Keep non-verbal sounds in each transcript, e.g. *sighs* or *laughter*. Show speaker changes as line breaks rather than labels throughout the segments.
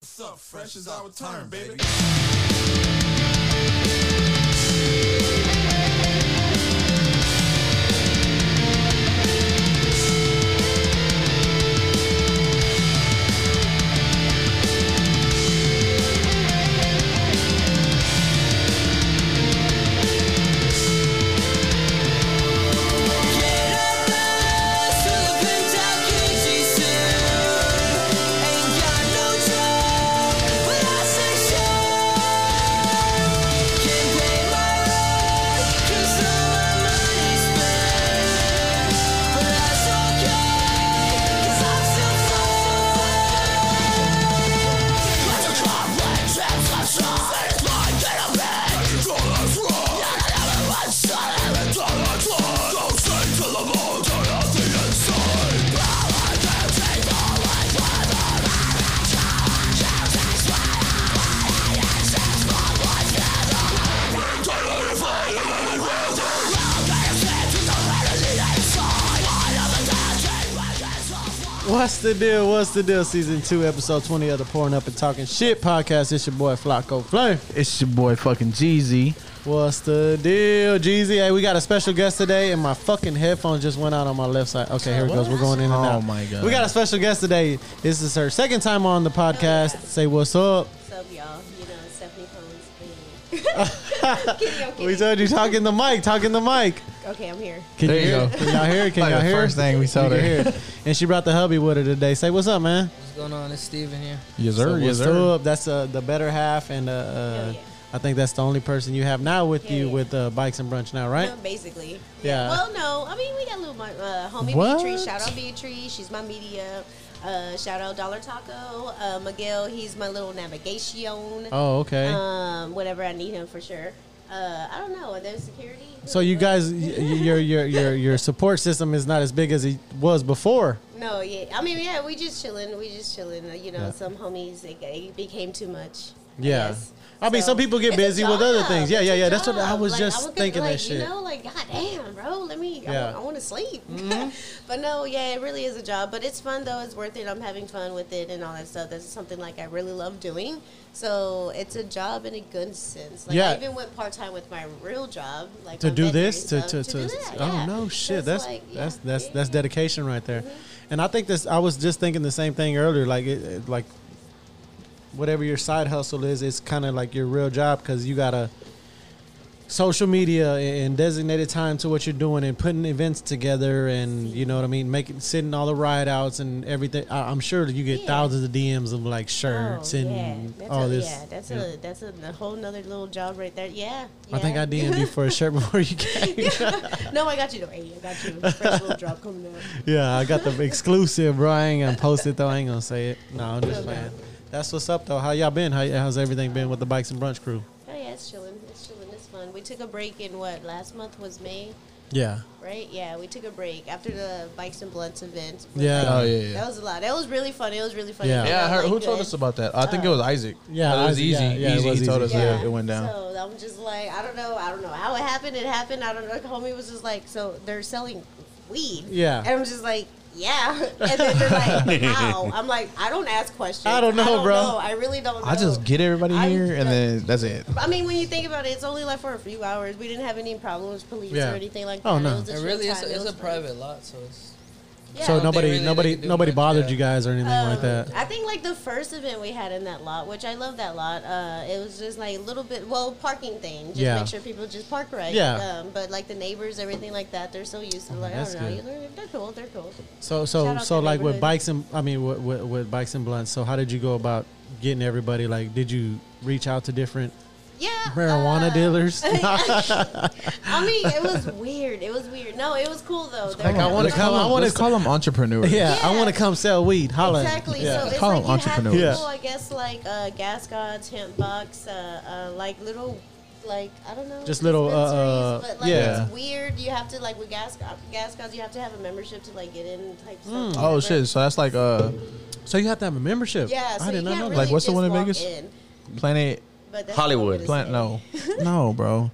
What's up, fresh as I return, baby?
What's the deal? What's the deal? Season 2, episode 20 of the Pouring Up and Talking Shit podcast. It's your boy Flacco Flame.
It's your boy fucking Jeezy.
What's the deal, Jeezy? Hey, we got a special guest today, and my fucking headphones just went out on my left side. Okay, here it goes. We're going in and
Oh
out.
my God.
We got a special guest today. This is her second time on the podcast. Say what's up.
What's up, y'all? You know, Stephanie
*laughs*
Collins. and- Kidding, I'm
We
kidding.
told you talking the mic, talking the mic.
Okay, I'm here.
Can
There you
hear?
go.
It? Can y'all hear? it? Can
Like
y'all
the
hear? it?
first thing we
You
told
can
her.
hear it. And she brought the hubby with her today. Say what's up, man.
What's going on? It's Steven here.
Yes,
So what's up? That's uh, the better half, and uh, uh,
Hell yeah.
I think that's the only person you have now with
Hell
you
yeah.
with uh, bikes and brunch now, right?
No, Um, basically.
Yeah.
Well, no. I mean, we got a little my, uh, homie
What?
Beatrice. Shout out Beatrice. She's my media. Uh, shout out Dollar Taco. Uh, Miguel, he's my little navigation.
Oh, okay.
Um, whatever I need him for sure. Uh, I don't know. Are there security?
so you guys, y- y- your your your your support system is not as big as it was before.
No, yeah. I mean, yeah. We just chilling. We just chilling. Uh, You know,
Yeah.
some homies it, it became too much. I
Yeah.
guess.
I mean,
So-
some people get
It's a
busy with other
job.
things. Yeah, yeah,
It's a
yeah. That's what I
job.
was
Like,
just
would-
thinking.
like,
that shit.
You know, like God damn, bro. Let me.
Yeah. Mm-hmm.
I want, I want to sleep. *laughs* but no, yeah, it really is a job. But it's fun though. It's worth it. I'm having fun with it and all that stuff. That's something like I really love doing. So it's a job in a good sense. Like
Yeah.
I even went part time with my real job, like
to
my
do
veterinary
this to
stuff,
to,
do
to,
that,
oh
yeah.
no
So
shit
it's
that's
like, yeah,
that's that's
yeah, Mm-hmm.
that's
yeah.
dedication right there and i think this i was just thinking the same thing earlier like it, it- like whatever your side hustle is it's kind of like your real job because you gotta social media and designated time to what you're doing and putting events together and you know what i mean making sending all the ride outs and everything I, i'm sure that you get
Yeah.
thousands of dms of like
Oh,
shirts and
yeah. That's
all
a,
this
Yeah, that's
you know.
a that's a, a whole nother little job right there. Yeah.
I think
yeah.
I DM'd you for a shirt *laughs* before you came.
*laughs* no, I got you though. Hey, I got you. Fresh
*laughs*
little drop coming up.
Yeah, I got the exclusive, bro. I ain't gonna post it though. I ain't gonna say it. No, I'm just
Okay.
playing. That's what's up though. How y'all been? How, how's everything been with the bikes and brunch crew?
Oh yeah, it's chilling. It's chilling. It's fun. We took a break in what last month was May,
Yeah,
right? Yeah, we took a break after the bikes and blunts event.
Yeah.
Oh yeah, yeah.
That was a lot. That was really fun. It was really fun.
Yeah.
It
yeah, I
felt,
heard,
like,
who told
good. Uh,
us about that? I think it was Isaac.
Yeah,
it was
Isaac,
easy.
yeah, yeah, it
easy.
was
he told
easy.
us yeah, it went down.
So I'm just like, I don't know, I don't know how it happened. It happened. I don't know. Homie was just like, so they're selling weed.
Yeah.
And I'm just like, yeah. *laughs* And then they're
*laughs*
like, how? I'm like, I don't ask questions.
I don't know, bro.
I really don't. Know.
I just get everybody
I-
here, and then that's it.
I mean, when you think about it, it's only like for a few hours. We didn't have any problems, with police
Yeah.
or anything like
Oh,
that.
no.
It, was a
It
short
really is.
time. It
It's
was
a
fun.
private lot, so it's.
Yeah.
So
don't
nobody,
think really
nobody,
they can do
nobody
much,
bothered
yeah.
you guys or anything like
Um,
that.
I think like the first event we had in that lot, which I love that lot. Uh, it was just like a little bit well parking thing. Just
Yeah.
make sure people just park right.
Yeah. Oh,
Um, but like the neighbors, everything like that, they're so used to like
that's
I don't know,
good.
they're, they're cool, they're cool.
So,
shout
so,
out
so,
to
like with
neighborhood.
bikes and I mean with, with, with bikes and blunts. So, how did you go about getting everybody? Like, did you reach out to different
Yeah.
marijuana
uh, *laughs*
dealers? *laughs*
I mean, it was weird. It was weird. No, it was cool though. There
Like, I
were-
wanna
Let's
come-
call
I
them-
wanna
let's call them entrepreneurs.
yeah, I
Yeah.
want to come sell weed. Holla.
Exactly.
Yeah.
So
Yeah.
it's
Call
like
them
you have people,
entrepreneurs.
Yeah.
I guess, like uh, gas gods, hemp bucks, uh, uh, like little, like I don't know,
Just little, uh, uh,
dispensaries, but like
yeah.
it's weird. You have to like with gas go- gas gods, you have to have a membership to like get in type stuff.
Oh
whatever.
shit! So that's like uh,
So you have to have a membership.
Yeah, so
I did
you
not
can't
know
really
that.
Like, what's the
just
one in
walk
Vegas?
in.
Planet
But that's
Hollywood.
what
Plant
I'm
no,
gonna
no, bro.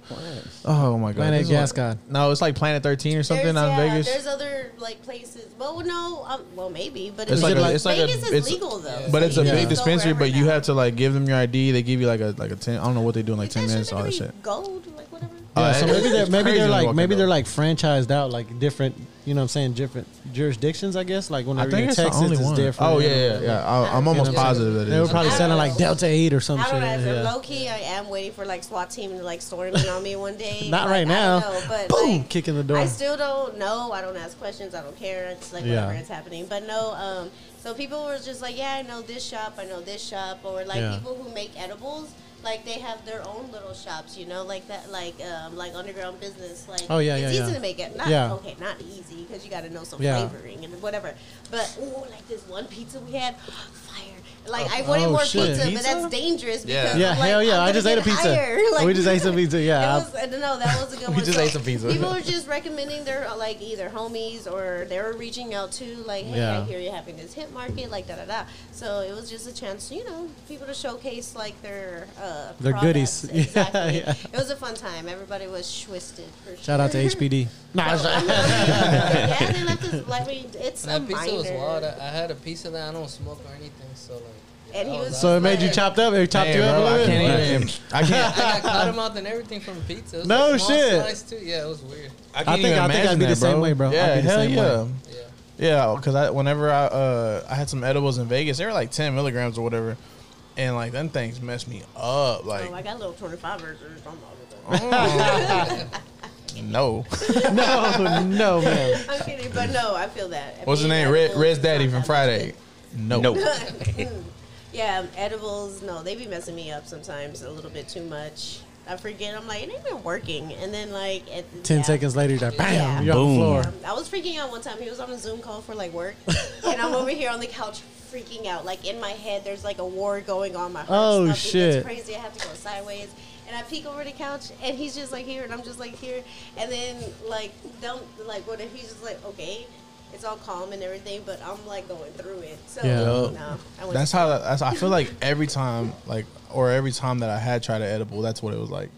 Oh my god,
Planet
This is like-
Gascon.
No, it's like Planet Thirteen or
say.
something
there's,
out in
yeah,
Vegas.
There's other like places. Well, no, um, well maybe, but
It's
it's,
like
like,
a- it's like a-
Vegas
it's-
is legal though.
But it's a
you
Yeah.
can
big
go
dispensary,
wherever
but you
now.
have to like give them your ID. They give you like a like a ten. I don't know what they do in like
That
ten
shit
minutes. All that
could be
shit.
Gold, like whatever.
Yeah,
Uh,
so
it-
maybe they're
it's
maybe
crazy
they're
when you
like
walk
maybe
in
they're
though.
like franchised out like different you know what I'm saying different jurisdictions I guess like whenever you're in Texas it's different.
Oh yeah, yeah, yeah. I, I'm almost
You know what I'm saying?
positive that it
They were
is. *laughs*
probably
I
selling
don't
like
know.
Delta Eight or some
I
shit.
don't know. As a
yeah.
Low key, I am waiting for like SWAT team to like storm in on me one day.
*laughs* Not
Like,
right now.
I don't know, but
Boom,
like,
kicking the door.
I still don't know. I don't ask questions. I don't care. It's like
Yeah.
whatever is happening. But no. um So people were just like, yeah, I know this shop. I know this shop. Or like
Yeah.
people who make edibles, like they have their own little shops. You know, like that, like um like underground business. Like
Oh, yeah,
it's
yeah,
easy
yeah.
to make it. Not
Yeah.
okay, not easy because you got to know some
Yeah.
flavoring and whatever. But oh, like this one pizza we had, *gasps* fire. Like I wanted
Oh,
more
shit.
pizza, but
Pizza?
that's dangerous
Yeah.
because
Yeah,
I'm like,
hell yeah,
I'm
I
gonna
just ate a
get
pizza.
higher. *laughs*
We just ate some pizza, yeah.
it was, I don't know. That was a good one.
just
So
ate some pizza.
People were just recommending their uh, like either homies or they were reaching out to like, hey,
Yeah.
I hear you're having this hit market, like da da da. So it was just a chance, you know, people to showcase like their uh,
Their
products.
goodies. *laughs* Yeah,
Exactly.
yeah.
It was a fun time. Everybody was twisted. For
Shout out to
sure. *laughs*
HPD.
yeah, they
*laughs*
left us. Like, I mean, it's
And that
a
pizza was
minor.
eh?
wild. I, I had a piece of that. I don't smoke or anything, so like. yeah,
And he
I
was-
So it made you chopped up. It chopped
Damn,
you up a
bro,
little
I
bit.
can't even. I
I
can't.
got cottonmouth and everything from the pizza. It was
No
like small
shit.
Slice too. Yeah, it was weird.
I, can't
think- *laughs*
even
I think I'd
imagine
be the
that,
same way, bro. I'd
Yeah,
be the
hell
same way.
yeah.
Yeah.
Yeah, because I whenever I uh I had some edibles in Vegas, they were like ten milligrams or whatever, and like them things messed me up. Like
Oh, I got a little 25 version or something.
no,
No, no, man.
I'm kidding, but no, I feel that.
Oh. what's his
Being
name? Red
edibles
Red's
is
Daddy
not
from
that
Friday. No,
Nope.
much. yeah, um, edibles, no, they be messing me up sometimes a little bit too much. I forget, I'm like, it ain't even working. And then, like, at
*laughs* Ten
yeah.
seconds later, you're like, bam,
Yeah.
you're on the
Boom.
floor.
Um, I was freaking out one time. He was on a Zoom call for like
*laughs*
work, and I'm over here on the couch freaking out. Like in my head, there's like a war going on. My heart
Oh,
stopped. It
shit.
gets crazy. I have to go sideways, and I peek over the couch, and he's just like here, and I'm just like here, and then like don't like what? if He's just like okay. It's all calm and everything, but I'm like going through it. So
Yeah.
no, I
*laughs*
went
that's how. That's, I feel like every time, like or every time that I had tried an edible, that's what it was like.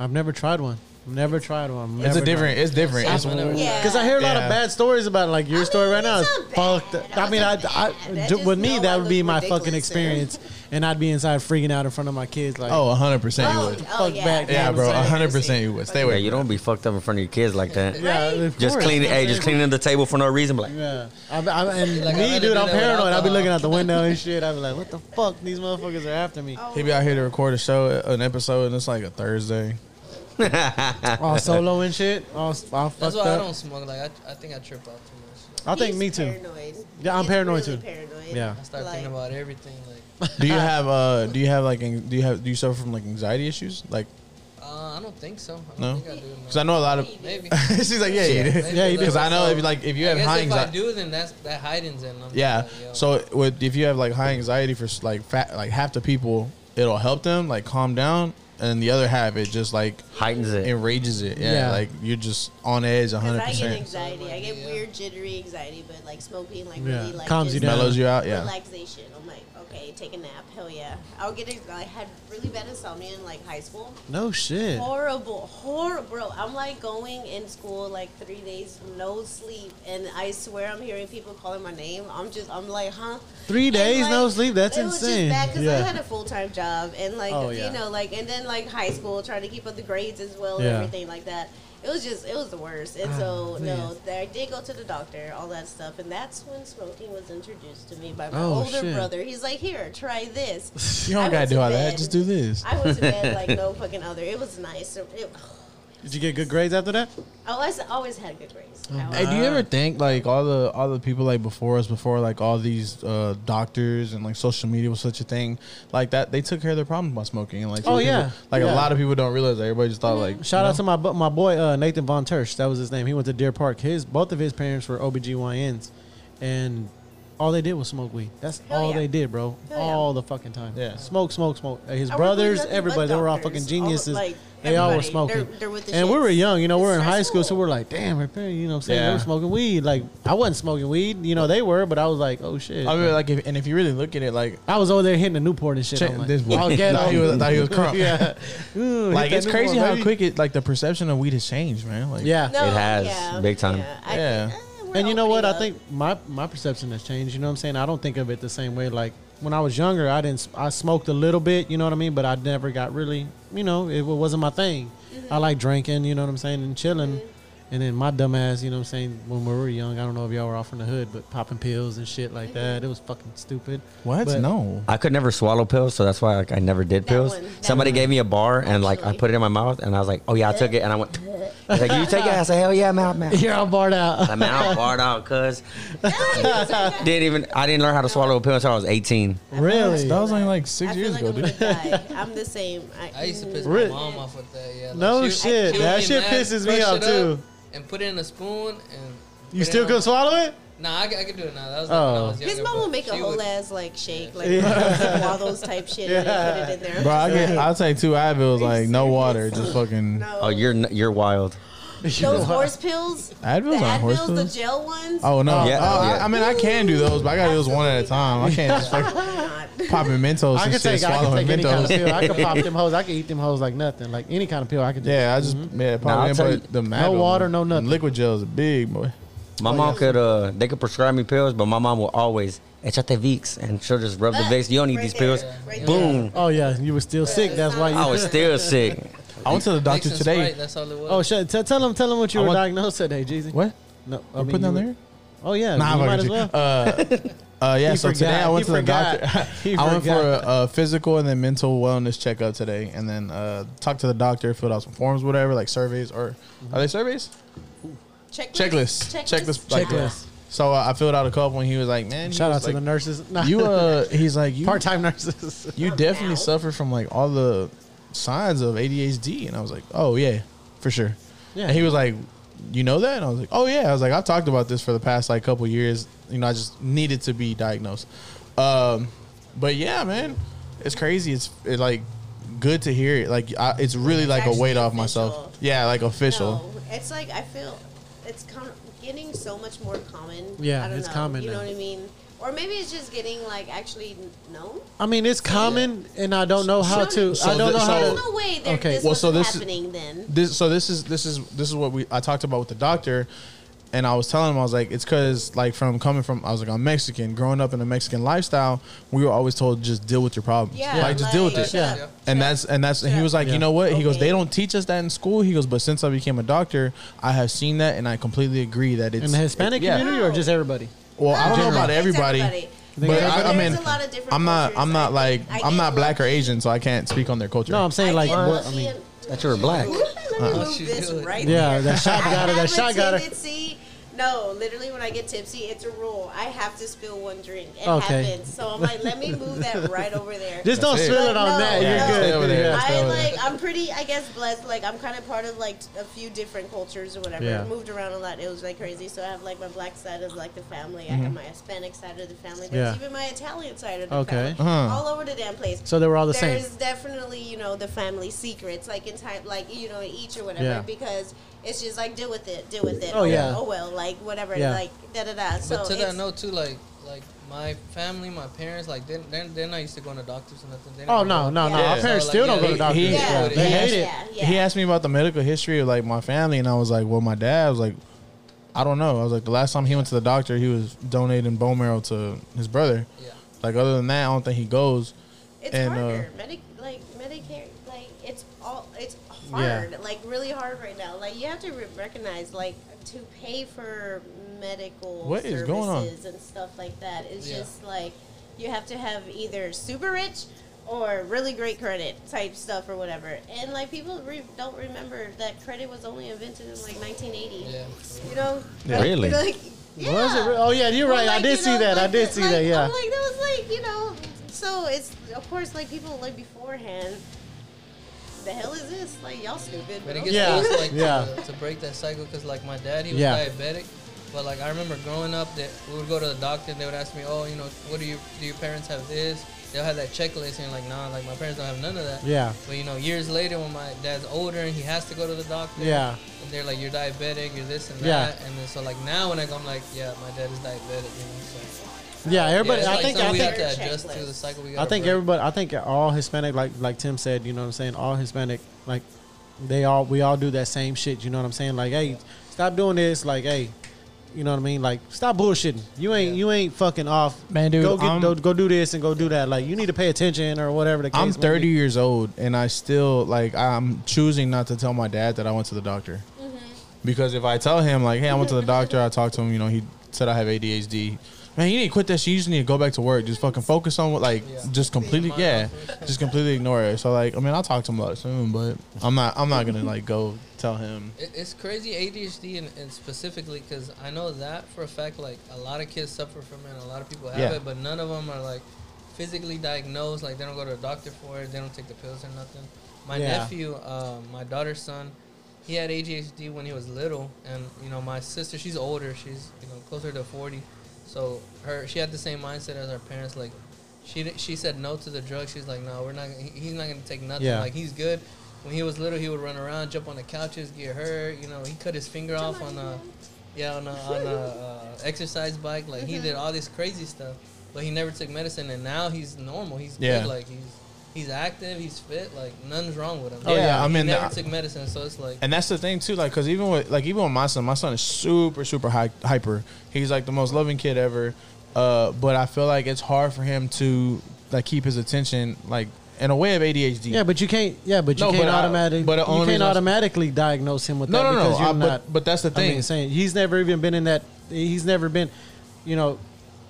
I've never tried one. I've never tried one. I've
It's
never
a different. It's different. It's
Whenever-
Yeah.
Because I hear a lot
Yeah.
of bad stories about it. like your
I
story
mean,
right now is
it's not
fucked.
bad.
up. I mean, I,
It's not bad. I
I- ju-
just
with me
know
that
I
would be
look
my
ridiculous
fucking
there.
experience, and I'd be inside freaking out in front of my kids. Like,
Oh, hundred percent you
Oh,
would.
oh,
fuck back.
Yeah,
I'm
bro,
saying.
hundred percent you would. Stay
Yeah,
away.
you don't be fucked up in front of your kids like that.
yeah, of
Just
course.
clean it. Hey, just cleaning the table for no reason. Like,
Yeah, I'm, I'm, and
Like, I'd
me,
rather
dude,
do
I'm
that with
paranoid. I'll be
alcohol.
looking
*laughs*
out the window and shit. I'll be like, what the fuck? These motherfuckers are after me.
Oh,
He be out here to record a show, an episode, and it's like a Thursday.
All solo and shit. All, all fucked
That's why I
up.
don't smoke. Like I, I think I trip out too much.
I, think
he's
me too.
Paranoid.
Yeah, I'm
He's
paranoid
really
too.
Paranoid.
Yeah.
I start
Like-
thinking about everything. Like
Do you have uh? Do you have like? an- Do you have? Do you suffer from like anxiety issues? Like,
uh, I don't think so. I don't
No?
think I do.
because I know a lot of.
Maybe.
*laughs* She's like, yeah, you do.
Yeah, you do.
Because I know if like if you
I
have
guess
high
if I
anxiety,
do, then that's that heightens it. and I'm just
yeah.
like, yo.
So with if you have like high anxiety for s- like fat, like half the people, it'll help them like calm down, and the other half it just like
heightens it.
enrages it. Yeah,
Yeah.
like you're just on edge,
Because
hundred
I get
percent.
anxiety. I get
Yeah.
weird, jittery anxiety, but like smoking, like
Yeah.
really like
Calms you
just
down.
Mellows you out, yeah.
relaxation. I'm like, okay, take a nap. Hell yeah. I'll get. ex- I had really bad insomnia in like high school.
No shit.
Horrible, horrible. Bro, I'm like going in school like three days, no sleep, and I swear I'm hearing people calling my name. I'm just, I'm like, huh?
Three
And,
days
like,
no sleep. That's
it was
insane.
Just bad because I
yeah.
had a full time job and like
Oh, yeah.
you know like and then like high school trying to keep up the grades as well
Yeah. Ah,
and everything like that. It was just it was the worst. And so no,
man.
there, I did go to the doctor, all that stuff, and that's when smoking was introduced to me by my
Oh,
older
shit.
brother. He's like, here, try
*laughs*
this.
You
I
don't
went
gotta do
to
all that.
bed.
Just do this.
I went to bed like no fucking other. It was nice. It,
Did you get good grades after that?
I always, Oh, always had good grades. I always-
Hey, do you ever
Uh-huh.
think like all the all the people like before us, before like all these uh, doctors and like social media was such a thing, like that they took care of their problems by smoking and like
Oh,
some people-
yeah.
like
Yeah. Mm-hmm.
a lot of people don't realize that everybody just thought like
Shout out to my bu- my boy uh, Nathan Von Tersch. That was his name. He went to Deer Park. His both of his parents were OBGYNs, and all they did was smoke weed. That's
Hell
all
yeah.
they did, bro.
Hell yeah.
all the fucking time.
Yeah.
Smoke, smoke, smoke. Uh, His
I work with
brothers,
nothing but
everybody, they were all
doctors.
fucking
All-
geniuses.
like,
they all were
everybody.
smoking.
They're- they're with the
and we
shits.
were young, you know, we're
It's
in high
stressful.
school, so we're like, damn, right there, you know what I'm saying? They
Yeah.
were smoking weed. Like, I wasn't smoking weed, you know, they were, but I was like, oh shit.
I mean,
Like,
like, if, and if you really look at it, like,
I was over there hitting the Newport and shit.
Shit,
I'm like,
this boy.
I'll get
*laughs* Thought he was- thought he
*laughs*
was crunk.
yeah. Ooh,
*laughs* like
hit
it's
that
crazy
Newport,
how
baby.
quick it, like, the perception of weed has changed, man. Like,
Yeah.
No,
It has,
yeah,
big time.
Yeah, I
Yeah.
think, eh, we're
and you know what? I
opening up. *laughs*
think my my perception has changed. You know what I'm saying? I don't think of it the same way. Like when I was younger, I didn't. I smoked a little bit. You know what I mean? But I never got really. You know, it wa- wasn't my thing.
Mm-hmm.
I like drinking. You know what I'm saying? And chilling. And then my dumb ass, you know what I'm saying, when we were young, I don't know if y'all were off in the hood, but popping pills and shit like that.
Mm-hmm.
It was fucking stupid.
What?
But- *laughs*
no.
I could never swallow pills, so that's why like, I never did
That
pills.
one, that
Somebody
one.
gave me a bar and like I
Actually.
put it in my mouth, and I was like, "Oh yeah, I took it," and I
*laughs*
went, He's like, "You take it?" I said, "Hell yeah, I'm out, man."
You're all barred out. *laughs*
I'm out, barred out, cuz *laughs* didn't even I didn't learn how to swallow a pill until I was 18.
really?
That was only like
I
six
feel
years
like
ago,
I'm
dude.
gonna die. I'm the same.
I used to piss
Really?
my mom off with that. Yeah. like,
No
she would-
shit,
she would
that
be
shit
mad,
pisses me
crush
off,
it
too.
And put it in a spoon and.
You still could
goes.
swallow it?
Nah, I, c- I could do it now. That was like when I
Oh.
was younger.
His mom
but
will make a
she
whole
would-
ass like shake, like
Yeah.
all those type shit, and they put it in there.
Bro,
*laughs*
I get, I'll take two Advils, like, no water, just fucking.
*laughs* no,
Oh, you're n- you're wild.
*laughs*
those horse pills, the
Advils on horse
Advils, the
pills?
gel ones.
Oh, no.
Yeah.
Yeah.
Yeah.
I, I mean, I can do those, but I gotta do those one at a time. I can't
*laughs*
just fucking
not.
popping Mentos
I
and
could
shit,
take, I could
swallowing
take any kind of
Mentos.
pill. I could pop them hoes. I could eat them hoes like nothing. Like any kind of pill, I could do.
*laughs* Yeah, I just
Mm-hmm.
yeah,
Nah,
probably
I'll tell
nah,
you-
but the
No
Advil,
water,
man.
no nothing.
Liquid gel is big, boy.
Oh,
My mom could uh they could prescribe me pills, but my mom will always echate Vicks and she'll just rub the
Look,
Vicks. You don't
Ah,
need
right
these
there,
pills.
right there.
Boom.
Oh yeah, you were still sick. That's why you.
I
*laughs*
was
*laughs*
still sick.
I went to the
Mix
doctor
and
today.
Sprite, that's all it was.
Oh, shit. Tell, tell him, tell him what you
I
were
want-
diagnosed today, Jeezy.
What?
No, I
I
mean,
put down
you
there?
were- Oh yeah,
Nah,
you
I'm
might as
fucking
well.
with you. Uh, uh, yeah,
He
so today
forgot.
I went
He
to the
forgot. *laughs*
*laughs*
He
doctor. I went for
forgot.
a, a physical and then mental wellness checkup today, and then uh, talked to the doctor, filled out some forms, whatever, like surveys or are they surveys? Checklists, checklist, like that.
Checklist.
So uh, I filled out a couple, and he was like, "Man, he
Shout out
was
to the
like,
nurses. *laughs* Nah,
you." Uh, he's like, "You
part-time
*laughs*
nurses.
you
Not
definitely
now.
suffer from like all the signs of ADHD. And I was like, oh yeah, for sure.
Yeah.
Yeah. And he was like, you know that? And I was like, oh yeah. I was like, I've talked about this for the past like couple years. You know, I just needed to be diagnosed. Um, but yeah, man, it's crazy. It's it, like good to hear it. Like I, it's really
It's
like a weight
actually
off myself.
official.
Yeah, like official.
No, it's like I feel it's com- getting so much more common.
Yeah,
I don't
it's
know,
common
You know
now.
what I mean? Or maybe it's just getting like actually kn- known.
I mean, it's common, and I don't know how to.
So
I don't know
the-
how
so-
There's
to.
no way there,
Okay.
this
Well,
was
so this is-
happening then.
This so this is this is this is what we I talked about with the doctor. And I was telling him, I was like, it's because, like, from coming from, I was like, I'm Mexican. Growing up in a Mexican lifestyle, we were always told just deal with your problems.
Yeah,
like, just deal with
like,
it.
Yeah.
Yeah.
And that's and that's and he was like,
Yeah.
you know what? He goes,
Okay.
they don't teach us that in school. He goes, but since I became a doctor, I have seen that, and I completely agree that it's
In the Hispanic
yeah.
community or just everybody?
Well, I don't know
General.
about
It's
everybody,
everybody.
but
There's-
I, I
there's
mean,
a lot of different
I'm not,
cultures.
I'm not
I
like,
think- I
I'm
get
not
what
black or
you-
Asian, so I can't speak on their culture.
No, I'm saying like
did
what?
see
I mean,
it-
That you were black.
Let me move
she
this
do it.
right
Uh-uh. yeah,
there.
that shot got her.
I
That shot
have a
got her.
tendency. No, literally, when I get tipsy, it's a rule. I have to spill one drink. It
Okay.
happens. So I'm like, let me move that right over there.
Just don't
That's it.
spill it on
No,
that.
no.
You're
Stay over
good.
there.
Yeah.
That's
I
valid.
like I'm pretty I guess blessed like I'm kind of part of like a few different cultures or whatever.
Yeah.
Moved around a lot. It was like crazy. So I have like my black side of like the family. I have my Hispanic side of the family. There's
Mm-hmm. Yeah.
even my Italian side of the
Okay.
family.
Uh-huh.
All over the damn place.
So they were all the same.
There's definitely you know the family secrets like in type like you know in each or whatever
Yeah.
because it's just like deal with it, deal with it.
Oh, yeah.
Oh well, like whatever.
Yeah.
Like da da da. So
But to
it's-
that note too, like like my family, my parents, like they they're, they're not used to going to doctors or nothing. They don't
Oh no,
go.
no, no!
Yeah.
Our parents still don't go to
He-
doctors.
he-
Yeah, they
yeah,
hate it.
yeah, yeah.
He asked me about the medical history of like my family, and I was like, well, my dad was like, I don't know. I was like, the last time he went to the doctor, he was donating bone marrow to his brother.
Yeah.
Like, other than that, I don't think he goes.
It's
and,
harder. Medic like Medicare like it's all it's
Yeah.
hard. Like really hard right now. Like you have to re- recognize like to pay for medical
What
services
is going on?
and stuff like that. It's
Yeah.
just like you have to have either super rich or really great credit type stuff or whatever. And like people re- don't remember that credit was only invented in like 1980.
Yeah.
You know?
Yeah. Really?
*laughs* Like, yeah.
Was it? re- Oh yeah, you're
Well,
right. I
like,
did
you
see
know,
that. I
like,
did see
like,
that. Yeah.
I'm like, that was like, you know, so it's, of course, like, people, like, beforehand, the hell is this? Like, y'all stupid.
But it
bro.
gets
Yeah.
worse, like
Yeah.
to, to break that cycle because like my dad, he was
Yeah.
diabetic, But like I remember growing up, that we would go to the doctor and they would ask me, "Oh, you know, what do you do? Your parents have this?" They'll have that checklist, and you're like, "Nah, like my parents don't have none of that."
Yeah.
But you know, years later, when my dad's older and he has to go to the doctor,
Yeah.
and they're like, "You're diabetic. You're this and
Yeah.
that." And then so like now, when I go, I'm like, "Yeah, my dad is diabetic." You know, so
Yeah, everybody.
Yeah,
I
it's like
think.
something
I
we
think.
have to adjust to the
Checklist.
cycle. We
I
gotta
think
break.
everybody. I think all Hispanic, like like Tim said, you know what I'm saying. All Hispanic, like they all we all do that same shit. You know what I'm saying? Like, hey, stop doing this. Like, hey, you know what I mean? Like, stop bullshitting. You ain't
Yeah.
you ain't fucking off,
Man, dude,
Go
I'm-
get, go, go do this and go do that. Like, you need to pay attention or whatever the case.
I'm
may be.
30 years old and I still like I'm choosing not to tell my dad that I went to the doctor. Because if I tell him like, "Hey, I went to the doctor. I talked to him, you know, he said I have ADHD." Man, you need to quit that shit. You just need to go back to work. Just fucking focus on what like
Yeah.
just completely yeah, just completely ignore it. So like, I mean, I'll talk to him about it soon, but I'm not I'm not going to like go tell him.
It, it's crazy ADHD and, and specifically because I know that for a fact. Like a lot of kids suffer from it, and a lot of people have
Yeah.
it, but none of them are like physically diagnosed. Like they don't go to a doctor for it. They don't take the pills or nothing. My
Yeah.
nephew, uh, my daughter's son, he had ADHD when he was little, and you know my sister, she's older. She's you know closer to forty, so her she had the same mindset as our parents. Like she di- she said no to the drug. She's like, no, we're not. he- He's not gonna take nothing.
Yeah.
Like he's good. When he was little, he would run around, jump on the couches, get hurt. You know, he cut his finger off on a, yeah, on a, on a uh, exercise bike. Like he did all this crazy stuff, but he never took medicine. And now he's normal. He's
Yeah.
good. Like he's he's active. He's fit. Like nothing's wrong with him.
Oh, yeah,
He
I mean,
never
the-
took medicine, so it's like
And that's the thing too, like, cause even with like even with my son, my son is super super hy- hyper. He's like the most loving kid ever, uh, but I feel like it's hard for him to like keep his attention like in a way of ADHD.
Yeah, but you can't. Yeah, but you
No,
can't
but I-
automatically.
but the
you
only
can't
reason I-
automatically diagnose him with
no,
that
no, no.
because
I-
you're
but,
not.
but that's the
I
thing.
mean, saying he's never even been in that. He's never been, you know,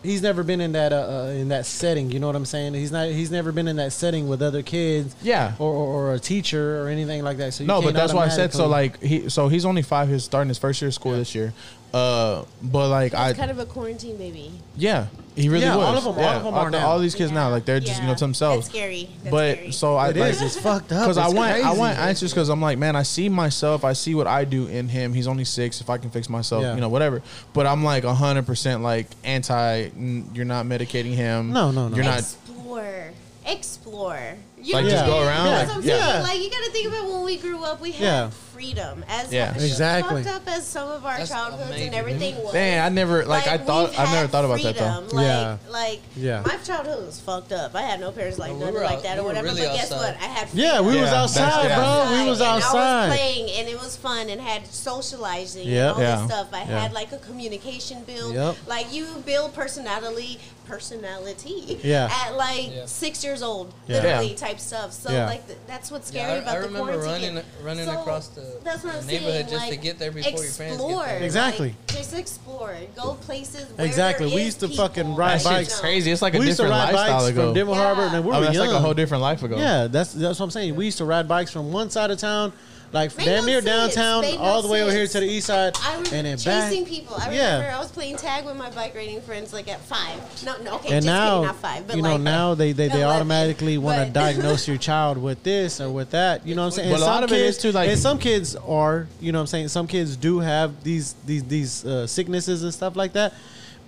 he's never been in that uh, uh, in that setting. You know what I'm saying? He's not. He's never been in that setting with other kids.
Yeah.
Or, or, or a teacher or anything like that. So you
no, but
can't
that's why I said so.
automatically-
Like he, so he's only five. He's starting his first year of school this year. Uh, but like I,
It's kind of a quarantine baby.
yeah, he really
Yeah,
was.
all of 'em- all
Yeah,
of 'em are
the-
now.
all these kids now,
Yeah.
like they're just you know
Yeah.
to themselves.
That's scary. That's
but
scary.
so I
It
like,
is. It's fucked up.
Because I
It's
went, I
crazy.
went anxious because I'm like, man, I see myself. I see what I do in him. He's only six. If I can fix myself,
Yeah.
you know, whatever. But I'm like 100 percent like anti. n- You're not medicating him.
No, no, no.
You're not.
explore. Explore. You
Like, just
what I'm
go
saying?
around,
That's
like,
what I'm
yeah.
saying. Like you got to think about when we grew up, we had
Yeah.
freedom. As
Yeah.
as
Exactly.
fucked up as some of our
That's
childhoods
amazing.
and everything was.
Man, I never like, I thought
we've
I never
had
thought about that though.
freedom. Like,
Yeah.
like
Yeah.
my childhood was fucked up. I had no parents like
No, we
nothing
were
like
out-
that
we
or
were
whatever.
really
but guess
outside.
what? I had
yeah, we
Yeah,
was
that's-
outside,
yeah.
bro. We was
and I was
outside.
playing and it was fun and had socializing
Yep.
and all
Yeah.
this stuff. I
Yeah.
had like a communication build.
Yep.
Like you build personality personality
Yeah.
at like
Yeah.
six years old,
Yeah.
literally
Yeah.
type stuff. So
Yeah.
like th- that's what's
Yeah,
scary
I-
about
I
the
remember
quarantine.
running- running
So,
across the-
that's what
the
I'm
neighborhood
saying,
just to
like,
get there before your parents get there.
explore, like,
Exactly.
just explore. Go places. Where
Exactly.
there
We
is
used to
people.
fucking ride
That
bikes.
shit's crazy. It's like a
we used to
different
ride
lifestyle
bikes
ago.
from Denver
Yeah.
Harbor, and we
I
were
mean, that's
young.
like a whole different life ago.
Yeah, that's that's what I'm saying. We used to ride bikes from one side of town, like
Made
damn
no
near
sense.
downtown,
Made no
all the way over here
sense.
to the east side,
I was
and then back.
chasing people. I
Yeah.
remember I was playing tag with my bike riding friends like at five. No, no, okay,
and
just
now,
kidding, not five, but
you know,
like
now they they, they
eleven,
automatically want to
but- *laughs*
diagnose your child with this or with that. You know what I'm saying?
But
And
a lot
some
of it
kids
is too, like-
and some kids are, you know what I'm saying? Some kids do have these these these uh, sicknesses and stuff like that.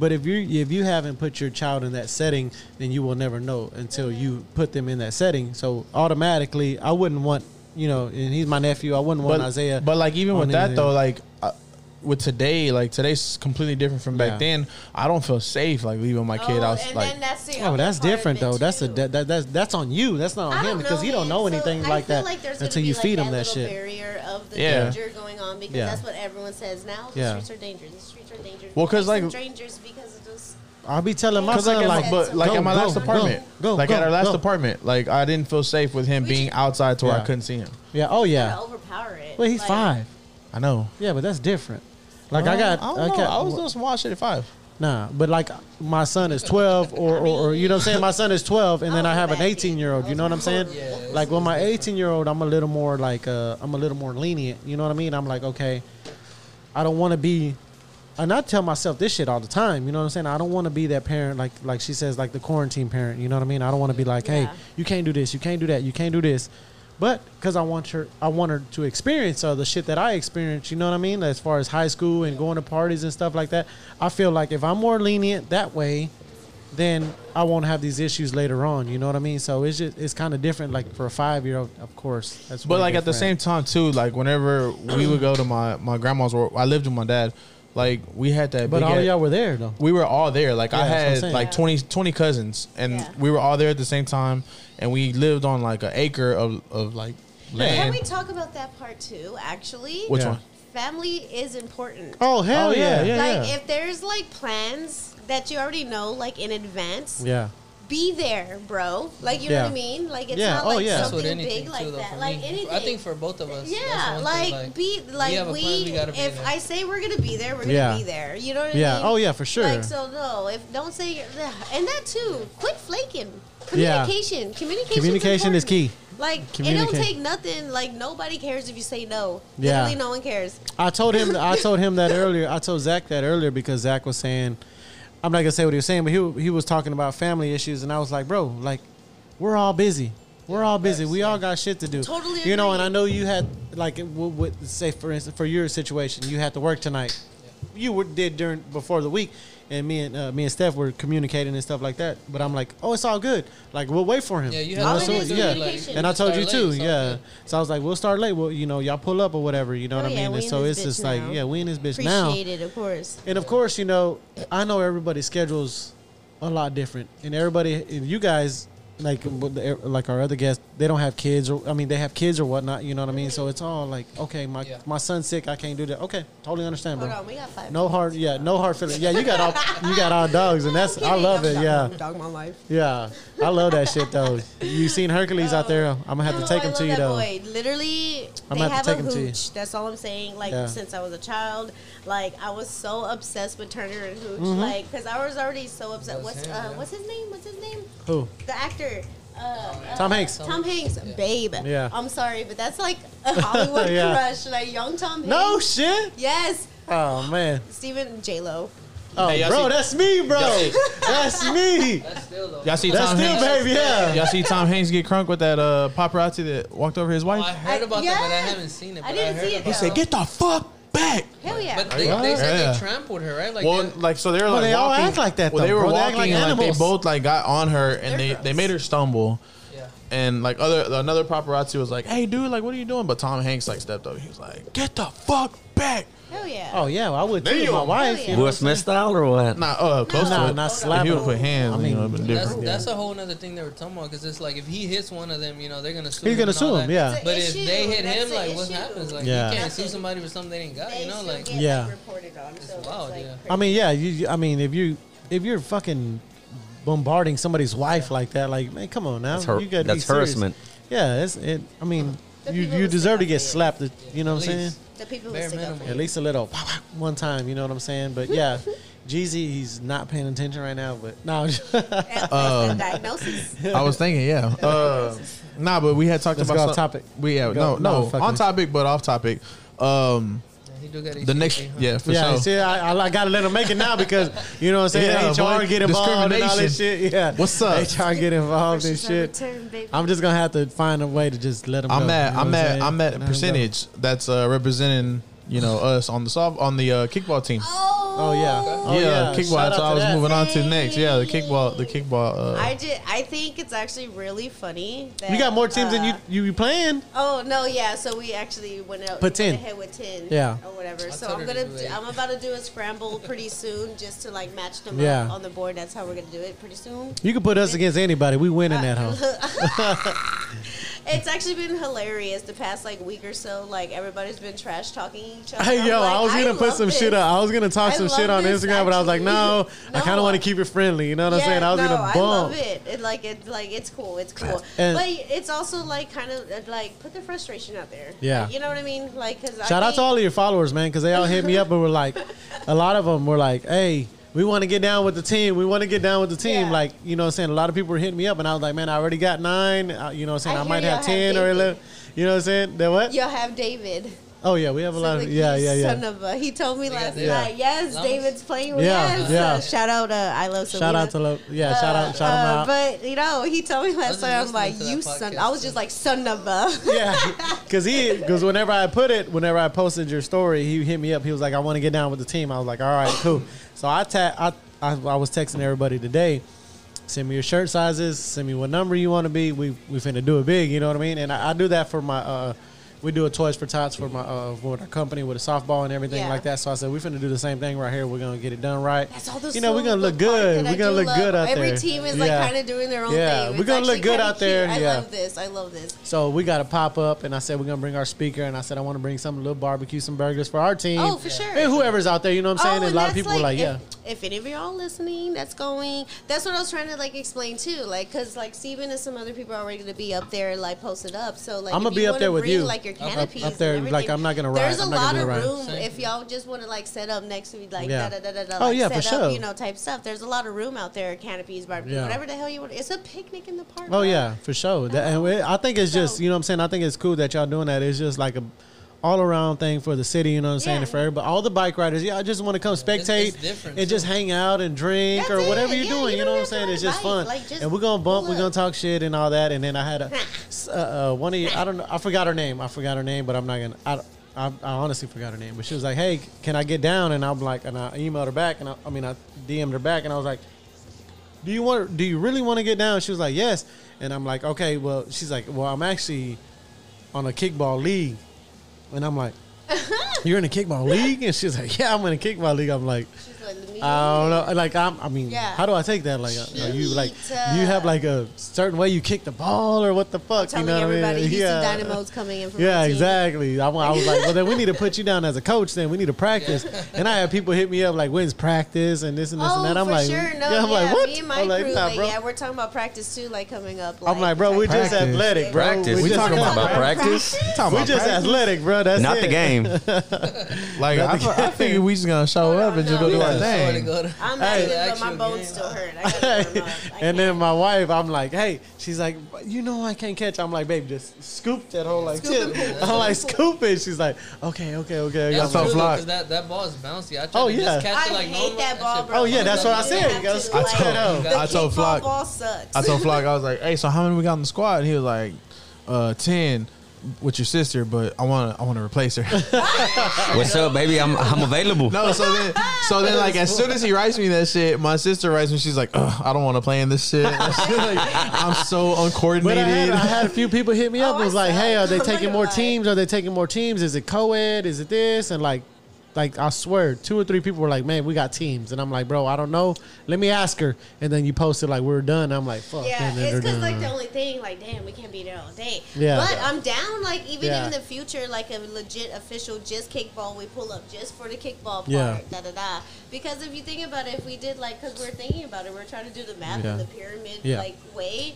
But if you if you haven't put your child in that setting, then you will never know until you put them in that setting. So automatically, I wouldn't want, you know, and he's my nephew. I wouldn't want
but,
Isaiah.
But like even
on
with that
anything.
though, like uh, with today, like today's completely different from back
Yeah.
then. I don't feel safe like leaving my kid
Oh,
out.
and
Like
then that's the
Oh,
other
that's
part of
different
it,
though. That's a
too.
that, that that's that's on you. That's not on
I
him
don't
because he don't
man.
know
So
anything
I
like
feel
that
like there's gonna
until
be,
you
like,
feed him that
little
shit.
Barrier of the
Yeah.
danger going on because
Yeah.
that's what everyone says now. The
Yeah.
streets are dangerous. The streets are dangerous.
Well, 'cause,
There's
like-
strangers because of those.
I'll be telling my
'Cause,
son
like, at
like,
my, but like
go,
at my
go,
last
go,
apartment,
go,
like
go,
at our last
go.
apartment, like I didn't feel safe with him
We
being
ju-
outside to where I
Yeah.
couldn't see him.
Yeah. Oh
To
yeah.
overpower it.
Well, he's
Like,
five.
I know.
Yeah, but that's different. Like I
Well,
got,
I, don't know.
got-
I was doing some wild shit at five.
nah. But like my son is twelve, or, or, or you know what I'm saying. My son is twelve, and then
I
I
was a
have an
bad kid.
eighteen year old. You know what I'm saying?
Yeah, it's-
Like with
it's
my
different.
18 year old, I'm a little more like uh, I'm a little more lenient. You know what I mean? I'm like, okay, I don't want to be, and I tell myself this shit all the time. You know what I'm saying? I don't want to be that parent like like she says like the quarantine parent. You know what I mean? I don't want to be like, hey,
Yeah.
you can't do this, you can't do that, you can't do this. But because I want her, I want her to experience all the shit that I experienced. You know what I mean? As far as high school and going to parties and stuff like that, I feel like if I'm more lenient that way, then I won't have these issues later on. You know what I mean? So it's just it's kind of different. Like for a five year old, of course. That's
But
way
like at the same
different.
time too, like whenever we would go to my my grandma's, where I lived with my dad. Like we had that.
But
big
all of
ass-
y'all were there though.
we were all there. Like I
Yeah, that's what I'm
had
saying.
like 20,
Yeah.
20 cousins, and
Yeah.
we were all there at the same time, and we lived on like an acre of, of like
Can
land.
we talk about that part too? Actually,
Which
Yeah.
one?
family is important.
Oh hell
Oh,
yeah,
yeah.
yeah, yeah.
like if there's like plans that you already know, like in advance,
yeah.
be there, bro. Like you know
Yeah.
what I mean? Like it's
Yeah,
not
oh,
like
yeah. That's
That's what
something
anything
big
too,
like
though.
that.
for
Like
me.
anything.
I think for both of us. that's
yeah,
one
like,
thing,
be
we have
like
a
we.
plan, we gotta be
if
there.
I say we're gonna be there, we're
Yeah.
gonna be there. You know what I
Yeah,
mean?
oh, yeah, for sure.
Like so, no. If don't say *sighs* you're, ugh. and that too. Quit flaking.
Yeah.
Communication. Communication.
Communication is key.
Like it don't
Communicate.
take nothing. Like nobody cares if you say no.
Yeah.
Literally, no one cares.
I told him. I told him that earlier. I told Zach that earlier because Zach was saying, I'm not gonna say what he was saying, but he he was talking about family issues, and I was like, bro, like, we're all busy. We're all busy. We all got shit to do.
Totally
You know,
agree.
and I know you had like, w- w- say for instance, for your situation, you had to work tonight. You were, did during before the week, and me and uh, me and Steph were communicating and stuff like that. But I'm like, oh, it's all good. Like, we'll wait for him.
Yeah, you
know,
have
All
to
it
so-
is
yeah.
communication.
And I told you
Start
too,
late, so-
yeah. So I was like, we'll start late. Well, you know, y'all pull up or whatever. You know
Oh,
what I
yeah,
mean?
we
And
in
so
this
it's just
bitch
like,
now.
yeah, we in this bitch now.
Appreciate it, of course.
And of course, you know, I know everybody's schedules a lot different, and everybody, and you guys, like er, like our other guests, they don't have kids, or I mean, they have kids or whatnot. You know what I mean? So it's all like, okay, my
Yeah.
my son's sick, I can't do that. Okay, totally understand, bro.
Hold on, we got five.
No hard, yeah, no hard feelings. Yeah, you got all you got all dogs, and that's I love it. Yeah,
Dog my life.
yeah, I love that shit though. You seen Hercules out there? I'm gonna have to
No,
take
I
him to
love
you
that
though.
Boy. Literally,
I'm
they
gonna have
have,
to
a
take him to you.
hooch. That's all I'm saying. Like
Yeah.
since I was a child, like I was so obsessed with Turner and Hooch.
Mm-hmm.
Like because I was already so upset.
That's
What's
him,
uh,
yeah.
what's his name? What's his name?
Who?
The actor. Uh, uh,
Tom Hanks.
Tom Hanks, babe.
Yeah.
I'm sorry, but that's like
*laughs*
a Hollywood
Yeah.
crush, like young Tom Hanks.
No shit.
Yes,
Oh man.
Stephen J Lo.
Oh,
Hey, y'all
bro,
see-
that's me, bro.
see-
That's me.
That's still though.
*laughs* Y'all see
That's
Tom
still,
Hanks?
baby. Yeah.
Y'all see Tom Hanks get crunk with that uh, paparazzi that walked over his
Oh, I
wife?
heard
I-
about that, but I
yeah.
haven't seen it.
I
but
didn't
heard
see it,
about
though. He said,
"Get the fuck back!"
Hell yeah.
But they, they
What?
said
Yeah.
they trampled her, right? Like
well,
they-
like so they were
Well,
like
they all
walking-
act like that,
Well,
though,
they were
bro. They act
walking
like
and, like
animals.
they both like got on her and they,
gross.
they made her stumble.
yeah.
And like other another paparazzi was like, "Hey, dude, like what are you doing?" But Tom Hanks like stepped up. He was like, "Get the fuck back!"
Hell yeah.
Oh yeah, well, I would too.
Damn.
My wife.
Hell yeah.
You know
Will
what I'm
Smith
saying?
style or what?
Nah, uh, close
Nah,
to it.
not
if he
slapping.
would put hands,
I
you know,
mean,
it'd been
That's,
different.
that's a whole nother thing they were talking about because it's like if he hits one of them, you know they're gonna sue.
He's
him
gonna
and
sue
all
him.
that.
Yeah.
That's
But
issue.
if they hit
That's
him,
a
like what
issue.
happens? Like
Yeah.
you can't sue somebody for something they ain't got.
They
You know,
still
like
get, like,
Yeah.
reported on. so it's
wild,
like
yeah.
crazy.
I mean, yeah. You, you- I mean, if you if you're fucking bombarding somebody's wife like that, like man, come on now.
That's har-
you gotta
that's
be serious.
harassment.
Yeah, that's it. I mean,
The
you
people
you
that
deserve
stick
to get
up for you.
slapped. You know what I'm
At
saying?
least.
The people who
Bare
stick up for
minimum.
At least a little *laughs* one time. You know what I'm saying? But yeah,
*laughs*
Jeezy, he's not paying attention right now. But no, *laughs*
That's
Uh,
the *laughs* diagnosis.
I was thinking, yeah. *laughs* Uh, nah, but we had talked
Let's
about
go
some-
off topic.
We yeah,
Go-
no,
no,
no,
fuck
on
it.
topic but off topic. Um,
yeah, he do got
the next,
HCP, huh?
yeah, for
yeah.
sure.
you See, I, I, I gotta let him make it now because you know what I'm saying.
*laughs* Yeah,
HR
avoid
get involved and all that
discrimination.
shit. Yeah.
What's up?
HR get involved and
She's on
shit.
return, baby.
I'm just gonna have to find a way to just let them.
I'm
go,
at
you know
I'm
what
at
saying?
I'm at
Let
a
'em go.
percentage that's uh, representing you know us on the soft on the uh, kickball team.
Oh,
Oh yeah. Oh,
yeah,
yeah.
kickball.
Shout
So
out
I
to
was
that.
moving on to the next. Yeah, the kickball. The kickball. Uh,
I did. I think it's actually really funny. That,
You got more teams than you
uh,
you be playing.
Oh no, yeah. So we actually went out.
Put 10.
Went ahead with ten.
Yeah.
Or whatever. so
told
I'm
her to
gonna.
do
Do,
eight.
I'm about to do a scramble pretty soon, just to like match them
Yeah.
up on the board. That's how we're gonna do it pretty soon.
You can put us against anybody. We winning that
*laughs*
home.
It's actually been hilarious the past like week or so. Like everybody's been trash talking each other.
Hey
I'm
yo,
like,
I was gonna put
love
some
this.
shit up. I was gonna talk
I
some
love
shit on Instagram,
this,
but I was like, no,
actually.
I kind of
No.
want to keep it friendly. You know what I'm
Yeah,
saying? I was
no,
gonna bump.
I love it. It like it's like it's cool. It's cool.
And-
but it's also like kind of uh, like put the frustration out there.
Yeah.
Like, you know what I mean. Like because
Shout out to all of your followers, man, because they all hit me up and were like, a lot of them were like, hey, we want to get down with the team. We want to get down with the team.
Yeah.
Like, you know what I'm saying? A lot of people were hitting me up, and I was like, man, I already got nine. Uh, you know what I'm saying?
I
I,
hear
might
y'all
have
have
10 or
David.
11. You know what I'm saying? That what? *laughs*
Y'all have David.
Oh yeah, we have a lot of
Like,
yeah,
you
yeah,
Son
yeah.
of a, he told me
got
last
that.
night. Yes,
Llamas?
David's playing with
Yeah,
yes.
yeah.
Uh, shout out, uh, I love Selena.
Shout out to Lo- yeah, shout out, shout him
Uh,
out.
But you know, he told me last
just
night. I'm
listening
like,
to that
you son.
podcast
I was just
too.
like, son of a.
*laughs* yeah, because he because whenever I put it, whenever I posted your story, he hit me up. He was like, "I want to get down with the team." I was like, "All right, cool." So I ta- I, I I was texting everybody today. Send me your shirt sizes. Send me what number you want to be. We we finna do it big. You know what I mean? And I, I do that for my. uh we do a toys for tots for my uh, for our company with a softball and everything
Yeah.
like that. So I said we're finna do the same thing right here. We're gonna get it done right.
That's all those
you know we're gonna
little- the
look
part
good.
that I
We're gonna
do
look
love.
good out
Every
there.
team is like
Yeah.
kind of doing their own
Yeah,
thing.
we're
It's
gonna look
actually
good
kinda
out there,
cute. I
yeah.
love this. I love this.
So we got a pop up, and I said we're gonna bring our speaker, and I said I want to bring some little barbecue, some burgers for our team.
Oh, for sure. Oh,
And whoever's out there, you know what I'm saying? and a
and
lot of
that's,
people were like, yeah,
If, if any of y'all listening, that's going. That's what I was trying to like explain too, like because like Steven and some other people are already gonna be up there, like posted up. So like
I'ma
if
be
you
up
wanna
there with
bring,
you.
like your
Up- up-
canopies
up there,
and
like,
everything,
I'm not gonna ride.
There's
I'm
a
not
lot
gonna
of
do a ride.
room
Same.
if y'all just want to like set up next to me, like
Yeah.
da da da da.
Oh,
like,
yeah,
set
for
up,
sure.
You know, type stuff. There's a lot of room out there, canopies, barbecue,
Yeah.
whatever the hell you want. It's a picnic in the park.
oh
bro.
yeah, for sure. That, and we- I think it's just,
So-
you know what I'm saying? I think it's cool that y'all doing that. It's just like a all around thing for the city, you know what I'm saying?
Yeah.
And for everybody, all the bike riders, yeah, I just want to come
it's-
spectate
it's different,
and just hang out and drink
That's
or whatever
it.
you're
Yeah,
doing.
you
You,
don't
know what I'm
have to
saying?
ride
It's
a
just
bike.
fun,
Like, just
and we're gonna bump,
pull
we're
up.
gonna talk shit and all that. And then I had
*laughs*
a s- uh, uh, one of you, I don't know, I forgot her name. I forgot her name, but I'm not gonna. I, I, I honestly forgot her name, but she was like, "Hey, can I get down?" And I'm like, and I emailed her back, and I, I mean, I DM'd her back, and I was like, do you want do you really want to get down she was like yes and i'm like okay well she's like well i'm actually on a kickball league and i'm
*laughs*
like you're in a kickball league and she's like yeah i'm in a kickball league i'm like
She's like, "Let me
i don't know like i'm i mean
Yeah.
how do i take that like uh, are you like
Shit.
do you have like a certain way you kick the ball or what the fuck you
Telling
know what
everybody,
i mean
Houston Dynamo's coming in. From
yeah,
the team.
exactly. I, wa- I was like, well, then we need to put you down as a coach. Then we need to practice. And I had people hit me up like, when's practice and this and this
oh,
and that. I'm
for
like,
sure. No,
yeah, I'm like, what?
Me and my
I'm like,
crew,
nah,
like,
bro.
yeah, we're talking about practice too, like coming up.
I'm like, bro, we just
Practice.
athletic, bro.
Practice.
We,
We
just,
talking
athletic.
about practice?
Talking
We
about
just
practice.
athletic, bro. That's
Not
it.
the game.
Like I,
Not the
fi- I
game.
figured we just gonna show
Hold
up
on,
and just
no.
go do our
Yeah.
Sorry to
thing.
go to-
I'm
Hey.
active, but my
Actual game.
bones still hurt. I gotta warm up. I
*laughs* and then my wife, I'm like, hey, she's like, you know, I can't catch. I'm like, babe, just scoop that whole like
Scoop
tip.
and
*laughs*
pull.
I'm like, scoop it. She's like, okay, okay, okay.
That's
That's off
true, though,
block.
'cause That, that ball is bouncy. I tried
Oh,
to
yeah.
just catch
I
it like
hate
normal.
that
shit
ball, bro.
Oh, yeah,
bounces
that's
up
what I
like
said.
that.
You gotta scoop
I
that
told-
out.
The
I told
kickball
Flock-
ball sucks.
I told Flock I was like, "Hey, so how many we got on the squad?" And he was like, uh, 10 with your sister, but I want to I want to replace her." *laughs*
What's up, baby? I'm I'm available.
No, so then, so then, like as soon as he writes me that shit, my sister writes me. She's like, Ugh, "I don't want to play in this shit. *laughs* Like, I'm so
But I had,
uncoordinated."
I had a few people hit me up
Oh,
and was
I
like,
saw
hey,
it.
are they
I'm not
taking
gonna
more
lie.
teams? Are they taking more teams? Is it co ed? Is it this? And like, like I swear, two or three people were like, "Man, we got teams," and I'm like, "Bro, I don't know. Let me ask her." And then you posted like, "We're done." I'm like, "Fuck."
*laughs* Yeah,
dun, dun,
it's
dun, dun. *laughs*
because like the only thing, like, damn, we can't be there all day.
Yeah.
but I'm down. Like even
Yeah.
in the future, like a legit official just kickball, we pull up just for the kickball part.
Yeah.
Da da da. Because if you think about it, if we did like, because we're thinking about it, we're trying to do the math
Yeah.
in the pyramid
Yeah.
like way.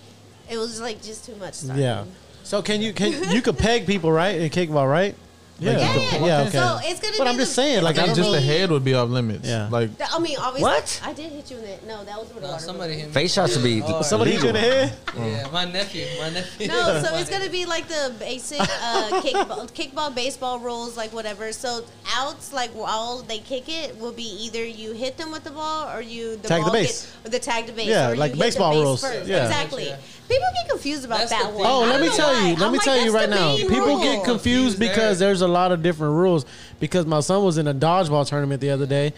It was like just too much. Starting.
Yeah. So can you can you could peg people right in kickball right?
Yeah.
Like,
Yeah.
you could- yeah. Okay.
So it's gonna.
But
be
I'm just
the-
saying,
it's
like,
I
gonna
think just
be-
the head would be off limits.
Yeah.
Like
I mean, obviously.
What?
I did hit you in the. No, that was with a
No,
water.
somebody
balloon.
hit me.
Face shots would be
Hard.
Somebody hit you in the head.
Yeah, my nephew, my nephew.
No,
*laughs*
so it's gonna be like the basic
*laughs*
uh, kickball, kickball, baseball rules, like whatever. So outs, like while they kick it, will be either you hit them with the ball or you the
Tag the
ball
base.
get- the tag the base.
Yeah,
or you
like
hit the
baseball
base
rules.
First.
Yeah.
Exactly.
Yeah.
People get confused about
That's the
that
thing.
one.
Oh,
I
let
don't
me
know
tell
why.
you. Let
I'm
me
like,
tell you
that's
right
the
now.
main
People
rule.
get confused
Confused
because
there.
there's a lot of different rules. Because my son was in a dodgeball tournament the other day,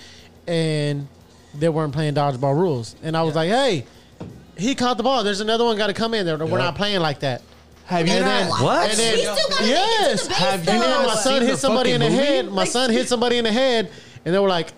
and they weren't playing dodgeball rules. And I was like, "Hey, he caught the ball. There's another one got to come in there. We're not playing like that."
have you
And
not?
then-
What?
And then,
We still gotta
yes,
yes.
Have
Have
you
and
you
then my
Seen
son
the
hit somebody in the
fucking
head.
movie?
My son hit somebody in the head, and they were like,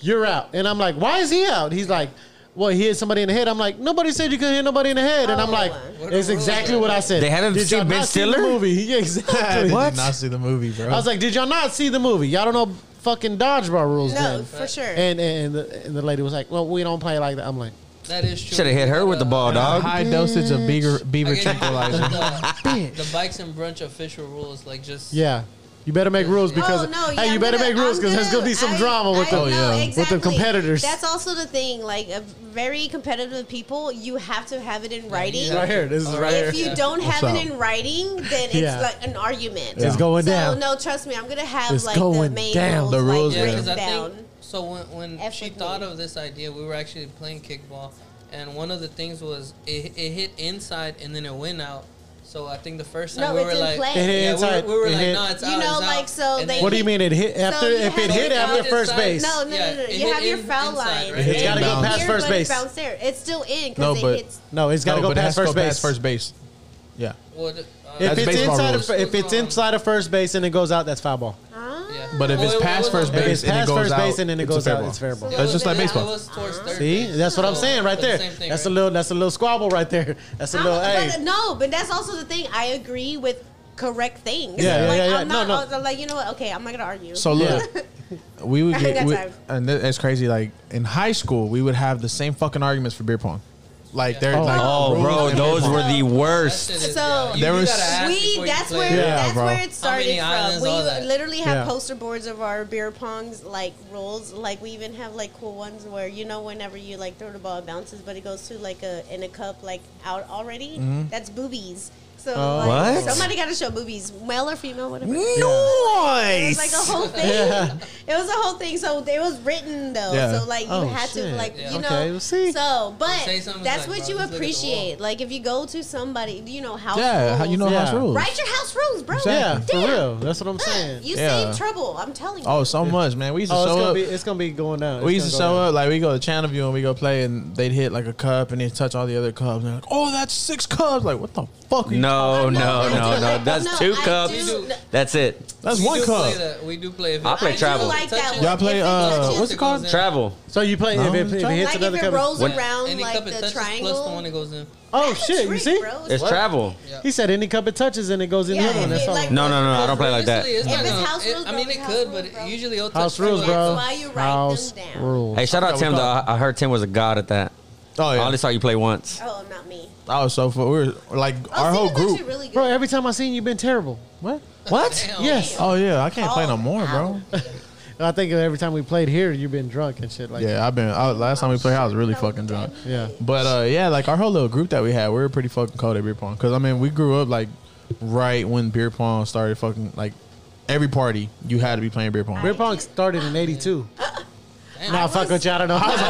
"You're out." And I'm like, "Why is he out?" He's like, "Well, he hit somebody in the head." I'm like, "Nobody said you couldn't hit nobody in the head." And I'm
Oh.
like,
What a
"It's
rule.
exactly what I said."
They haven't
Did y'all
seen Ben
not see the
Stiller?
movie. *laughs* Yeah, exactly.
I
What?
did not see the movie, bro.
I was like, "Did y'all not see the movie? Y'all don't know fucking dodgeball rules."
No,
then.
for sure.
And and the, and the lady was like, "Well, we don't play like that." I'm like,
That is true.
Should have hit her with the ball,
And a
dog.
high dosage of beaver,
I
beaver
get you.
tranquilizer.
The, the bikes and brunch official rules, like just
"Yeah, You better make rules because
oh, no, yeah,
hey, you
I'm
better
gonna-
make rules
I'm
because there's gonna
gonna-
be some
I-
drama with
I
them.
know,
with
exactly.
them competitors.
That's also the thing. Like a very competitive people, you have to have it in writing.
right here. This is
If
right here.
If you don't
What's
have it
up?
in writing, then it's
Yeah.
like an argument.
It's going
so,
down.
No, trust me, I'm gonna have
It's
like
going
the main
down.
rules,
The rules
like,
are-
Yeah,
written
because I
down.
think so. When when
F
she
with me.
thought of this idea, we were actually playing kickball, and one of the things was it, it hit inside and then it went out. So I think the first time
No,
we
it
were
didn't
like,
play. It
hit
yeah, we were-
inside.
we were
It
like,
hit-
no, it's
You
out.
know,
it's
like,
out.
so
And
they-
then-
what do you mean it hit after
you
if it
have
hit
it
after
down
first
inside.
base?
No, no,
Yeah,
no, no, no.
it
You
hit
have your
in-
foul
inside,
line.
right? It's
And
gotta
you
go
hit
past
here,
first
but it
base.
bounced there. It's still in because
No,
it
but-
hits.
No, it's got
No,
to go
but it
past
has to
first base.
First base. Yeah.
Well, the-
If
That's
it's
baseball
inside
rules.
of, if it's inside of first base and it goes out, that's foul ball.
Huh?
yeah.
But if
Well,
it's
it- it
past
was-
first
it
If
base
it's
and it
past
goes
first
out,
base and then it
it's a
goes
fair
out,
ball.
it's fair ball.
was-
That's just like
it was-
baseball.
It was towards
Uh-huh.
third
See,
base.
that's what
Oh,
I'm
So,
saying right
but the
there.
same thing,
That's a
right?
little, that's a little squabble right there. *laughs* That's a
I'm-
little.
but
Hey,
no, but that's also the thing. I agree with correct things.
Yeah, yeah,
like,
yeah, yeah.
I'm
No,
not,
no.
I was like, you know what? Okay, I'm not gonna argue.
Oh,
So look, we would
I
get,
got
we,
time.
and th- it's crazy. Like in high school, we would have the same fucking arguments for beer pong. Like they're
Oh.
like,
Oh,
rules
bro,
and
those
beer
were
pong.
the worst.
That shit is-
So-
yeah, you-
There
you
was-
gotta ask before
we
you
that's
play.
where
Yeah,
that's
bro.
where it
How many
started
islands,
from.
all
We
that.
literally have
Yeah.
poster boards of our beer pongs like rules. Like we even have like cool ones where you know whenever you like throw the ball it bounces, but it goes to like a in a cup like out already. That's boobies. So
Mm-hmm. Oh.
like,
What?
somebody got to show boobies, male or female, whatever. It was like a
Nice.
whole thing.
Yeah.
It was a whole thing. So it was written though.
Yeah.
So like you
Oh,
had
shit.
to like
Yeah.
you know.
Okay, we'll see.
So but
Say something
that's what
like, bro,
you
just look at the
appreciate. Like if you go to somebody, you know house.
Yeah, how-
rules.
you know
Yeah.
house rules.
Write your house rules, bro.
yeah,
Exactly.
for
*laughs* Damn.
real. That's what I'm
Huh,
saying.
You
Yeah.
save trouble. I'm telling you.
Oh, so much, man. We used to
Oh, it's
show
gonna
up.
be, it's gonna be going down.
we
It's
used to
gonna
show
go down.
up like we go to channel view and we go play and they'd hit like a cup and they'd touch all the other cubs and they're like, oh, that's six cubs. Like what the fuck? are you-
No, no,
I
no,
do
no.
like-
That's
no,
two
I
cups.
do-
That's it.
that's
We
one
do
cup.
play that. We do play. if
I
it-
play
I
travel.
do like
Touch
that
it.
one.
Y'all play,
If it
uh,
touches-
what's it called?
goes in.
Travel.
So you play
No,
if it, if it
like
hits
Like if
another
it
cup.
rolls
When-
around
Any
like
cup it
the
touches plus the
triangle.
one it goes in.
Oh
That's a
shit! You
trick,
see,
bro.
It's
What?
travel.
he said any cup it touches and it goes in the
Yeah,
other one.
if
That's
it,
all.
like-
No, no, no. I don't play like that.
Honestly, it's
If
not
it's
gonna-
house
it-
rules,
I mean,
bro,
it
house
could,
rules,
but
bro.
usually it'll touch
House
two
rules,
like
bro.
that.
Why you write
House
them down?
rules.
Hey, shout out Tim though. I I heard Tim was a god at that.
Oh
I
yeah,
only saw you play once.
Oh, not me.
I was so full. We were like
Oh,
our
see,
whole
that's actually
group.
Really good.
Bro, every time I seen you, been terrible.
What?
What?
Damn.
Yes.
Oh yeah, I can't play no
Oh,
more, bro.
I think every time we played here, you've been drunk and shit like.
Yeah, I've been. I, last time we played, I was really fucking drunk.
Yeah.
But uh, yeah, like our whole little group that we had, we were pretty fucking cold at beer pong. Cause I mean, we grew up like right when beer pong started. Fucking like every party, you had to be playing beer pong.
Beer pong started in
*laughs*
'82.
Damn.
Nah, fuck with you. I don't know. I was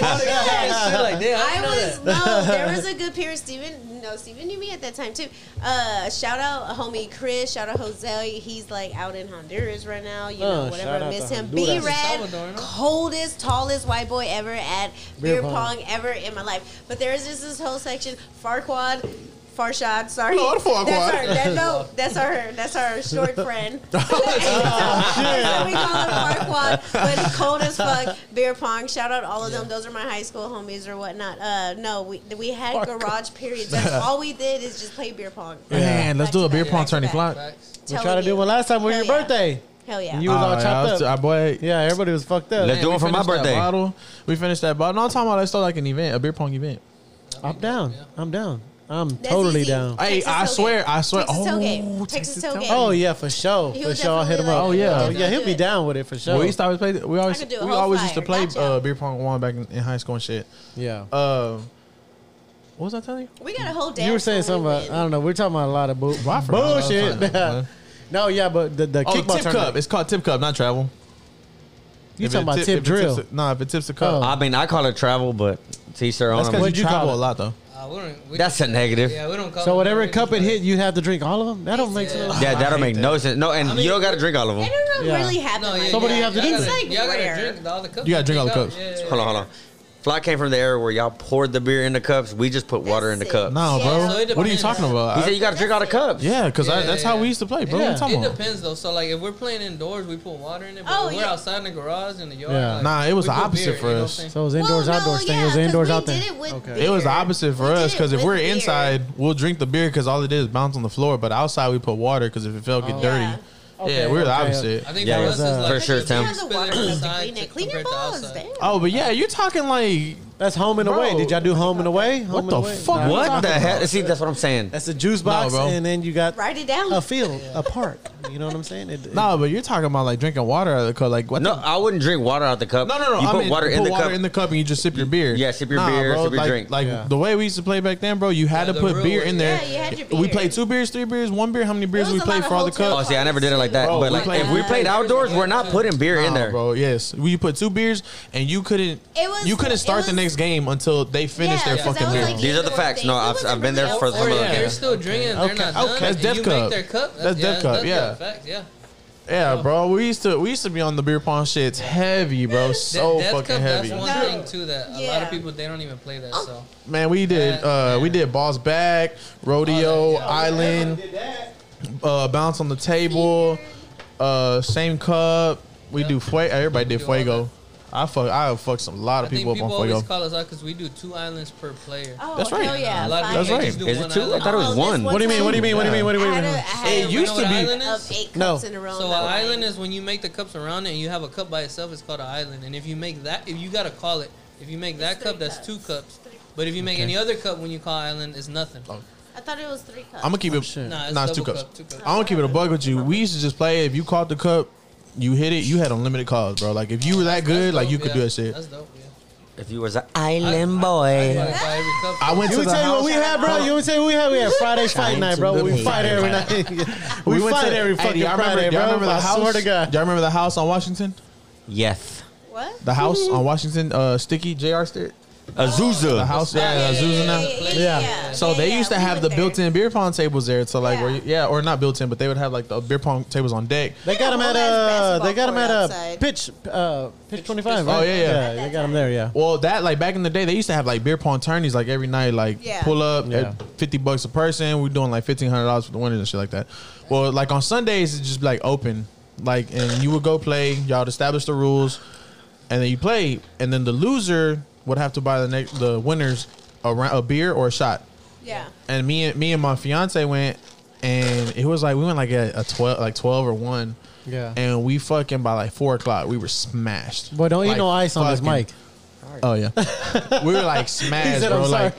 like,
*laughs*
Shit like that. I
I
didn't know
was
that.
no. There was a good pair. Steven, no, Steven knew me at that time too. Uh, shout out homie Chris. Shout out Jose. He's like out in Honduras right now. You
Uh,
know,
shout
whatever.
out
I miss
to
him. B
Honduras.
Rad,
Salvador, no?
coldest, tallest white boy ever at
Beer
beer,
pong.
pong. ever in my life. But there is just this whole section. Farquad. Farshad, sorry.
Lord Farquaad.
*laughs* That's our,
*laughs*
that, no, that's our, that's our short friend.
Oh,
*laughs* So we call it Farquad, but it's cold as fuck. Beer pong. Shout out all of them. Those are my high school homies or whatnot. Uh, no, we we had garage
*laughs*
periods. That's all we did is just play beer pong.
Man, let's do a
Back to
beer
back,
pong
back to
turning
back.
clock.
Facts.
we
Telling
tried to do
you.
one last time with your
Hell yeah.
birthing.
Hell yeah.
And you was all
yeah, I
chopped
was-
up.
I- boy,
Yeah, everybody was fucked up.
Let's do
man,
it
we
for my
finished that
birthday.
bottle. We finished that bottle. No, I'm talking about let's throw like an event, a beer pong event.
I'm down. I'm down. I'm
That's
totally
easy.
down.
Hey,
Texas
I
tailgate.
swear, I swear.
Texas
Oh,
tailgate. Texas tailgate.
Oh yeah, for sure.
He
for
would
sure, I'll hit him
definitely
up.
like-
Oh, yeah.
he'll
yeah, he'll be
definitely do it.
down with it for sure.
Well, we used to always play. We always,
I could do a
we
whole
always used to
fire.
play
Gotcha.
uh, beer pong one back in, in high school and shit.
yeah.
Uh, what was I telling you?
We got a whole dance.
you were saying
when
something
we
about I
went.
don't know. We're talking about a lot of bu-
Well, I forgot what I was talking
bullshit.
about.
*laughs* no, yeah, but the the
Oh,
kickball
tip cup.
tournament.
It's called tip cup, not travel.
You
If
talking about
it
tip
if it tips
drill?
the- Nah, if it tips the cup.
Oh.
I mean, I call it travel, but teach their
That's
own.
because
What'd
you
you call
travel
it?
a lot, though.
Uh, we don't- we
That's
don't-
a negative.
Yeah, we don't call
So
it
whatever
negative,
cup it
but-
hit, you have to drink all of them. That don't make
Yeah.
sense.
Yeah,
I
that'll
hate
make no sense. No, and you don't got to drink all of them.
It don't
Yeah.
really happen.
No,
like
yeah,
So what do
that.
you have to
y'all
do?
gotta-
It's like
y'all gotta
rare.
drink all the cups.
You gotta drink all the
Take out-
cups.
yeah, yeah, yeah.
Hold on, hold on. Fly came from the era where y'all poured the beer in the cups. We just put water in the
That's it.
cup.
No, bro.
Yeah.
So it
what are you
depends.
talking
He
about?
said you got to drink all the cups.
yeah, because
Yeah,
that's
yeah,
how we
yeah.
used to play, bro.
Yeah.
What you talking
It
about?
depends though. So like, if we're playing indoors, we put water in it. But
Oh,
when we're
yeah.
outside in the garage in the yard.
Yeah.
like,
Nah, it was
we
the
put
opposite
beer,
for
you know what
us.
I'm saying?
So it was indoors,
well,
outdoors
no,
thing.
Yeah,
It was
'cause
indoors,
we
out there.
Did it with
Okay.
beer.
It was the opposite for
We
us
did it
because if
with
we're
beer.
inside, we'll drink the beer because all it is bounce on the floor. But outside, we put water because if it fell, get
Oh.
dirty.
Yeah.
yeah, we're the
okay.
opposite.
I think
Yeah,
for
it
us
was,
is
uh,
like
For sure,
Because you
Tim.
have the water cup to clean it. Clean your
compared to
balls.
outside.
damn.
Oh, but yeah, you're talking like
That's home and
Bro,
away. Did y'all do home and away? Home
What
and
the
away?
fuck?
Nah.
What
What the
talking
hell? See, that's what I'm saying.
That's a juice box,
bro.
and then you got
Write it down.
a field, a park. You know what I'm saying? It, it-
No, but you're talking about like drinking water out of the cup. Like what?
No,
the,
I wouldn't drink water out the cup.
no, no, no.
You
I
put
mean,
water
you
in
put
the
water
cup.
in the cup and you just sip your beer.
Yeah, sip your beer, sip your
like,
drink.
Like
Yeah.
the way we used to play back then, bro. You had
Yeah,
to
the
put
rule
beer
was-
in there.
Yeah, you had your
We
beer.
played two beers, three beers, one beer. How many beers
was
we
a
played
lot
for all the
of hotel
oh,
cups?
see, I never did it like that.
Bro,
but
we
like,
played-
if we played outdoors, we're not putting beer Oh, in
Nah,
there.
bro. Yes, we put two beers, and you couldn't.
It was-
you couldn't
it
start the
was-
next game until they finished
Yeah,
their
'cause
fucking
that
beer.
was, like,
These are the
indoor
facts.
thing.
No,
It
I've,
wasn't
I've been there
really
for
outdoor.
some of
Or
the
if
yeah.
they're
games.
still drinking,
Okay,
they're not
okay,
done.
that's
and
Death
you
Cup.
make their cup.
That's Death Cup, yeah.
Fact, yeah.
yeah, bro. We used to we used to be on the beer pong shits heavy, bro. So
Death
fucking
Cup,
heavy.
That's one
No.
thing too that a lot
Yeah.
of people they don't even play that. So
Man, we did
Yeah,
uh
man.
we did balls back, rodeo,
yeah.
island, uh bounce on the table, uh same cup. We
Yeah.
do fuego. Everybody did
Do all
fuego. I fuck I fuck some lot
I
of
think
people
people,
up on
always
fuego.
call us out because we do two islands per player.
Oh,
That's right.
Hell yeah.
a lot of
fire.
people
That's right.
they just do
Is
one
it two? I
island.
thought it
Oh,
was
this
one.
one-
what do you mean? What do you mean? What do you mean? What do you
I
mean?
had a, I had
It
a
used
window
to be-
of eight cups
No.
in a row.
So an
that way.
island is when you make the cups around it and you have a cup by itself. It's called an island. And if you make that, if you gotta call it, if you make that
three
cup, that's
cups.
two cups.
Three-
But if you make
Okay.
any other cup when you call island, it's nothing.
I thought it was three cups.
I'm gonna keep it.
shit.
Oh, Nah,
Nah,
it's
it's two
double
cups.
cup, two cups.
I'm gonna keep it a bug with you. We used to just play. If you caught the cup, you hit it. You had unlimited calls, bro. Like if you were that good,
That's
like
dope,
you could
yeah.
do that shit.
That's dope. Yeah.
If you was an island boy.
Like, by every cup.
I went
You
to
want
the
me tell you what
house.
we had, bro? You want me tell you what we had? We had Friday fight night, bro. We fight every night. *laughs* we
went
fight
to-
every
Hey,
fucking
y'all remember-
Friday,
y'all
bro.
remember the
I
house?
swear to God.
Y'all remember the house on Washington?
Yes.
What?
The house
Mm-hmm.
on Washington, uh, Sticky JR Stick. The
Azusa.
house, yeah,
yeah,
Azusa now.
Yeah.
Yeah.
So they used to
we
have
went
the
there.
built-in beer pong tables there. So like,
Yeah.
where you, yeah, or not built-in, but they would have like the beer pong tables on deck.
They got him at
Whole ass
uh, they got him
basketball
at
court
uh,
outside.
pitch, uh, pitch twenty five.
Oh,
Right?
yeah, yeah.
they got him there. Yeah,
Well, that like back in the day, they used to have like beer pong tourneys like every night, like
Yeah.
pull up
Yeah.
at fifty bucks a person. We're doing like fifteen hundred dollars for the winners and shit like that. Well, like on Sundays, it's just like open, like and you would go play. Y'all would establish the rules, and then you play, and then the loser would have to buy the next the winners a, ra- a beer or a shot.
Yeah.
and me and me and my fiance went, and it was like we went like at a twelve, like twelve or one.
Yeah.
And we fucking by like four o'clock, we were smashed.
boy, don't eat
Like,
no ice on this
fucking-
mic. *laughs*
Oh yeah, we were like smashed,
said,
bro.
"I'm sorry."
Like,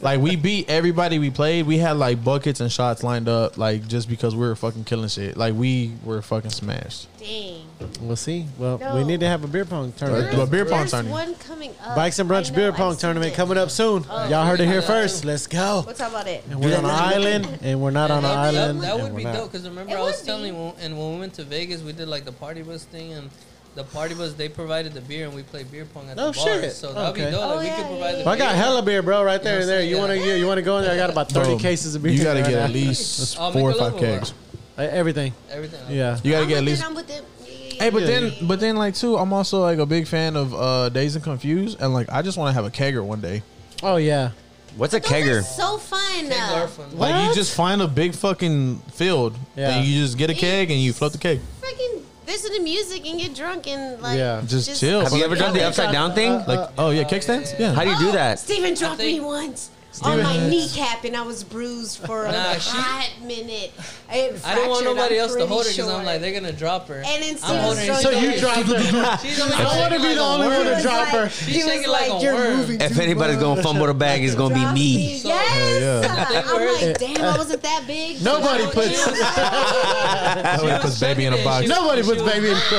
like we beat everybody we played. We had like buckets and shots lined up, like just because we were fucking killing shit. Like we were fucking smashed.
Dang.
We'll see. Well, we
No.
need to have a beer pong tournament.
do a
There's-
beer pong
there's
tournament.
one coming up.
Bikes and
I
brunch
know,
beer
I've
pong
seen
tournament
it. Oh.
coming up soon. Y'all heard it here first. Let's go.
We'll talk about it.
And we're on an island, and we're not on an
That- that-
island.
That
and
would
we're
be
not.
dope because remember
It
I was
would
telling
be.
you, when- and when we went to Vegas, we did like the party bus thing, and the party bus they provided the beer, and we played beer pong at
No
the bar.
shit.
So that'd
Okay.
be dope.
Oh,
like,
yeah,
we could provide
yeah,
the
But I got
beer.
hella beer, bro, right there.
You know what
there, you
I'm saying?
want to you, want to go in there? I got about thirty
Bro,
cases of beer.
You gotta
right
get
now. *laughs*
at least
I'll make
four or
a
five
little one.
kegs.
Uh, everything.
everything.
Yeah,
You gotta
I'm
get at
with it,
least.
I'm with it. Yeah, yeah, yeah.
Hey, but
Yeah.
then, but then, like too, I'm also like a big fan of uh Days and Confused, and like I just want to have a kegger one day.
Oh yeah.
What's a
Those are
kegger?
so fun. uh,
Kegs are fun.
Like you
What?
just find a big fucking field,
Yeah.
and you just get a keg and you float the keg.
Fucking listen to music and get drunk and like.
Yeah.
Just chill.
Have you ever done the upside down thing?
Like,
Uh,
oh yeah, keg stands. Yeah.
How do you do that?
Steven dropped
think-
me once. On my kneecap, and I was bruised for a
Nah, she-
hot minute. I, had
I don't want
fractured,
nobody
I'm
else to
pretty
hold her because
sure.
I'm like they're gonna drop her.
And then
I'm
Steven
holding her.
throws
So
She's
you
like-
dropped her.
She's
*laughs*
only
I want to be
shaking like
the
a
only
worm.
one to
was
drop
like-
her.
She's
He was
shaking like
like,
a
"You're
worm.
moving
If anybody's gonna fumble the bag, it's gonna be me.
Yes.
Hell yeah.
I'm like, damn, I wasn't that big.
Nobody
She
puts
was-
That way it puts baby in a box.
No.
nobody puts baby. in
*laughs*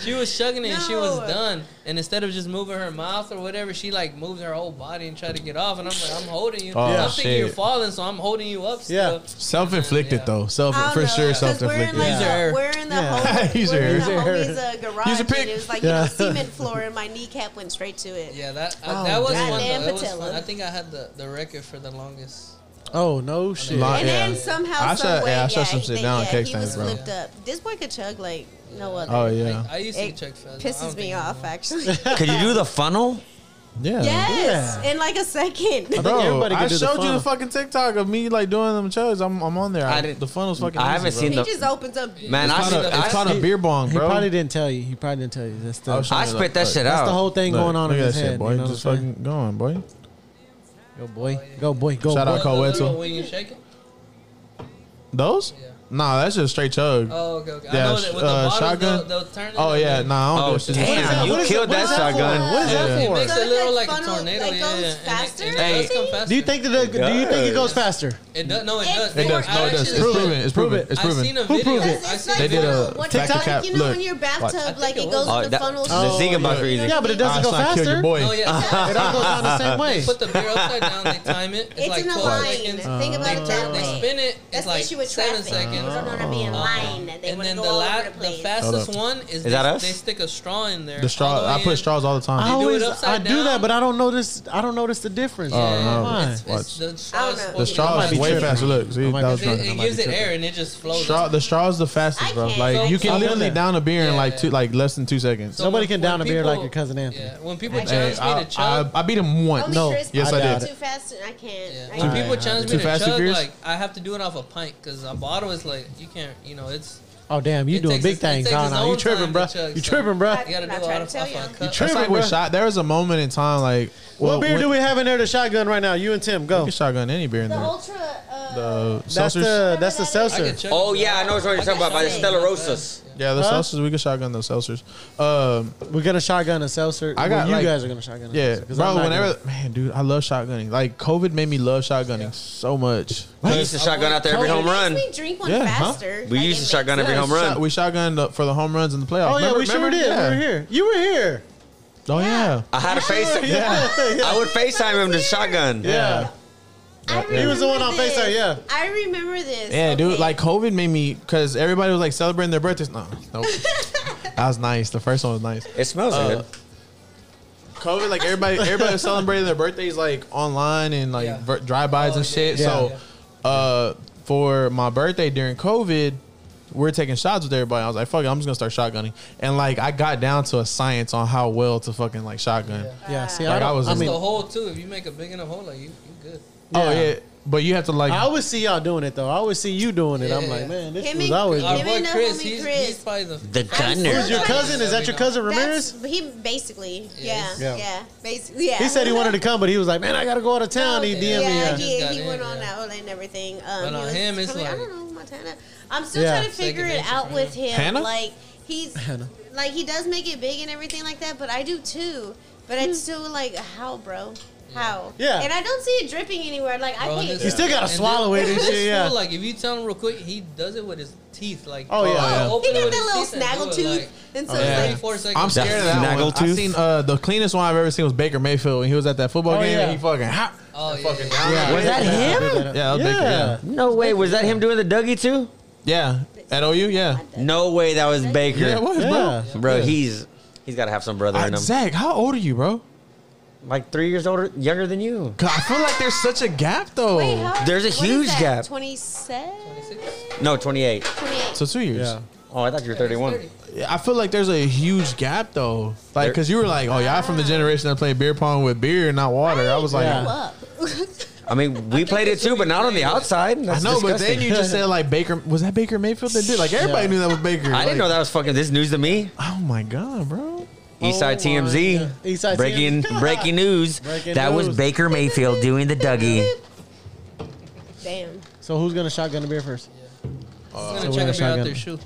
She was shugging it and she was
No.
done. And instead of just moving her mouth or whatever, she like moved her whole body and tried to get off. And I'm like, I'm holding you.
Oh,
I'm thinking you're
shit.
falling, so I'm holding you up.
Yeah.
Still.
Self-inflicted
Yeah.
though. Self
I don't
for
know,
sure.
'cause we're in,
Self-inflicted.
like,
Use your hair.
the- We're in the
Yeah.
*laughs*
homies.
Use your
we're
hair.
in the
Use your
homies uh, garage.
Use a pick.
And it was like
Yeah.
you know cement floor, and my kneecap went straight to it.
Yeah, that
Oh,
I, that was
God
one.
damn
Though. That was
Patella.
fun. I think I had the, the record for the longest.
Oh no shit.
Lot-
And
Uh, yeah.
then somehow,
I
some
shut-
way,
yeah, I
yeah,
shut some shit
they-
down
yeah,
cake
he
stands,
was
bro.
flipped up. This boy could chug like no other.
Oh yeah.
I used to
It
check fast.
pisses me off actually.
Could you do the funnel?
*laughs* Yeah.
yes, in like a second.
think
Bro,
everybody can
I
do the
showed you
funnel.
the fucking TikTok of me like doing them chugs. I'm, I'm on there.
I
I,
didn't-
the funnel's fucking.
I haven't
easy,
*laughs*
seen
He
the-
just opens up.
Man,
Bro.
I,
It's called a-
I,
it's called a beer bong,
He
bro.
probably didn't tell you. He probably didn't tell you. That's the,
I'll
that's
show
I
you
spit that shit
the
out.
whole thing going on
Look
in
at
his
that
head.
shit, boy.
you know what
Just
I'm saying?
fucking going, boy.
Go boy, go boy, go.
Shout
boy.
out Cole
Those little
Wetzel.
When you shake it,
Those?
yeah.
Nah, that's just straight chug.
Oh, okay, okay.
Yeah,
I know
sh-
that with
uh,
the bottles,
shotgun?
they'll, theyll turn. it
oh
and
yeah,
then-
nah, I don't
Oh,
do shit.
damn. You
What is that-
killed
what
that
is that for?
shotgun.
What is
Yeah.
that for?
It makes
So
it a little
that
like a
funnel,
tornado.
like,
yeah,
goes
yeah, and it-
faster?
And it,
Hey.
does come faster.
Do you think that it, do you think it goes faster?
it does? No, it
It
does.
does.
It does. No, it does. It's
Actually-
proven. It's proven. It's
I
proven.
seen a
Who
video.
proved it?
I
It's
seen
like
They did a
what-
back to
TikTok?
cap
you know
look.
when your
Watch.
bathtub
I
like
it
it
was.
goes
Oh,
in the
that-
funnel.
the
shape?
Ziggy
You
Bug reason.
know
Yeah, but it
what
doesn't
I mean?
Ah,
go
son, kill
faster.
your boy.
It does.
It all goes down the
*laughs*
same way.
They put the beer upside down. They time it. It's,
It's
like
in a
12
line.
seconds.
Think about
they
it
turn.
that
They
way.
spin it.
That's
it's
the
like
issue with
seven
traffic.
seconds.
People
Uh-huh.
don't want to be in line. They
and
wanna
then
go
the,
all
la-
over the
the
place.
fastest
Hold
one is,
Is that
they,
us?
they stick a straw in there.
The
all the
straw.
way
I
in.
put straws all the
I
time.
do it
always I
upside
do that,
down.
but I don't notice I don't notice the difference.
Oh, no.
Why?
It's, it's, the straw
I don't know.
is
The straw
might
is
be
way
tripping.
faster. Look, see,
I
that
might be
was
It,
tripping.
drunk.
it gives it air and it just flows.
Straw, the straw is the fastest,
I
bro.
can't.
Like you
I
can
know
literally
that.
down a beer in
Yeah.
like two, like less than two seconds.
So
Nobody
when-
can down
when
a beer like
people-
your cousin Anthony.
Yeah, when people
Hey,
challenge
I,
me to chug,
I- I beat him once.
Only
No.
Chris
Yes,
can
I
do
doubt
it
it.
Too fast, and I can't.
Yeah.
I
When
can't.
people challenge
Too
me to
fast, too
chug,
fierce?
like I have to do it off a pint because a bottle is like you can't. You know, it's
Oh damn, you
It
doing
takes
big
its- it
things.
takes
Oh,
its
no, you
own
tripping,
time
bro.
to chug,
You
so-
tripping, bro.
you gotta do
I'm
it
not trying
off,
to tell
off a
you.
cup.
That's like
tripping,
with
bro.
shot. There was a moment in time like
What beer do
we
we have in there to shotgun right now? You and Tim, go.
shotgun any beer in
The
there?
ultra. Uh,
The
That's
seltzers.
the that's the
I
seltzer.
could chug
Oh
it.
yeah, I know what you're talking about. By the Stella Rosas.
Yeah, the
Huh?
seltzers. We can shotgun those seltzers. Um,
We're gonna shotgun a seltzer.
I got,
Well, you
like-
guys are gonna shotgun. A
yeah,
seltzer, 'cause I'm
bro.
not
Whenever
gonna-
man, dude, I love shotgunning. Like COVID made me love shotgunning so much.
We used to shotgun out there every
it
home
makes
run.
me drink one
Yeah, huh?
faster.
We
Like,
used
it
to shotgun
makes
every
sense.
home run.
Shot- we shotgunned up for the home runs in the playoffs.
Oh yeah,
Remember-
we sure
remember?
did.
Yeah.
We were here. You were here.
Oh yeah.
Yeah.
I had a face.
*laughs* Yeah.
I would FaceTime him to shotgun.
Yeah.
I
He was the one on
remember this.
FaceTime, yeah.
I remember this.
Yeah, dude.
okay?
Like COVID made me because everybody was like celebrating their birthdays. No,
*laughs*
nope. that was nice. The first one was nice.
It smells
Uh,
good.
COVID,
*laughs*
like everybody, everybody was celebrating their birthdays like online and like
Yeah.
ver- drive-bys
Oh,
and
yeah,
shit.
yeah,
so, uh, for my birthday during COVID, we are taking shots with everybody. I was like, "Fuck it, I'm just gonna start shotgunning." And like, I got down to a science on how well to fucking like shotgun.
Yeah.
Yeah. See,
Like,
I,
I
don't-
was
I
just
It's
mean,
the hole too. If you make a big enough hole, like you, you good.
Oh
Yeah.
yeah, but you have to like.
I always see y'all doing it though. I always see you doing it. I'm
Yeah.
like, man, this
Him
was
and-
always.
Our
Give
boy
me no
Chris,
homie
he's,
Chris.
he's probably the.
The gunner.
Who's your cousin? Is that your cousin
That's,
Ramirez?
he basically, yeah,
Yes.
Yeah.
yeah, basically, yeah.
He said he wanted to come, but he was like, man, I gotta go out of town. He
Oh,
DM'd
Yeah,
me.
Yeah,
uh,
Just
he,
got
he
in,
went on
yeah.
that and everything. Um,
But
he
on
was
him, it's
coming, I
like-
don't know, Montana. I'm still
Yeah.
trying to figure
Second
it
nature
out
for
with
him.
him.
Hannah?
Like he's
Hannah.
like he does make it big and everything like that, but I do too. But it's still like how, bro. How?
Yeah.
And I don't see it dripping anywhere. Like I
Bro,
think
this-
You still gotta
And
swallow it
this-
and
this
shit, yeah.
fool, Like if you tell him real quick, he does it with his teeth. Like
Oh, yeah.
he'll
Oh,
open
he
it
got
with
that
his
little
teeth and do
snaggle
it,
three,
like,
and so
Oh,
it's
yeah.
like
Three, four seconds.
I'm scared of that one.
Snaggletooth?
I've seen uh, the cleanest one I've ever seen was Baker Mayfield when he was at that football
Oh,
game.
yeah.
And he fucking hot.
Oh yeah. yeah.
Yeah.
Was that him?
Yeah, that was Baker, yeah.
No way. Was that him doing the Dougie too?
Yeah, at OU. Yeah,
No way. That was Baker.
yeah, it was, bro.
Yeah.
Bro, he's he's got to have some brother in
Uh,
him.
Zach, how old are you, bro?
Like three years older, younger than you.
Cause I feel like there's such a gap though.
Wait, how-
There's a
what is
huge
that,
gap.
27?
No, 28.
28.
so two years.
Yeah.
Oh, I thought you were 31.
I feel like there's a huge gap though. Like,
There-
cause you were like, oh yeah, I'm from the generation that played beer pong with beer and not water. I was like,
Yeah.
Grow up. *laughs*
I mean, we played it
that's
too,
what
but
we
not on the
played.
outside.
I
That's
know, but
disgusting.
then you just said like Baker. Was that Baker Mayfield that did? Like everybody
Yeah.
knew that was Baker.
I didn't know that was fucking this news to me.
Oh my god, bro.
Eastside
Oh my
TMZ.
God. Eastside
breaking
TMZ.
breaking
*laughs*
news.
Breaking
that
news.
was Baker Mayfield doing the Dougie.
Damn.
So who's gonna shotgun the beer first?
I'm
So
gonna
we're
check him
gonna
out
shotgun.
their shoe.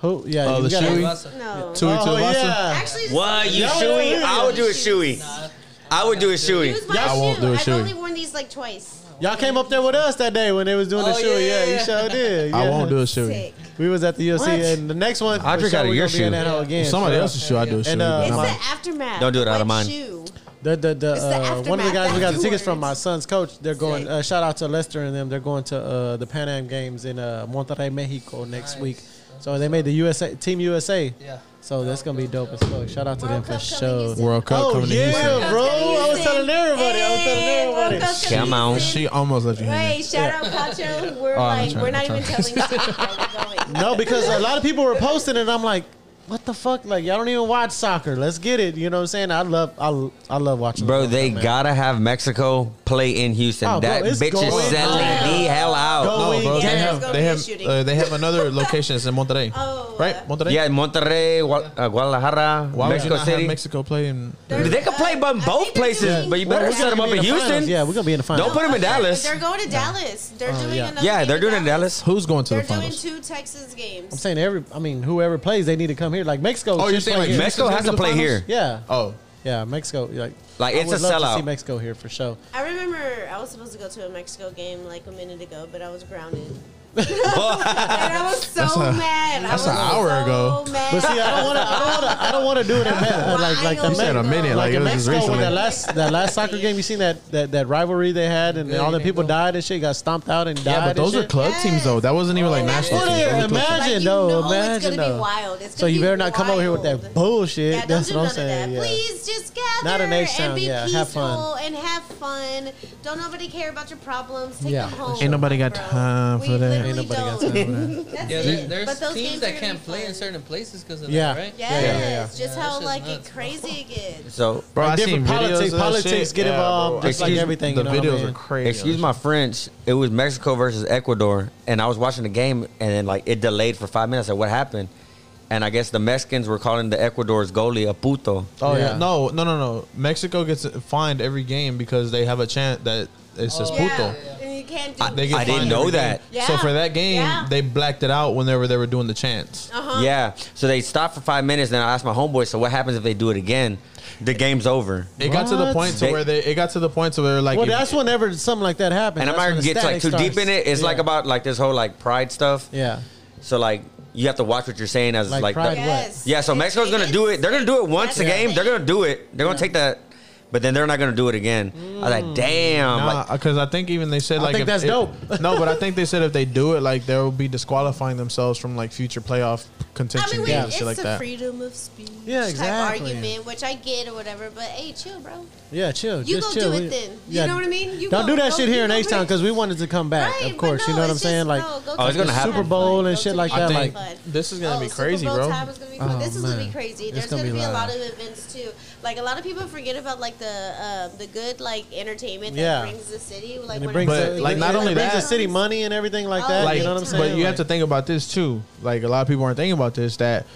Who? Yeah.
Oh,
you
the
gotta-
shoey?
No.
Two
Oh,
two
yeah.
Actually,
What you
Yeah,
shoey?
yeah,
I would do a shoey. I would do a shoey.
Use my
I won't
shoe.
do a
I've
shoey.
only worn these like twice.
Y'all came up there with us that day when they was doing the
Oh,
shoe. Yeah,
yeah,
you sure did.
I
Yeah.
won't do a shoey.
Sick.
We was at the UFC,
What?
and the next one,
I'll
for
drink
sure
out of
we
your
gonna be
shoe.
in that hell again.
Somebody
for
else's shoe, I do a
And,
shoey.
uh,
but
It's
not
my-
mine.
the aftermath.
Don't do it out of
What
mine.
Shoe.
The the, the
It's the
uh, one of the
aftermath
guys we got the tickets from my
afterwards.
son's coach. They're going.
Sick.
Uh, shout out to Lester and them. They're going to uh, the Pan Am Games in uh, Monterrey, Mexico next
Nice.
week. So they made the USA Team USA.
Yeah.
So that's gonna be dope as fuck. Shout out to them
World
for
Cup coming, you
sure.
said?
World Cup
Oh
coming to Houston.
yeah,
World
bro!
Cup coming, you
I was
said?
telling everybody. I was telling
Hey, World
everybody.
Cup coming,
Come
you
on.
said?
She almost left you. hanging.
Right, shout out Pacho. We're
Oh, I'm
like,
trying,
we're
I'm
not even
*laughs*
telling you where we're going.
No, because a lot of people were posting it, and I'm like, what the fuck? Like, y'all don't even watch soccer. Let's get it. You know what I'm saying? I love, I, I love watching.
Bro,
the
they
World Cup, man.
gotta have Mexico play in Houston.
Oh, bro,
that
it's
bitch
going
is selling
down.
the hell out.
Going
No, bro.
down.
They
Yeah,
have
there's gonna
they
be a
have
shooting.
uh, they have another location. It's in Monterrey.
Oh, uh,
right? Monterrey.
Yeah, Monterrey, Gua- uh, Guadalajara,
Why would you
Mexico
not
City.
have Mexico play in?
There's,
They could play
uh,
bun-
I
both
think they're
places,
doing-
but you better
we're
set them
gonna
up
be
in
the finals.
Houston.
Yeah, we're gonna be in the finals.
Don't put them in
they're-
Dallas.
They're going to Dallas. They're doing
Oh, yeah.
another.
Yeah,
game
they're doing it
*laughs*
in Dallas.
Who's going to
They're
the finals?
doing two Texas games.
I'm saying every. I mean, whoever plays, they need to come here. Like Mexico.
Oh,
should
you're saying,
play
like,
here.
Mex-
Mexico has to
the
play
finals?
here.
Yeah,
oh,
yeah. Mexico, like,
Like,
I
it's
would
a
love To see
sellout.
Mexico here for sure.
I remember I was supposed to go to a Mexico game like a minute ago, but I was grounded. and I was so
That's a-
mad. I
that's
was
an hour
so
ago.
Mad.
But see, I don't want to. I don't want to. I don't want to do it in
*laughs*
Mexico. Like, like the
You said
in a
Mex-
minute, like,
Like
it
in
was just
Mexico, when
recently.
that last that last soccer game, you seen that that, that rivalry they had, and
Good,
all the
you
people
didn't go.
died and shit, got stomped out and died.
yeah, but
and
those are
shit.
club
Yes.
teams though. That wasn't even like
And
national
that's
teams.
what
Those
it-
were club teams.
imagine,
you
though,
know it's
imagine,
gonna
though.
be wild. It's
So
gonna
you
be
better not come over here with
wild.
that bullshit.
Yeah, don't
That's
do
what I'm
none
saying.
of that.
Yeah.
Please just gather
Not in H-Town,
and be
yeah, have
peaceful
fun.
and have fun. Don't nobody care about your problems. Take
Yeah.
them home.
Ain't nobody got
bro.
time
we
for that.
literally
Ain't
nobody got
don't.
time for that.
*laughs* That's
Yeah,
it.
there, there's
but those
teams
games
that
are gonna
can't
be
play in
fun.
certain places because of
Yeah.
that, right?
Yes,
Yeah, yeah, yeah.
just
Yeah,
how
that's
like
just nuts,
it
bro.
crazy it gets.
So,
Bro, I
Like,
seen
different politics-
videos of that
politics
shit.
get
bro.
involved, just like
Excuse-
everything,
The
you know what I
videos
mean?
are crazy.
excuse my French, it was Mexico versus Ecuador, and I was watching the game, and then like it delayed for five minutes. I said, "What happened?" And I guess the Mexicans were calling the Ecuador's goalie a puto.
Oh yeah.
Yeah.
no, no, no, no. Mexico gets fined every game because they have a chant that it says
Oh,
puto.
yeah.
And you can't do.
I-
They get
didn't
fined
know
every
that.
game. So
Yeah.
for that game,
Yeah.
they blacked it out whenever they were doing the chants.
uh-huh.
Yeah, so they stopped for five minutes. Then I asked my homeboy, "So what happens if they do it again? The game's over."
It got to the
What?
point to
They-
where they. It got to the point to where like.
Well,
if-
that's whenever something like that happens.
And I'm not
That's
gonna
when the
get like too
static
deep in
starts.
it. It's like
Yeah.
about like this whole like pride stuff.
yeah,
So like you have to watch what you're saying as
like,
like,
pride.
the-
Yes.
yeah. So
It-
Mexico's
it
gonna
is-
do it. They're gonna do it once a
That's
game.
the
They're
thing.
gonna do it. They're gonna take that, but then they're not gonna do it again. I was
Mm.
like, damn.
Nah,
like,
because I think even they said
I
like
think
if-
that's
if-
dope.
*laughs* no, but I think they said if they do it, like they will be disqualifying themselves from like future playoff
I
contention
mean,
games
wait,
and
it's
shit like
a
that.
freedom of speech
Yeah,
type
exactly.
argument, which I get or whatever. But hey, chill, bro.
yeah. Chill.
You
just
go
chill.
do
We-
it then. You
yeah.
know what I mean? You
Don't
go-
do that
go-
shit here
you
in
go
H Town
bring-
because we wanted to come back.
Right,
of
but
course,
no,
you know what I'm
it's
saying?
just-
Like,
no, go
Oh, it's
to
gonna
the
happen.
Super
Bowl
Bowl,
and
go
shit
to
like
the
that,
Super
like,
Bowl.
this is gonna be
Super
crazy,
Bowl
bro.
time is gonna be fun.
Oh,
this is gonna
man.
be crazy.
It's
There's
gonna
gonna,
be
be, a
loud.
lot of events too. Like a lot of people forget about like the uh, the good like entertainment that
Yeah.
brings the city. Like
and it
when
brings,
But,
the,
like, not
it
only
brings the
that-
city money and everything like
Oh,
that.
Like,
you know what I'm saying?
but you have to think about this too. Like a lot of people aren't thinking about this that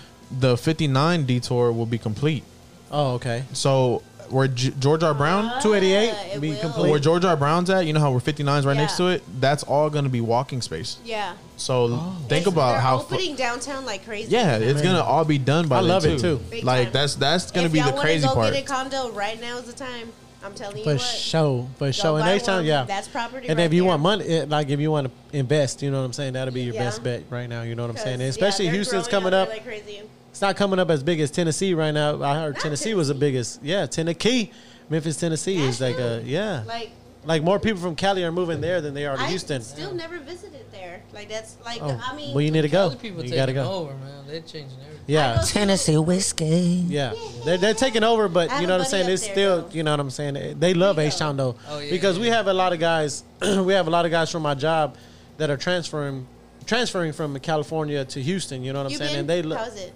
the 59 detour will be complete.
Oh, okay.
So where G- George R. Brown,
288
Ah, it
be
will.
complete.
where George R. Brown's at, you know how we're 59 is right
Yeah.
next to it. That's all gonna be walking space.
Yeah.
So think
Oh. It's-
about
they're
how. fu-
opening downtown like crazy.
yeah,
right now.
it's gonna all be done by.
I
then,
love it, too.
Big
Like
time.
that's that's gonna
if
be
y'all
the
wanna
crazy
go
part.
Get a condo right now is the time. I'm telling you
For
what.
show, for
Go
show in
buy
H Town,
one.
yeah.
That's property.
And
right
if you
there.
want money, it, like if you want to invest, you know what I'm saying. That'll be your
Yeah.
best bet right now. You know what I'm
'Cause,
saying.
yeah,
Especially
they're
Houston's
growing
coming
out
up.
there Like crazy.
It's not coming up as big as Tennessee right now. I heard Tennessee was the biggest. Yeah, Tennessee, Memphis, Tennessee is like a
Nashville.
yeah.
Like
Like more people from Cali are moving there than they are to
I
Houston.
still never visited there. Like that's like
Oh,
I mean.
well, you need to go.
Other people
You
taking
gotta go.
over, man. They're changing everything.
I go
Yeah,
to-
*laughs*
whiskey.
yeah. They're, they're taking over, but
I have
you know
a
what I'm
buddy
saying.
up
It's
there,
still,
though.
you know what I'm saying. They love
We go.
H Town though,
Oh, yeah,
because
yeah,
we
yeah.
have a lot of guys. *clears throat* we have a lot of guys from my job that are transferring, transferring from California to Houston. You know what I'm
you
saying.
been?
And they lo-
How's it?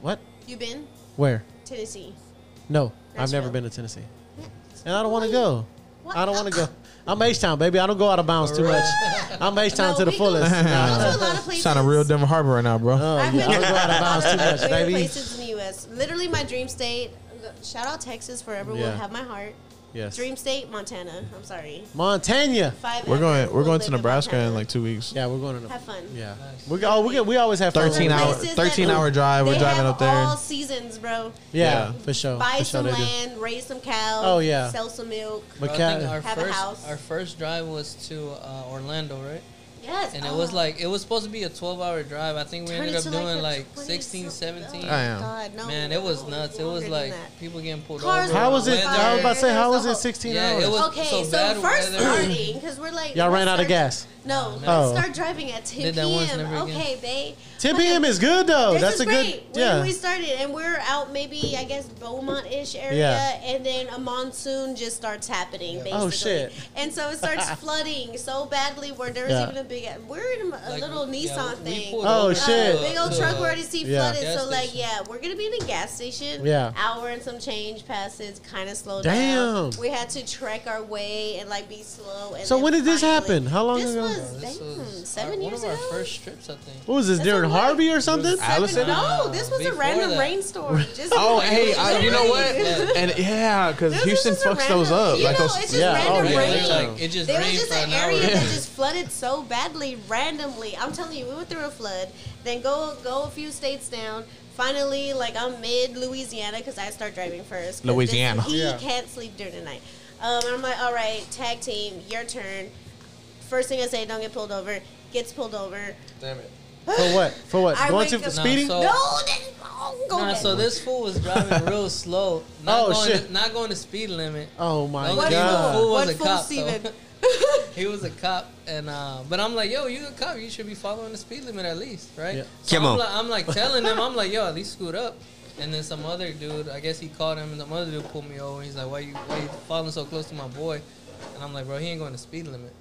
what?
You been?
Where?
Tennessee.
No, I've never
Nashville.
been to Tennessee, and I don't want to go.
What? Uh,
I don't
*laughs*
want to go. I'm H Town, baby. I don't go out of bounds too much. I'm H Town
No,
to the
we go-
fullest.
we go
Nah.
*laughs* to a lot of places.
Sound a real Denver Harbor right now, bro.
Oh,
I've
yeah, I
been to
don't
a
go out of
lot
bounds too
of
much,
weird
baby.
places in the U.S. Literally my dream state. Shout out Texas forever will
Yeah.
have my heart.
Yes.
Dream state, Montana. I'm sorry.
Montana.
Five.
We're
ever
going. We're
will
going
live
to Nebraska
Montana.
in like two weeks.
Yeah, we're going to.
Have fun.
Yeah,
Nice.
we go. oh, We, go- we always have fun.
Thirteen hour.
Places that-
Thirteen hour drive. We're
They
driving
have
up there.
All seasons, bro.
Yeah,
Yeah.
for sure.
Buy
for sure
some
they do.
land, raise some cows.
Oh, yeah.
Sell some milk.
But
Bro, I
Cal-
think our
Have a
first,
house.
Our first drive was to uh, Orlando, right?
Yes.
And it
oh.
was like it was supposed to be a 12-hour drive. I think we
Turn
ended
it
up
to,
doing
a
like
20
16,
something.
17.
I am.
God, no,
Man, it was
no,
nuts. It
longer
was
than
like
that.
people getting pulled
Cars
over.
were
How was it? I was about to say, how was
There's a
it
whole-
16
Yeah,
hours?
it was-
Okay,
so
so,
bad we
first
had to-
starting because we're like
Y'all
let's
ran out of
start-
gas.
No, let's
Oh.
start driving at 10
Did that once,
p.m.
never again.
Okay, babe.
10
Okay,
p.m. is good though.
This
Oh, That's
is
a good.
great. We-
Yeah.
we started and we're out maybe I guess Beaumont-ish area,
Yeah.
and then a monsoon just starts happening. Basically.
Oh, shit.
And so
*laughs*
it starts flooding so badly where there's
Yeah.
even a big. We're in a
Like,
little
yeah,
Nissan
we
thing.
pulled
Oh,
over
Uh,
to
shit.
a-
Big old
to
truck
a-
we already see
Yeah.
flooded.
Gas
So like,
station.
yeah, we're gonna be in a gas station.
Yeah.
hour and some change passes, kind of slow
Damn.
down. We had to trek our way and like be slow. And
So
then
when did this
finally-
happen? How long
this
ago
was,
This
damn,
was
seven
our- one
years
of our
ago?
first trips, I think.
What was this
That's
during
a lot.
Harvey or something?
Seven-
Allison?
No, this was a
Before
random
that. uh,
rainstorm. Just
Oh,
like,
hey,
it
I, you know what?
rained.
Yeah.
And yeah, because
This is
Houston
just a
fucks those
random-
up.
you
Like
know,
those,
it's just
yeah,
random
oh, yeah.
rain.
it's Like, it just
There was
rained
just
for
an
an hour.
*laughs*
area that just flooded so badly, randomly. I'm telling you, we went through a flood. Then go go a few states down. Finally, like I'm mid Louisiana because I start driving first. 'cause this-
Louisiana.
he
Yeah.
can't sleep during the night. Um, and I'm like, all right, tag team, your turn. First thing I say, don't get pulled over. Gets pulled over.
Damn it.
For what? For what?
I
Going
wake
too
up- No,
speeding?
so- Oh.
No, that's wrong. Go
Nah,
back.
so this fool was driving real slow. Not
Oh,
going
shit.
To, not going to speed limit.
oh my
What
what
Yeah.
god!
Who
fool?
was
What
a
fool,
cop,
Steven?
though? He was a cop, and uh, but I'm like, yo, you a cop, you should be following the speed limit at least, right?
Yeah.
So
Come
I'm
on.
Like, I'm like telling him, I'm like, yo, at least scoot up. And then some other dude, I guess he called him, and some other dude pulled me over. He's like, why you, why you following so close to my boy? And I'm like, bro, he ain't going to speed limit.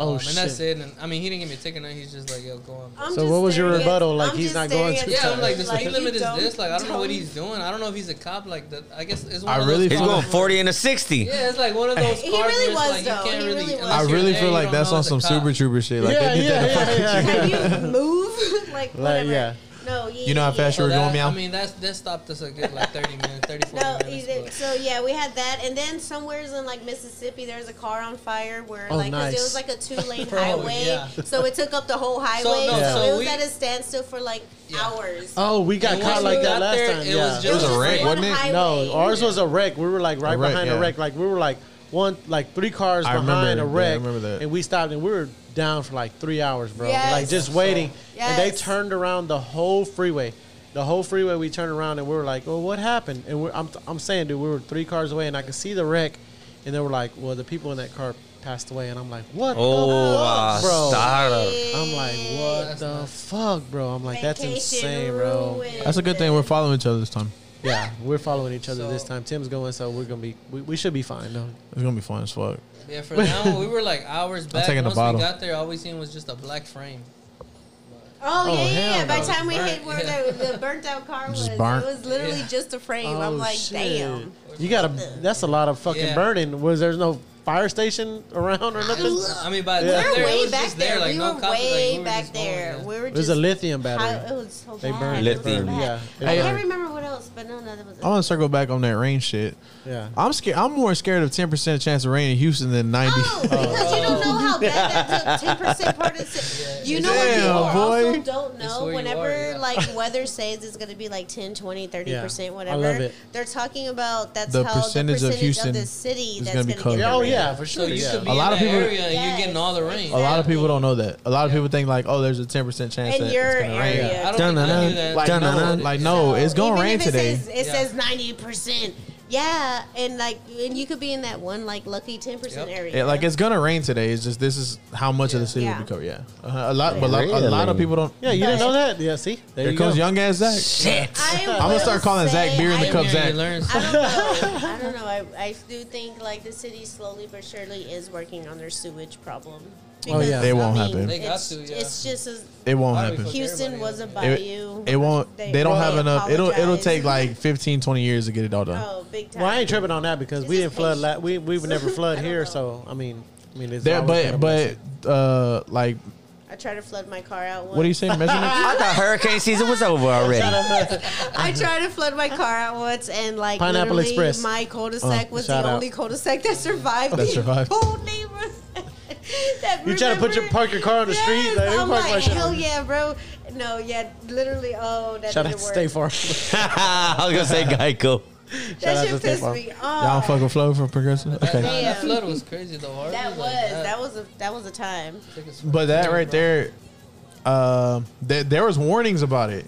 Um,
Oh,
and that's
shit.
it. And I mean, he didn't give me a ticket. Now he's just like, yo, go on.
*laughs* I'm
So
just
what was your
staring at-
rebuttal? Like,
I'm
he's
just
not going
staring
too
at
Yeah, I'm
you,
like the speed
you
limit is
don't-
this. Like, I don't know what
don't-
he's doing. I don't know if he's a cop. Like, the, I guess it's one.
I
of
really
those
He's
feel-
going
cars where-
40 and a
*laughs*
60.
Yeah, it's like one of
*laughs*
those.
He
cars
really
where it's
was,
like,
though.
You can't
He
really.
really was.
unless
I
you're
really
there,
feel
you
like
don't
that's
know
on
it's a
some
cop.
Super Trooper shit. Like
Yeah,
they did
yeah,
that. to
yeah, yeah.
*laughs* *laughs* Can
*laughs*
you move? *laughs* like whatever.
yeah.
No, he,
You know how fast
So
you were going,
that-
meow?
I mean, that's that stopped us a good like 30 minutes, 30, 40
No, he
minutes.
did.
but-
So yeah, we had that, and then somewheres in like Mississippi, there was a car on fire where
Oh,
like 'cause it was
nice.
like a
*laughs*
two lane
Bro,
highway,
yeah.
so it took up the whole highway. So,
no,
so
it was
we-
at a standstill for like
Yeah.
hours.
Oh, we got
And
caught
once
like
we
that
got
last
there,
time.
it
yeah.
was
It was a
just
wreck,
one
wasn't it?
highway.
No, ours was a wreck. We were like right
wreck,
behind
yeah.
a wreck. Like we were like one, like three cars
I remember,
behind
yeah,
a
I
wreck.
remember that.
And we stopped and we were down for like three hours, bro.
Yes.
Like just
So-
waiting. And they
Yes.
turned around the whole freeway. The whole freeway, we turned around and we were like, "Well, what happened?" And we're, I'm, I'm saying, dude, we were three cars away, and I could see the wreck. And they were like, "Well, the people in that car passed away." And I'm like, "What?"
Oh,
the
uh,
ah,
fuck, bro.
stop.
I'm like, "What
That's
the
nuts.
fuck, bro?" I'm like, "That's
Vacation
insane, bro."
ruined
That's a good thing.
it.
We're following each other this time.
Yeah, we're following each other this
So-
time. Tim's going, so we're gonna be we, we should be fine though.
It's gonna be fun as fuck.
Yeah, for that one, we were like hours back.
taking the
Once
bottle.
we got there, all we seen was just a black frame.
Oh,
Oh,
yeah, yeah, yeah.
hell
By
no.
the time we hit
Burnt,
where
yeah.
the, the burnt out car was,
Just
it
burnt.
was literally
Yeah.
just a frame.
Oh,
Oh,
I'm like, damn.
You gotta that's a lot of fucking
Yeah.
burning. Was there's no fire station around or nothing?
I mean, by the
We
time
were
there, it
way
was
back
just there.
there.
Like,
we
no
were
cops, like,
way
we were
back
just going,
there. We
yeah.
were
It was
just
a lithium battery.
How, it was so
They
bad.
burned
It was so
Lithium.
bad.
Yeah, Oh, it
I
burned.
can't remember what else, but no, no, that was.
I want to circle back on that rain shit.
yeah.
I'm scared. I'm more scared of 10 percent chance of rain in Houston than Uh, 90.
Oh,
*laughs*
because you don't know how bad that took ten percent part of it. You know
Damn,
what people
boy.
also don't
It's
know.
where you
Whenever
are, yeah.
like weather says it's going to be like 10, 20, 30
Yeah, I
percent, whatever.
love it.
They're talking about that's
The
how
percentage of
the percentage of,
Houston
the city
is
that's
gonna
going
be
to get.
covered.
the
Oh
rain.
yeah, for
So
sure.
you
yeah.
could be
A lot
in
of
that
people-
area and
Yes,
you're getting all the rain.
A lot of
Exactly.
people don't know that. A lot of people think like, oh, there's a 10 percent chance
In
that
your
it's gonna rain.
area.
I don't think I knew that.
Like no,
Dun-dun-dun.
like no,
So
it's gonna
even
rain
if it
today.
Says, it
Yeah.
says ninety percent. Yeah, and like, and you could be in that one like lucky ten percent
Yep.
area.
Yeah, like it's gonna rain today. It's just this is how much of the city
Yeah.
will be covered. Yeah, uh, a lot, but like, a lot of
Really?
people don't.
Yeah, you didn't know that? Yeah, see? There
Here
you
comes
go.
young ass Zach.
Shit.
I
I'm
gonna
will
start calling Zach
say
Beer in the
I-
cup, Zach.
You learn *laughs*
I don't
something.
know. I don't know. I, I do think like the city slowly but surely is working on their sewage problem.
Oh, yeah. It
won't
I
happen.
They got
it's,
to, yeah.
it's just as
It won't
How do we
happen.
fuck
Houston
everybody
was a
up.
bayou.
It won't. They, don't have enough. It'll it'll
apologize.
take like 15, 20 years to get it all done.
oh big time.
Well, I ain't tripping on that because we
It's
didn't
just
flood. La-
patient.
we we would never flood
*laughs* I don't
here,
know.
so I mean, I mean, it's
there,
always
but
been a blessing.
but uh, like,
I tried to flood my car out. Once.
what are you saying?
*laughs*
Measurements?
I thought hurricane season was over already.
I tried to flood my car out once, and like
Pineapple
literally
Express.
my cul-de-sac
Uh,
was
shout
the
out.
only cul-de-sac that survived.
That
the
survived.
Whole neighborhood. *laughs*
*laughs*
that
You try to put your-
river-
park your car on the street,
Yes,
like, they
I'm
park my
like,
shit
hell
on-
yeah, bro. No, yeah, literally. Oh, that
Shout out
didn't
to
work.
State Farm.
*laughs* I was going to say Geico.
shout out
that
to
shit
State
pissed
Farm.
me off.
Y'all fuck with flow from progressive. Okay.
That,
Damn.
that flood was crazy though. Harvey,
That was
like,
that was a that was a time.
took us for
But that
granted,
right
bro.
there, um, there there was warnings about it.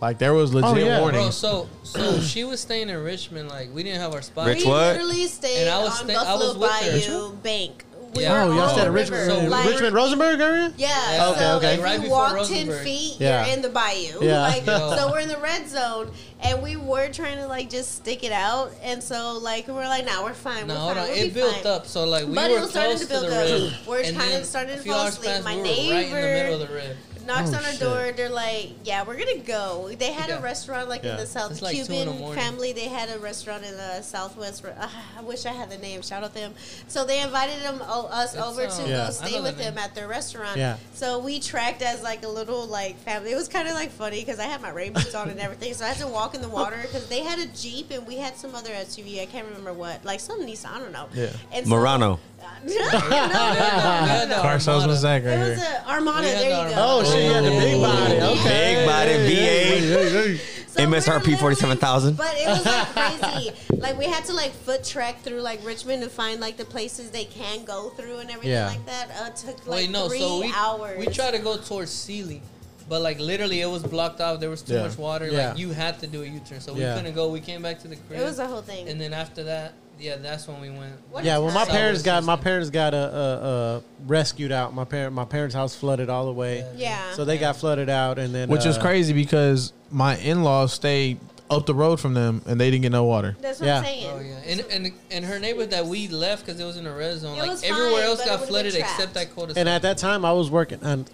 Like there was legit
Oh, yeah.
Bro,
warnings.
so so she was staying in Richmond. Like we didn't have our spot.
Rich-
we
what?
literally stayed
And I was
on
stay- I
Buffalo
was with her.
Bayou Bank. We
Yeah.
were
Oh, y'all
on
said
the
Richmond,
river.
So
uh,
we-
Richmond Rosenberg area?
Yeah.
Okay,
so
okay.
If
Right
you
before
walk ten
Rosenberg.
feet,
Yeah.
you're in the bayou.
Yeah.
*laughs*
Like,
Yeah.
so we're in the red zone, and we were trying to like just stick it out, and so like we're like, nah, we're fine.
No,
we're
hold
fine.
on.
We'll be
It built
fine.
up. So like we
But it
were
was starting
close
to
to the
build up.
red.
We're
and
kinda
then
starting to
a few
fall
hours
asleep.
passed,
My
we were right in the middle of
neighbor-
the red.
knocks
Oh,
on our
shit.
door. They're like, "Yeah, we're gonna go." They had
Yeah.
a restaurant like
Yeah.
in the South
It's like two in
Cuban
the morning.
family. They had a restaurant in the Southwest. Uh, I wish I had the name. Shout out them. So they invited them o- us
It's,
over
um,
to
Yeah.
go
I
stay
know
with
the name.
them at their restaurant.
Yeah.
So we tracked as like a little like family. It was kind of like funny because I had my rain boots on and everything. So I had to walk in the water because they had a jeep and we had some other SUV. I can't remember what, like some Nissan. I don't know.
Yeah.
And so-
Murano.
*laughs* no, no, no, no, no,
*laughs*
no.
Car salesman Zach right
It was
here.
a Armada.
We had
There you
the
go.
Armada.
Oh, shit, you had the big body. Okay.
Big body,
V8.
So
MSRP
we were
47,000.
literally- But it was
*laughs*
like crazy. like we had to like foot trek through like Richmond to find like the places they can go through and everything
Yeah.
like that. Uh, took like
Wait, no.
three
So we
hours.
we tried to go towards Sealy, but like literally it was blocked off. There was too
Yeah.
much water.
Yeah.
Like you had to do a U turn, so
Yeah.
we couldn't go. We came back to the crib,
It was a whole thing.
and then after that, yeah, that's when we went.
What
Yeah,
a
well, my
time.
parents got my
Solid system.
parents got uh, uh, uh, rescued out. My parent my parents' house flooded all the way,
yeah.
so they got flooded out, and then
Which is
uh,
crazy because my in laws stayed up the road from them and they didn't get no water.
that's what
Yeah.
I'm saying.
Oh yeah, and and and her neighborhood that we left because it was in a red zone.
It
like
was
everywhere
fine,
else
but it
got
would've
flooded
been
except
trapped.
that quarter.
And at that time, I was working. And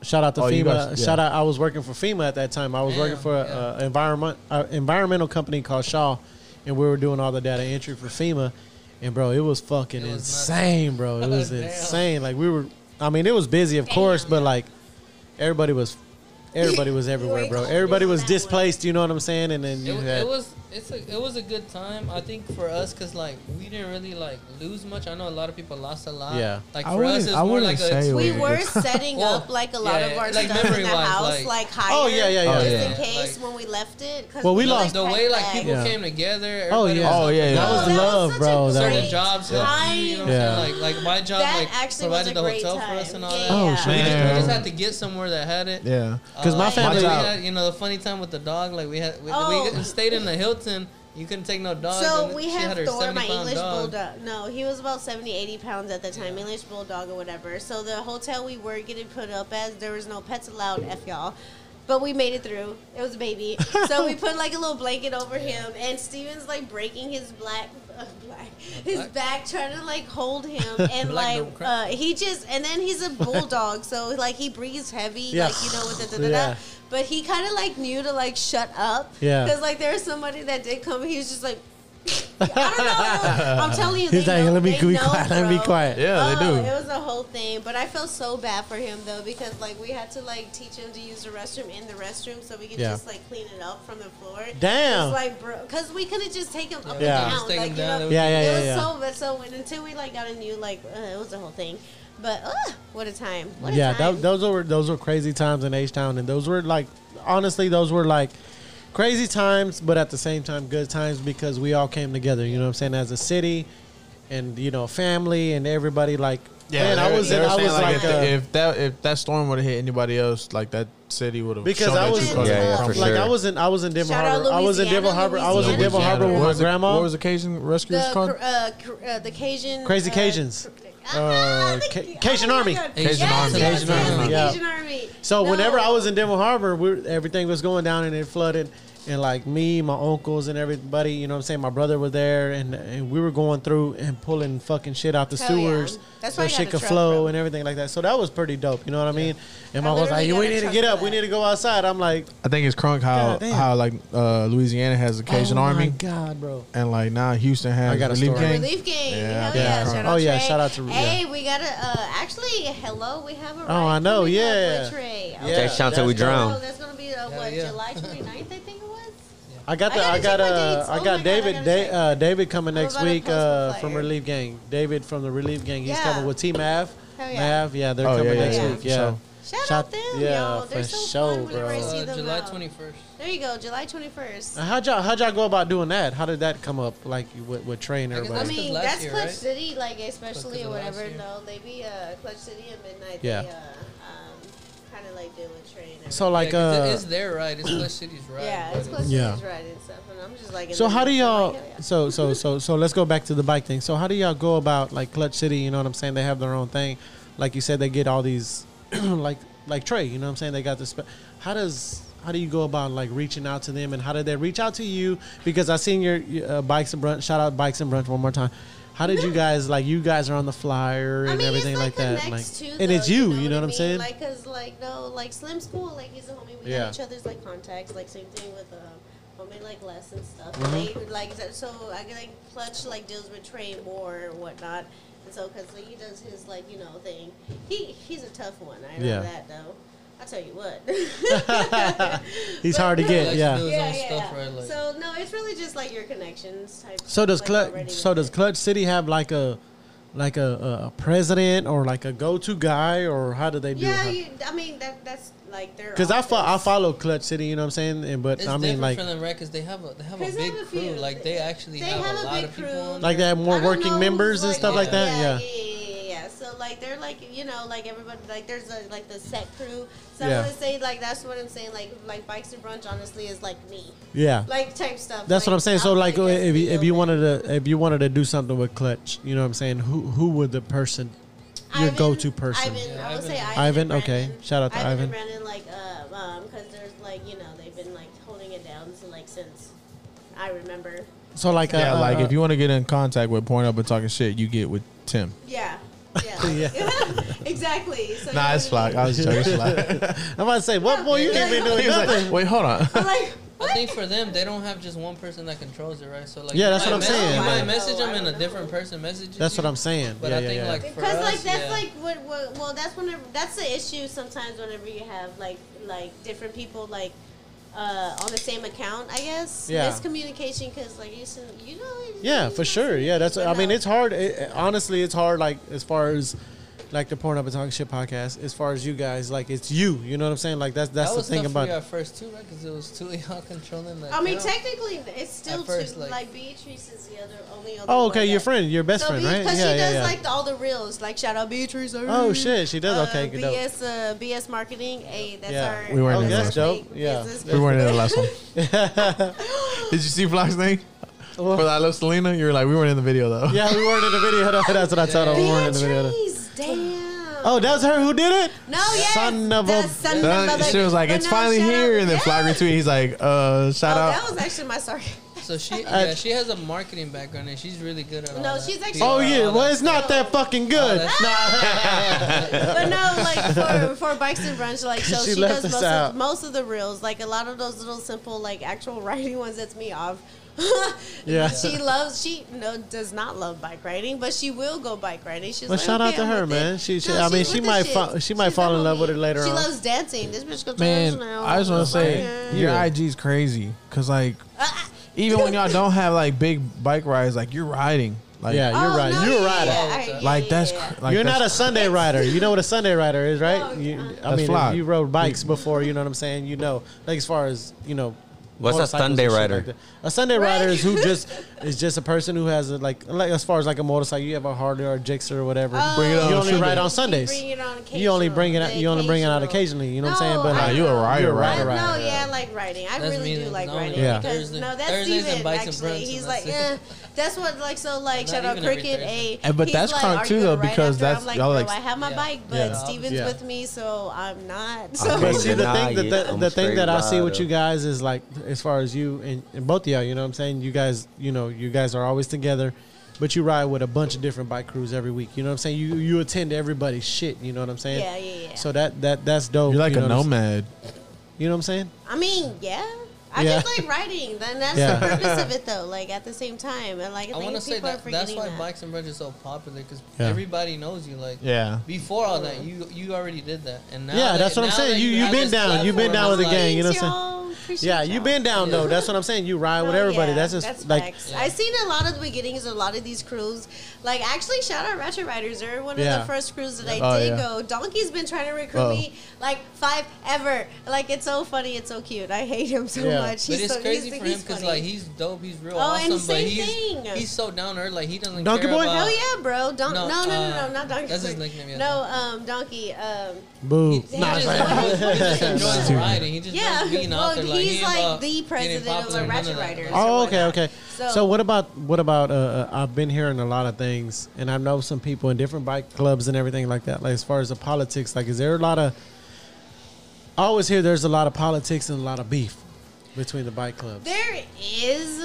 shout out to
Oh,
FEMA.
you guys- yeah.
Shout out. I was working for FEMA at that time. I was
Damn,
working for an
yeah.
environment a environmental company called Shaw, and we were doing all the data entry for FEMA. And bro, it was fucking
It was nuts.
insane, bro. It was
*laughs* Damn.
insane. Like we were. I mean, it was busy, of course, but like everybody was. Everybody
*laughs*
was everywhere,
ain't
bro.
gonna
Everybody
miss
was
that one.
displaced. You know what I'm saying? And then you
It,
had
it was it's a, it was a good time I think for us because like we didn't really like lose much I know a lot of people lost a lot
Yeah.
like
I
for
wouldn't-
us it's
I
more like
wouldn't say it
a
was-
We
Yeah.
were setting
Well,
up like a lot
yeah,
of our
like,
stuff in the
memory-wise,
house,
like-
like, higher.
Oh, yeah, yeah,
yeah.
Just in
Yeah.
case
Like-
when we left it. 'cause
Well, we
like
lost-
the way like people
Yeah.
came together
Oh,
everybody
yeah.
Oh,
was
yeah,
helping
yeah.
that
out.
was
that was
love,
such
bro.
a
That
certain
was-
great
jobs
time.
helped you, you know what
Yeah.
I'm saying? like like my job
That
like
actually was a
provided the
great
hotel
time.
for us and all
Yeah.
that
Oh,
We just- we,
shit.
just had to get somewhere that had it Uh,
Yeah.
'Cause my
like,
family-
we
My job.
had, you know the funny time with the dog like we had we,
Oh.
we *laughs* stayed in the Hilton you couldn't take no dogs
So
and
we
she
have
had her
Thor, my
70 pound
English
dog.
bulldog. No, he was about 70, 80 pounds at the time, English bulldog or whatever. So the hotel we were getting put up as, there was no pets allowed, F y'all. But we made it through. It was a baby. So we put like a little blanket over him, and Steven's like breaking his black, *laughs* uh, black his
Black?
back, trying to like hold
*laughs*
him. And
Black
like,
don't
uh,
crack.
he just, and then
*laughs*
he's a bulldog. So like, he breathes heavy,
Yeah.
like, you know, with the da da
Yeah.
da. But he kind of like knew to like shut up.
Yeah.
Because like, there was somebody that did come, and he was just like, I don't know. I'm telling
*laughs*
you,
he's
they
like,
know,
let me
they
be
know,
quiet. Let me be
bro.
quiet.
Yeah,
oh,
they do.
It was a whole thing, but I felt so bad for him though because like we had to like teach him to use the restroom in the restroom so we could
Yeah.
just like clean it up from the floor.
Damn.
It's like bro, because we couldn't just take him up
Yeah.
and
Just
down.
take
like,
him
you
down.
know,
Yeah, yeah,
it
yeah.
was
yeah.
so but so when, until we like got a new like uh, it was a whole thing, but uh, what a time! What a
yeah,
time.
tho- those were those were crazy times in H Town, and those were like honestly, those were like crazy times, but at the same time, good times because we all came together. You know what I'm saying? As a city, and you know, family, and everybody. Like, man, I
they-
was
they
in,
were
I
saying,
was like,
if,
uh,
if that if that storm would have hit anybody else, like that city would have
Because I was-
Yeah, yeah, for
like
sure.
I was in I was in Denver
Shout out
Harbor. I was in
Louisiana,
Denver Harbor. I was in
Louisiana.
Denver Harbor with my grandma.
What was the Cajun rescue
the
called?
Cr- uh, Cr- uh, the Cajun
Crazy
uh,
Cajuns.
Cr-
Uh,
Ah, the-
Ca-
oh
Cajun
my
Army.
God.
Cajun
yes,
Army.
yes,
Cajun
yes,
Army.
the
Yeah.
Cajun Army.
So
No.
whenever I was in Denver Harbor, we everything was going down and it flooded, and like me, my uncles, and everybody, you know, what I'm saying my brother was there, and, and we were going through and pulling fucking shit out the
Hell yeah.
sewers,
That's
so
why I got
shit
a
could
truck,
flow
bro.
and everything like that. So that was pretty dope, you know what I mean? And my
I
uncle was like,
literally
"We
got a
need to
truck
get
for
up, we
that.
need to go outside." I'm like,
I think it's crunk how
God damn.
how like uh, Louisiana has a Cajun
"Oh
Army,
my god, bro!"
and like now Houston has
I got a
relief
story.
gang.
Relief Gang.
Yeah.
Hell yeah.
Yeah.
Shout
Oh,
out
yeah,
Trey.
shout out to-
Hey, we got to uh, actually, hello, we have a
Oh, I know,
coming up
yeah.
with Trey.
Yeah,
Text Sean till we
that's
So
drown.
that's going to be, uh,
Yeah,
what,
yeah.
*laughs*
July 29th, I think it was?
I got
I
the I,
gotta
got
check my
uh
dates.
I
Oh
got
my God, I
David
gotta
Da-
check.
uh, David coming
I'm
next
about to
week
post my
uh, from
flyer.
Relief Gang. David from the Relief Gang. He's
Yeah.
coming with T Mav.
Hell yeah.
Mav, yeah, they're
Oh, yeah,
coming
yeah,
next
yeah.
week. Yeah.
Shout,
Shout-
out them,
yeah,
y'all. They're
for
so
sure,
fun whenever
bro.
I see
Uh,
them
July
out.
twenty first.
There you go, July 21st.
Uh, How'd y'all, how'd y'all go about doing that? How did that come up, like with, with Trey and
I guess
everybody?
I
That's 'cause
mean,
last
that's
year,
Clutch
right?
City, like especially
Because
or
of last
whatever.
year.
No, they be uh, Clutch City at midnight.
Yeah.
They, uh, um, kind of like do a train. and
so like, uh,
it's their ride. It's Clutch City's ride.
Yeah,
but
it's close
Yeah.
to his ride and stuff, and I'm just like. in
so
the
how do
mix, I'm
y'all?
like, hell yeah.
So so so so let's go back to the bike thing. So how do y'all go about like Clutch City? You know what I'm saying? They have their own thing. Like you said, they get all these, *clears throat* like like Trey. You know what I'm saying? They got this. spe- How does how do you go about like reaching out to them and how did they reach out to you? Because I seen your uh, bikes and brunch. Shout out bikes and brunch one more time. How did you guys like? You guys are on the flyer and everything like,
the
that. Like,
next two,
and
though,
it's you. You know what I'm
mean?
saying?
Like, cause like no, like Slim's cool. Like he's a homie. We
Yeah.
got each other's like contacts. Like same thing with um, homie like Les and stuff.
Mhm.
They, like so- so, I can like Clutch like deals with Trey more or whatnot. And so, cause like, he does his like you know thing. He he's a tough one. I know
Yeah.
that though. I tell you what.
*laughs* He's
*laughs* But
hard to
no,
get.
like,
Yeah.
His
Yeah, yeah,
own stuff,
yeah.
right, like-
so no, it's really just like your connections type.
So does
like,
Clutch?
already
So
with
does
it.
Clutch City have like a, like a, a president or like a go-to guy or how do they do
Yeah,
it?
you, I mean that that's like their.
Because I, fo- I
office.
follow Clutch City. You know what I'm saying? And but
It's
I mean
different
like
for them, right? Because they have a they have a
'Cause they
big
have a
crew.
few.
Like they actually
They
have,
have a
a lot
big
of people.
crew.
On there.
like they have
I
more
don't
working
know
members
who's,
and
like,
stuff
on
like
there.
that.
Yeah, yeah, yeah, yeah. So like they're like you know like everybody like there's a, like the set crew. So
Yeah.
I want to say like that's what I'm saying like like bikes and brunch honestly is like me
yeah.
like type stuff.
That's what I'm saying. So
I'll,
like,
that's
if you,
the
if you
building.
wanted to if you wanted to do something with Clutch, you know what I'm saying? Who who would the person your
Ivan-
go-to person?
Ivan,
Yeah,
I would
Ivan.
say Ivan.
Ivan,
and
okay.
Brandon.
Shout out to
Ivan.
Ivan.
and Brandon, like, uh, um, because there's like you know they've been like holding it down so like since I remember.
So like,
Yeah,
uh,
like
uh,
if you want to get in contact with Porn Up and Talking Shit, you get with Tim.
*laughs*
Yeah.
Yeah.
Yeah. *laughs* exactly. So
Nah,
you
it's
know what I
fly. I was joking. It's fly.
I'm about to say, what boy? You ain't been
He *laughs*
doing
was like,
nothing.
Wait, hold on.
mean? I'm like,
I think for them, they don't have just one person that controls it, right? So like,
Yeah,
you
that's
might
what I'm
message-
saying,
You
like-
might message them,
I
and
don't
a
know.
different person messages.
That's what
you.
I'm saying.
But
yeah,
I
yeah,
think
yeah.
like for
because
us,
like that's
yeah.
like what, what well that's whenever that's the issue sometimes whenever you have like like different people like uh on the same account I guess
Yeah.
miscommunication because like you said you know you
yeah,
know,
for sure. Yeah, that's.
you
I mean,
know.
it's hard. It, honestly, it's hard. Like as far as like the Porn Up and Talking Shit podcast, as far as you guys, like it's you. You know what I'm saying? Like that's that's
that
the
was
thing
tough
about.
for you at first too, right? Because it was two of y'all controlling that.
I mean
account.
technically it's still
At first,
two
like-
like, Beatrice is the other only other
Oh,
one
okay, your
that-
friend, your best
so
friend, right?
Because
Yeah,
she
yeah,
does
yeah.
like the, all the reels, like shout out Beatrice.
Oh, shit, she does? Okay, good,
uh,
dope.
BS, uh, BS marketing. Hey, that's
Yeah.
our.
We weren't
that's
in the
our
one.
last
big
Dope, yeah.
*laughs*
business
We weren't in the
group.
last one.
*laughs*
Did you see Flock's name? For that I love Selena, you were like, we weren't in the video though.
yeah, we weren't in the video. though. *laughs* That's what I told her. We weren't in the video. though.
Beatrice, damn.
Oh, that was her who did it.
no, yes,
son of a-
the son of
Then
a-
she was like,
but
it's
no,
finally
shout out-
here. And then
yeah.
Flock retweeted. He's like, uh,
Oh,
shout
that
out.
was actually my sorry.
So she,
I-
yeah, she has a marketing background and she's really good at all
No,
that.
she's actually-
Oh
PR,
yeah,
all
well
that.
it's not that fucking
Oh,
good.
that's-
*laughs*
but no, like for, for bikes and
*laughs*
brunch, like so
She
she,
left
does
us
most
out.
of, most of the reels, like a lot of those little simple, like actual *laughs* riding ones. That's me off. *laughs*
Yeah.
she loves. She no does not love bike riding, but she will go bike riding. She's
Well,
like,
shout
okay,
out to
I'm
her,
with
man.
It.
She- she-
No,
I mean,
she's
she
with
might
the
fa-
shit.
she might
She's
fall
a
in love with
homie.
it later
She
on.
loves dancing. This bitch
*laughs*
goes
Man,
dancing.
I just want to say,
Fucking-
your
Yeah.
IG's crazy. Because, like,
Ah,
even when y'all don't have, like, big bike rides, like, you're riding. Like,
Yeah. you're
oh,
right.
no,
You're
yeah,
right.
yeah, yeah,
like
yeah,
that's
yeah, yeah.
cr- like
you're
that's
not a Sunday rider. You know what a Sunday rider is, right?
No,
you,
uh-uh.
I
That's
mean,
fly.
if you rode bikes before. You know what I'm saying? You know, like as far as you know.
What's a
motorcycles and
Sunday
shit
rider?
like that. a Sunday
Right.
rider is who just is just a person who has a, like like as far as like a motorcycle. You have a Harley or a Gixxer or whatever.
Bring it on
you only
Sunday.
ride on
You
Sundays.
Oh, bring it on
You only
occasional,
bring it out.
the
You only bring it out
occasional.
occasionally. You know what I'm saying?
No,
But
I-
Nah,
like,
you a
You're
rider,
a
rider.
rider,
I-
rider.
No, yeah, I like writing. I
That's
really
me
do
then.
like
No,
writing
yeah.
because
Thursday-
no, that's
Thursdays and
Steven,
bites and
actually.
brunch,
He's
and
*laughs* like,
that's
eh. that's what like so like
Not
shout out
even every
cricket
Thursday.
a.
And but
he's
that's
like,
crunk,
"Are you
too,
gonna
though,
ride
because
after?" I'm
that's-
like,
y'all,
"Bro,
like-
I have my
Yeah.
bike, but
Yeah.
Steven's
Yeah.
with me, so I'm not.
I
But
can't
So
see, the
deny
thing that
it.
the,
I'm
the
a
thing
straight
that I see with
rider.
you guys is like, as far as you and, and both of y'all, you know what I'm saying? You guys, you know, you guys are always together, but you ride with a bunch of different bike crews every week. You know what I'm saying? You you attend to everybody's shit. You know what I'm saying?
Yeah, yeah, yeah.
So that that that's dope.
You're like
you know
a
what I'm-
nomad.
You know what I'm saying?
I mean, yeah. I
Yeah.
just like writing. Then that's
Yeah.
the
*laughs*
purpose of it, though. Like at the same time, and like I,
I
think people
want to say
are
that that's
forgetting
why
that.
bikes and brunch is so popular because
Yeah.
everybody knows you. Like
Yeah.
before all that, you you already did that, and now
Yeah,
that-
that's what I'm
now
saying.
that
You- you
have
been
this
down. You been
platform,
down with the
it's
game.
like-
you know what I'm saying?
saying?
Yeah, you been down though.
Yeah.
That's what I'm saying. You ride with
Oh,
everybody.
yeah,
that's just like
facts.
Yeah.
I've seen a lot of the beginnings of a lot of these crews. Like actually, shout out Ratchet Riders. They're one
Yeah.
of the first crews that
Oh,
I did
yeah.
go. Donkey's been trying to recruit
Uh-oh.
me like five ever. Like it's so funny. It's so cute. I hate him so
Yeah.
much.
But it's
so,
crazy for him because
because
like he's dope, he's real
Oh, and
awesome, but
same
he's
thing.
he's so down to earth. Like he doesn't
Donkey
care
Boy?
about.
Hell yeah, bro! Don-
No,
no, no, no, no,
uh,
not donkey.
that's his
Sorry.
nickname, yeah.
No, um, donkey. Um,
boo.
He
Nah,
just,
it's
he
like-
just-
*laughs*
he just enjoys
Stupid.
riding. He just
Yeah,
loves being
well,
out there. Like,
he's
he ain't
like
about
the
getting
president of
popular,
the
none of
Ratchet
that.
Riders.
Oh,
or
okay,
whatnot.
okay. So,
So-
what about what about uh, uh, I've been hearing a lot of things, and I know some people in different bike clubs and everything like that. Like as far as the politics, like is there a lot of? I always hear there's a lot of politics and a lot of beef between the bike clubs.
There is,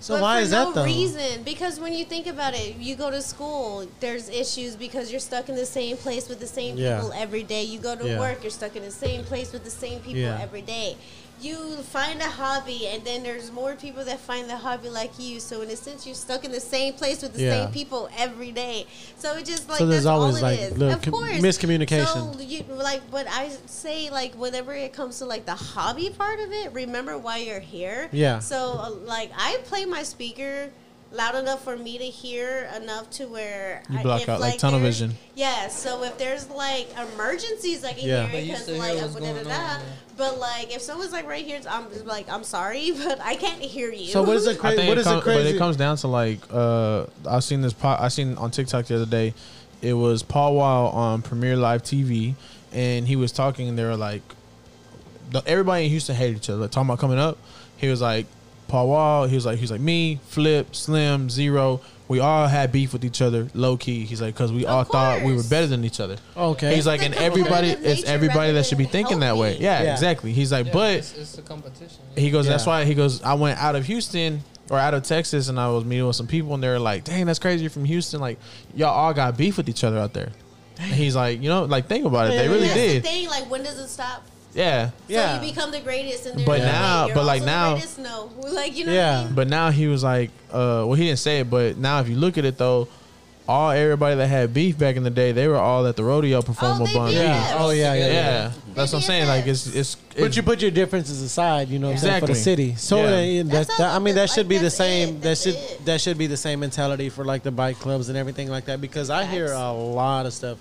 So
but
why
for
is
no
that, though?
reason, because when you think about it, you go to school, there's issues because you're stuck in the same place with the same
Yeah.
people every day. You go to
Yeah.
work, you're stuck in the same place with the same people
Yeah.
every day. You find a hobby, and then there's more people that find the hobby like you. So in a sense, you're stuck in the same place with the
Yeah.
same people every day. So it just like
there's
that's
always,
all it
like,
is.
little
of
com-
course,
miscommunication.
So you like, but I say like whenever it comes to like the hobby part of it, remember why you're here.
Yeah.
So so, uh, like, I play my speaker loud enough for me to hear enough to where
You
I-
block
if,
out, like, tunnel
there's-
vision.
Yeah. So if there's like emergencies, I can
Yeah.
hear
But
it
you
because
still
like
hear
da,
what's
da, da,
going on,
da.
yeah.
But like if someone's like right here, I'm just like I'm sorry, *laughs* but I can't hear you.
So what is the
I
crazy?
think
What
it
is
com-
the crazy?
But it comes down to like uh, I seen this. Po- I seen on TikTok the other day. It was Paul Wall on Premiere Live TV, and he was talking. And they were like, the, everybody in Houston hated each other. Like, talking about coming up, he was like Paul Wall. He was like he was like me, Flip, Slim, Zero. We all had beef with each other, low key. He's like because we all thought we were
course.
better than each other.
okay.
He's like,
the
and everybody,
competitive
it's
nature
everybody
rather
that should be
than
thinking that way.
healthy.
Yeah,
Yeah.
exactly. He's like,
Yeah,
but
it's, it's a competition. yeah.
he goes, that's
Yeah.
why he goes, I went out of Houston or out of Texas and I was meeting with some people and they were like, dang, that's crazy. You're from Houston. Like, y'all all got beef with each other out there. And he's like, you know, like, think about it. They
Yeah,
really
That's
did.
the thing. Like when does it stop?
Yeah.
Yeah.
So you become the greatest, and they're
But
like,
now-
wait, you're
but, like,
also the
now-
greatest? no, *laughs* like you know,
Yeah.
What I mean?
But now he was like, uh, well, he didn't say it, but now if you look at it though, all everybody that had beef back in the day, they were all at the rodeo performing
they
a bunch.
did.
yeah. Oh yeah. Yeah.
Yeah.
yeah.
That's what I'm saying. Like, it's, it's,
But
it's
you put your differences aside, you know, what I'm saying, for the
Exactly.
city. So
Yeah.
that-
That's
that, that- I mean, that
all-
should be
like,
the
that's it.
same. That
That's
should
it.
that should be the same mentality for like the bike clubs and everything like that. Because I hear a lot of stuff.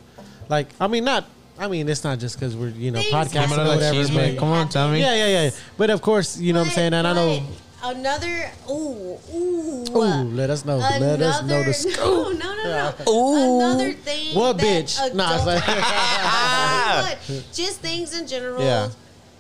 Like, I mean, not. I mean, it's not just because we're you know
Things
podcasting
happen.
or whatever.
cheese, man.
but-
Come on, Tommy.
yeah, yeah, yeah. But of course, you know what I'm
But-
saying, and I know.
but Another ooh ooh
Ooh, let us know.
Another,
let us know the sc-
No, no, no,
*laughs*
no.
Ooh.
Another thing.
What
that
bitch? Nah, it's
*laughs* adults-
like-
Ah! just things in general.
Yeah.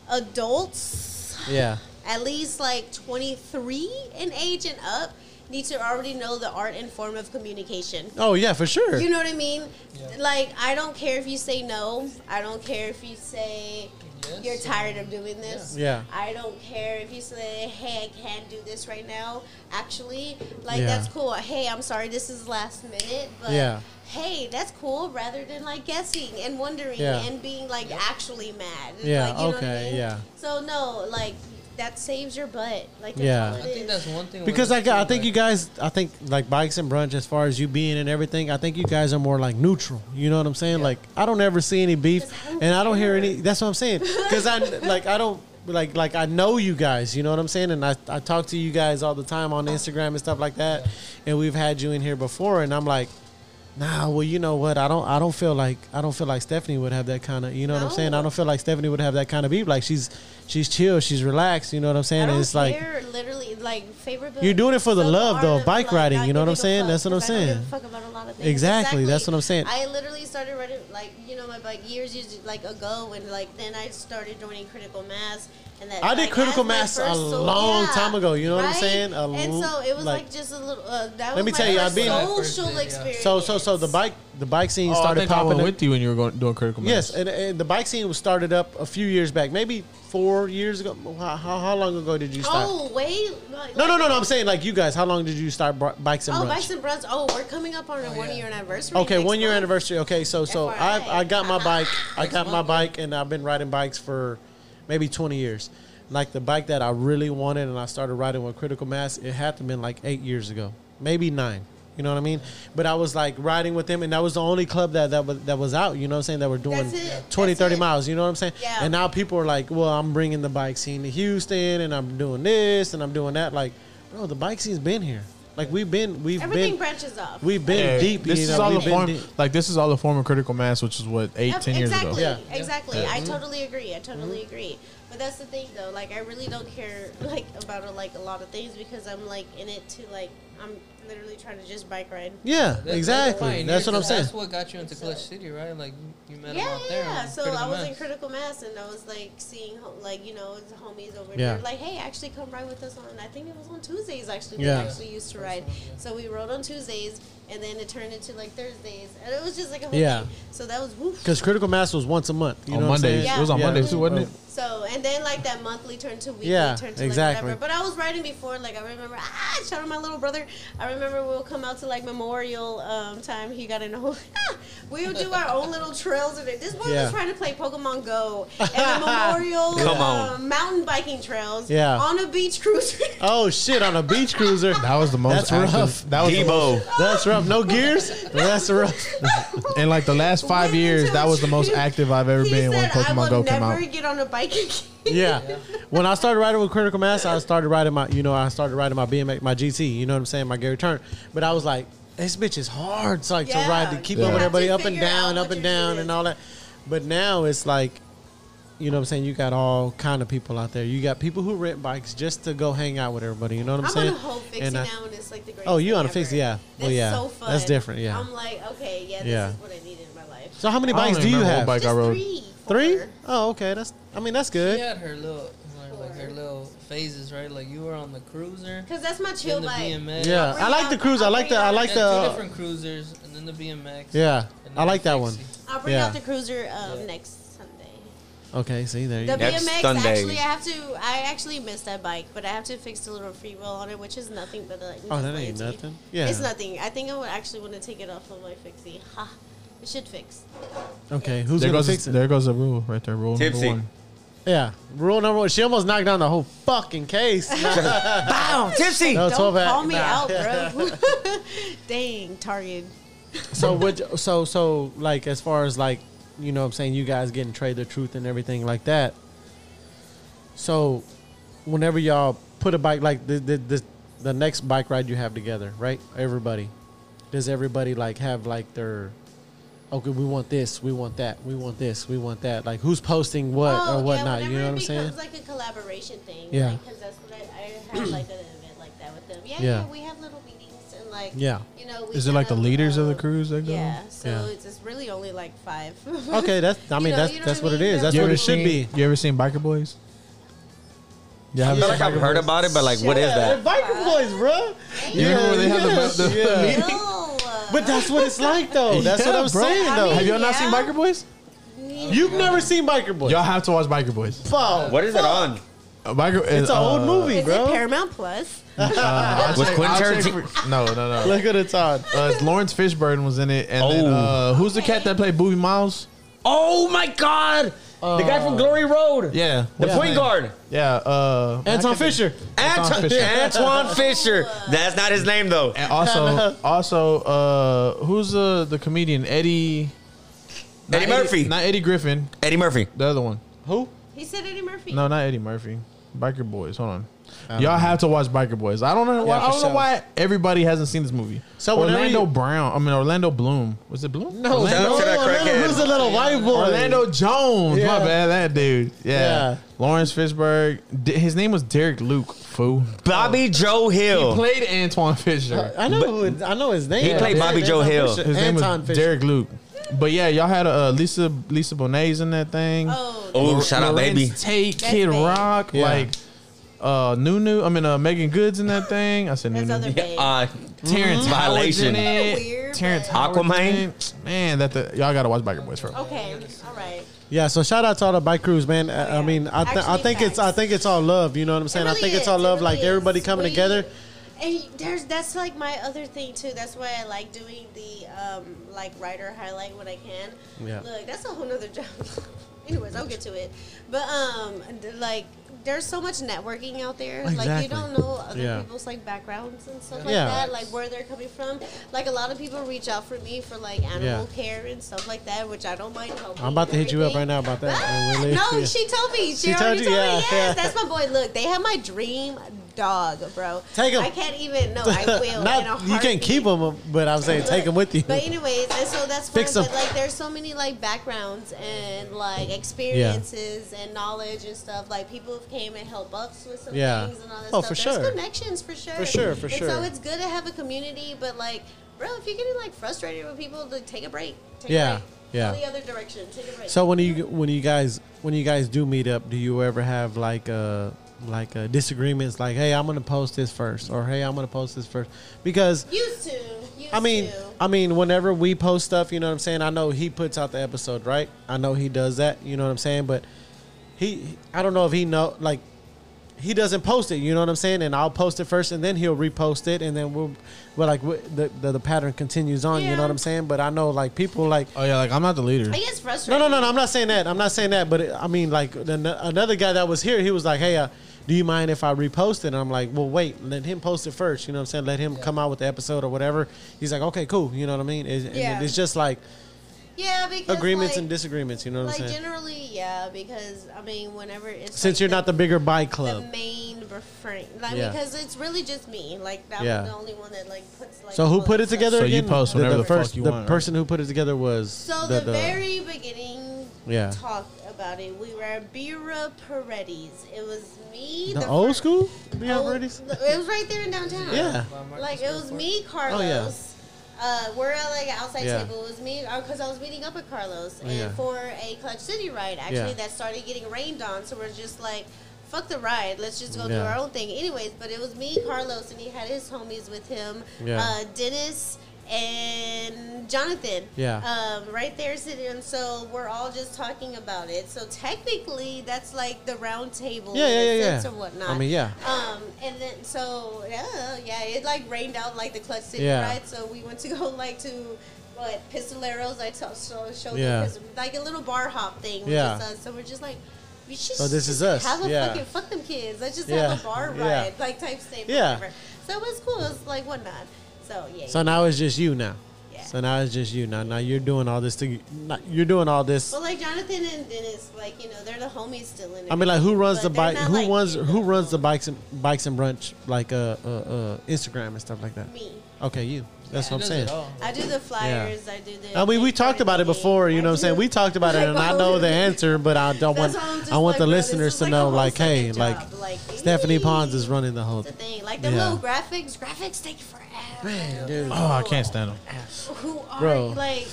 Adults,
*laughs* Yeah.
at least like 23 in age and up, need to already know the art and form of communication.
Oh yeah, for sure.
You know what I mean?
Yeah.
Like, I don't care if you say no. I don't care if you say
Yes.
you're tired of doing this.
Yeah.
I don't care if you say, hey, I can't do this right now. Actually, like,
Yeah.
that's cool. Hey, I'm sorry, this is last minute. But
Yeah.
hey, that's cool rather than like guessing and wondering
Yeah.
and being like actually mad.
Yeah,
Like, you know what I
okay,
mean?
yeah.
So, no, like, that saves your butt. Like, that's
Yeah.
all
I
it
think
is.
that's one thing. with
Because
us
I got, I
too,
think
like-
you guys, I think like bikes and brunch, as far as you being and everything, I think you guys are more like neutral. You know what I'm saying? Like I don't ever see any beef,
'Cause I don't
and I don't hear
care.
any. That's what I'm saying. Because I like I don't like like I know you guys. You know what I'm saying? And I I talk to you guys all the time on Instagram and stuff like that. And we've had you in here before, and I'm like. Nah, well, you know what? I don't. I don't feel like. I don't feel like Stephanie would have that kind of. You know what I'm saying? I
No.
don't feel like Stephanie would have that kind of beef. Like she's, she's chill. She's relaxed. You know what I'm saying?
I don't
it's like
care, literally like favorite.
You're doing it for the love, though, bike riding, you know what I'm saying? That's what I'm saying.
Exactly,
Exactly, that's what I'm saying.
I literally started riding like you know my bike years, years like ago, and like then I started joining Critical Mass. And that,
I did
like,
Critical
that's my
Mass a
first
long time ago, you know what I'm
right?
saying? A
and
l-
so it was
like-
like, just a little. Uh,
Let
that was
me
my
tell you, I've
first
been-
social
Yeah.
experience.
So so so the bike the bike scene
oh, I
started
think I
popping
went
up.
with you when you were going, doing critical mass.
yes, and, and the bike scene was started up a few years back, maybe four years ago. How, how, how long ago did you start?
Oh wait, like,
no, no, no, no. I'm saying like you guys. How long did you start bri- bikes and
Oh,
brunch?
bikes and brunch. Oh, we're coming up on our one year anniversary.
Okay,
next
one year
month.
anniversary. Okay, so so
FYI.
I I got my bike. I
Next
got my
month,
bike, and I've been riding bikes for maybe twenty years. Like the bike that I really wanted, and I started riding with Critical Mass. It had to been like eight years ago, maybe nine. You know what I mean? But I was like riding with them, and that was the only club that that was, that was out. You know what I'm saying? That were doing
That's it.
20,
That's
30
it.
miles. You know what I'm saying?
Yeah.
And now people are like, well, I'm bringing the bike scene to Houston, and I'm doing this, and I'm doing that. Like, bro, the bike scene's been here. Like we've been, we've
Everything
been,
branches off.
we've been
Yeah,
deep.
This
you
is
know,
all
we've
a
been
form,
deep.
like this is all a form of critical mass, which is what eight,
Yep,
ten years
exactly,
ago.
Yeah.
Exactly. I totally agree. I totally
Mm-hmm.
agree. But that's the thing, though. Like, I really don't care like about like a lot of things because I'm like in it to like I'm literally trying to just bike ride.
Yeah,
That-
exactly.
pioneer,
That's what I'm
because
saying.
That's what got you into Clutch City, right? Like you, you met him
Yeah,
out
yeah.
there.
yeah.
on
So
Critical
I was in
Mass.
critical mass, and I was like seeing ho- like you know his homies over
Yeah.
there. Like, hey, actually come ride with us on. I think it was on Tuesdays. Actually,
Yeah.
we actually used to ride. So we rode on Tuesdays. and then it turned into like Thursdays, and it was just like a whole
Yeah.
thing. So that was woof.
Because critical mass was once a month. You
on
know what I'm
Mondays.
saying?
Yeah.
It was on
Yeah.
Mondays too, wasn't it?
So and then like that monthly turned to weekly
Yeah,
turned to
exactly.
like whatever. But I was writing before, like I remember ah shout out my little brother. I remember we'll come out to like memorial um, time he got in a whole *laughs* ah, we would do our own little trails of it. This boy
Yeah.
was trying to play Pokemon
*laughs*
Go and the memorial
Come on.
um, mountain biking trails
Yeah.
on a beach cruiser.
Oh shit! On a beach cruiser.
That was the most.
That's rough.
That was
Debo.
That's rough. No gears. That's rough.
in like the last five
*laughs* Went
years.
into
That
a
was the most
tree.
active I've ever
he
been when
said I
Pokemon
will
Go came
never
out.
get on a bike *laughs* again.
Yeah. When I started riding with Critical Mass, I started riding my, you know, I started riding my BMX, my GT. You know what I'm saying, my Gary Turner. But I was like, this bitch is hard. It's like
Yeah.
to ride to keep
You
up
have
with everybody,
to
up and
figure
down,
out
up
what
and
your shit
down,
is.
and all that. But now it's like, you know what I'm saying. You got all kind of people out there. You got people who rent bikes just to go hang out with everybody. You know what I'm,
I'm
saying?
on a whole fixie
And I-
now, and it's like the greatest.
Oh, you
thing
on a fixie, yeah.
ever. That's
Well, yeah.
so fun.
That's different, yeah.
I'm like, okay, yeah, this
Yeah.
is what I need in my life.
so how many
I don't
bikes do
even
you
remember what
have?
bike I
Just
rode.
three,
Three?
four.
Oh, okay. That's. I mean, that's
She
good.
had her little, like, like her little phases, right? Like you were on the cruiser,
Cause that's my
then
chill
the
bike.
BMX.
Yeah,
Bring
I like
out-
the cruise. I like the. I
bring
like
She had two
the.
different cruisers, and then the BMX.
Yeah,
and
I
then
like
the
that one.
fixie.
I'll bring
Yeah.
out the cruiser um,
Yeah.
next Sunday.
Okay, see there you
The
go.
Next
BMX
Sunday.
actually, I have to. I actually missed that bike, but I have to fix the little free wheel on it, which is nothing but like.
Oh, that
just
ain't
lazy.
nothing. Yeah.
It's nothing. I think I would actually want to take it off of my fixie. Ha. It should fix.
Okay, who's
There
gonna
goes
fix it?
there goes the rule right there. Rule
Tipsy.
number one.
Yeah. Rule number one. She almost knocked down the whole fucking case.
*laughs*
Bow, tipsy.
No,
Don't
12
call me
Nah.
out, bro.
*laughs*
*laughs* Dang, Target.
so would you- so so like as far as like you know what I'm saying you guys getting trade the truth and everything like that. So, whenever y'all put a bike like the the the, the next bike ride you have together, right? Everybody, does everybody like have like their okay? We want this, we want that, we want this, we want that. Like who's posting what or whatnot? you
Oh, whenever
know what I'm
it
saying?
becomes like a collaboration thing.
Yeah.
Because that's what I, I have like an event like that with them. Yeah,
Yeah.
yeah. we have little meetings and like.
Yeah.
You know, we
Is it like the
kind
leaders of the
uh,
crews that go?
Yeah. So
Yeah.
It's, it's really only like five. *laughs*
Okay, that's I
Mhm. You
mean
know-
that's
you know
that's
what
what
I
it
mean?
is. That's
You
what
ever
it should be.
You ever seen Biker Boys? Yeah,
I feel like I've heard about it, but like, what is
Yeah,
that?
they're biker boys, bro.
You remember when they had the- the- the meeting?
No.
*laughs* But that's what it's like,
*laughs*
though. That's what
Yeah,
I'm
bro.
saying, though.
I
Have
mean-
y'all not seen
Yeah.
Biker Boys?
You've never seen Biker Boys.
Y'all have to watch Biker Boys.
Fuck.
What is it on?
Uh, Biker,
It's an old movie,
is it
bro.
Paramount Plus?
Was Quentin Tarantino?
No, no, no.
Look at it, Todd.
Uh, it's Lawrence Fishburne was in it, and then,
Oh.
uh, who's the cat that played Booby Miles?
Oh my God!
Uh,
the guy from Glory Road.
Yeah,
The
what's his
point
name?
guard,
Yeah, uh,
Anton Fisher.
Anton,
Fisher.
Antoine Fisher. That's not his name though.
And also, also, uh, who's the the comedian Eddie? not
Eddie Murphy.
not Eddie Griffin.
Eddie Murphy.
The other one.
Who?
He said Eddie Murphy.
No, not Eddie Murphy. Biker Boys. Hold on. Y'all have to watch Biker Boys. I don't know. Why,
for
I don't
sure.
know why everybody hasn't seen this movie.
So
So
whenever
Orlando
you-
Brown. I mean Orlando Bloom. Was it Bloom?
No,
Orlando,
Shout out to that
no, little-
crackhead.
who's the little white boy?
Orlando Jones.
Yeah.
My bad, that dude. Yeah.
Yeah.
Lawrence Fishburne. D- his name was Derek Luke. Fool.
Bobby Joe Hill.
He played Antoine Fisher.
I know. Who it, I know his name.
He played Bobby Joe Hill.
His name
Anton
was
Fisher.
Derek Luke. But yeah, y'all had uh, Lisa Lisa Bonet's in that thing.
Oh,
oh, shout out,
Lorenz
baby.
Tate,
That's
Kid
babe.
Rock,
Yeah.
like uh Nunu. I mean uh Megan Goods in that thing. I said
That's
Nunu.
other
Yeah,
babe.
uh,
Terrence Howard's in
Violation.
it.
Weird,
Terrence
but- Oh.
Howard's in
Aquaman.
it. Man, that the, y'all gotta watch Biker Boys for.
okay. All right.
Yeah. So shout out to all the bike crews, man. I, I
yeah.
mean, I, th- I
Actually,
think it's I
facts.
think it's all love. You know what I'm saying?
It
I
really
think it's
is.
all
It
love.
really
like everybody
is.
coming
We-
together.
And there's that's like my other thing too. That's why I like doing the um, like writer highlight when I can.
Yeah.
Look, that's a whole nother *laughs* job. Anyways, I'll get to it. But um, d- like there's so much networking out there. Like
Exactly.
you don't know other
Yeah.
people's like backgrounds and stuff like
Yeah.
that. Like where they're coming from. Like a lot of people reach out for me for like animal care and stuff like that, which I don't mind helping.
I'm about to hit you up right
everything.
now about that.
Ah,
I really-
no,
yeah.
she
*laughs*
told me. She,
She told
already
you?
told,
Yeah,
me. Yes,
yeah.
that's my boy. Look, they have my dream dog, bro.
Take him.
I can't even. No, I will. in
*laughs*
a
Not, you can't
heartbeat.
keep them, but I'm saying take them with you.
But anyways, and so that's fine.
Fix
But
'em.
like, there's so many like backgrounds and like experiences and knowledge and stuff. Like people have came and helped us with some
Yeah.
things and all that
Oh,
stuff.
for
there's
sure.
connections for sure.
For sure, for
and
sure.
So it's good to have a community, but like, bro, if you're getting like frustrated with people, like, take a break. Take
Yeah,
A break.
yeah.
Go the other direction. Take a break.
So when you when you guys when you guys do meet up, do you ever have like uh like uh, disagreements? Like, hey, I'm gonna post this first, or hey, I'm gonna post this first, because
Used to. Used used
I mean,
to.
I mean, whenever we post stuff, you know what I'm saying. I know he puts out the episode, right? I know he does that. You know what I'm saying. But he, I don't know if he know like he doesn't post it. You know what I'm saying. And I'll post it first, and then he'll repost it, and then we'll, we're like we- the, the the pattern continues on. You
Yeah.
know what I'm saying. But I know like people like.
Oh yeah, like I'm not the leader.
I guess
No,
frustrating.
no, no, no. I'm not saying that. I'm not saying that. But it, I mean, like an- another guy that was here, he was like, "Hey, uh, do you mind if I repost it?" And I'm like, "Well, wait. Let him post it first. You know what I'm saying? Let him come out with the episode or whatever." He's like, "Okay, cool. You know what I mean?" It's, and
Yeah.
it's just like
Yeah, because
agreements
like,
and disagreements. You know what
Like
I'm saying?
generally, yeah, because I mean, whenever it's
Since
like
you're not the bigger bike
the
club,
main refrain, like
Yeah.
because it's really just me. Like that
Yeah.
was the only one that like puts like.
so who
quotes
put it
up.
together?
So you
again?
post whenever the fuck
first
you
the
want, right?
person who put it together was
So the, very beginning,
Yeah.
talked about it. We were at Bira Paredes. It was me.
the old
first-
school. Yeah,
old-
Reddy's?
Oh, It was right there in downtown.
Yeah.
By Marcus
Like it was
Garforth.
me, Carlos.
yeah.
Uh, we're at like an outside
Yeah. Oh,
table. It was me because I was meeting up with Carlos and
Yeah.
for a Clutch City ride actually
Yeah.
that started getting rained on. So we're just like, fuck the ride. Let's just go do
Yeah.
our own thing, anyways. But it was me, Carlos, and he had his homies with him.
Yeah.
Uh, Dennis and Jonathan.
Yeah.
Um, right there sitting. And so we're all just talking about it. So technically, that's like the round table.
Yeah, yeah,
in a
yeah,
sense
yeah.
Or whatnot.
I mean, yeah.
Um, and then so yeah, yeah, it like rained out like the Clutch City
Yeah.
ride. So we went to go like to what Pistoleros. I t- so showed
Yeah.
them Pistol- like a little bar hop thing. with
Yeah.
just us. So we're just like. We should
So this
just
is us,
Have a
yeah.
fucking fuck them kids. Let's just
Yeah,
have a bar ride,
yeah.
like type thing.
Yeah.
Whatever. So it was cool. It was like whatnot. So yeah.
So now it's just you now.
Yeah.
So now it's just you now. Now you're doing all this to not, you're doing all this.
Well, like Jonathan and Dennis, like you know, they're the homies still in.
I mean, like who runs
but
the
they're
bike?
not,
Who
like,
runs
in
who
the
runs the
phone.
bikes and bikes and brunch like uh, uh uh Instagram and stuff like that?
Me.
Okay, you. That's
He
what I'm
does
saying.
it all.
I do the flyers. I do the.
I mean, we talked about it before. You know what I'm saying? We talked about it, and I know the answer, but I don't
That's
want
why I'm just
I want
like,
the
bro, this
listeners
is
to
like a
know,
whole
like, hey,
second
like
job, like,
Stephanie
eee.
Pons is running the whole
That's the
thing.
thing, like the
Yeah.
little graphics. Graphics take forever.
dude.
oh, I can't stand him.
Who are
Bro.
you? Like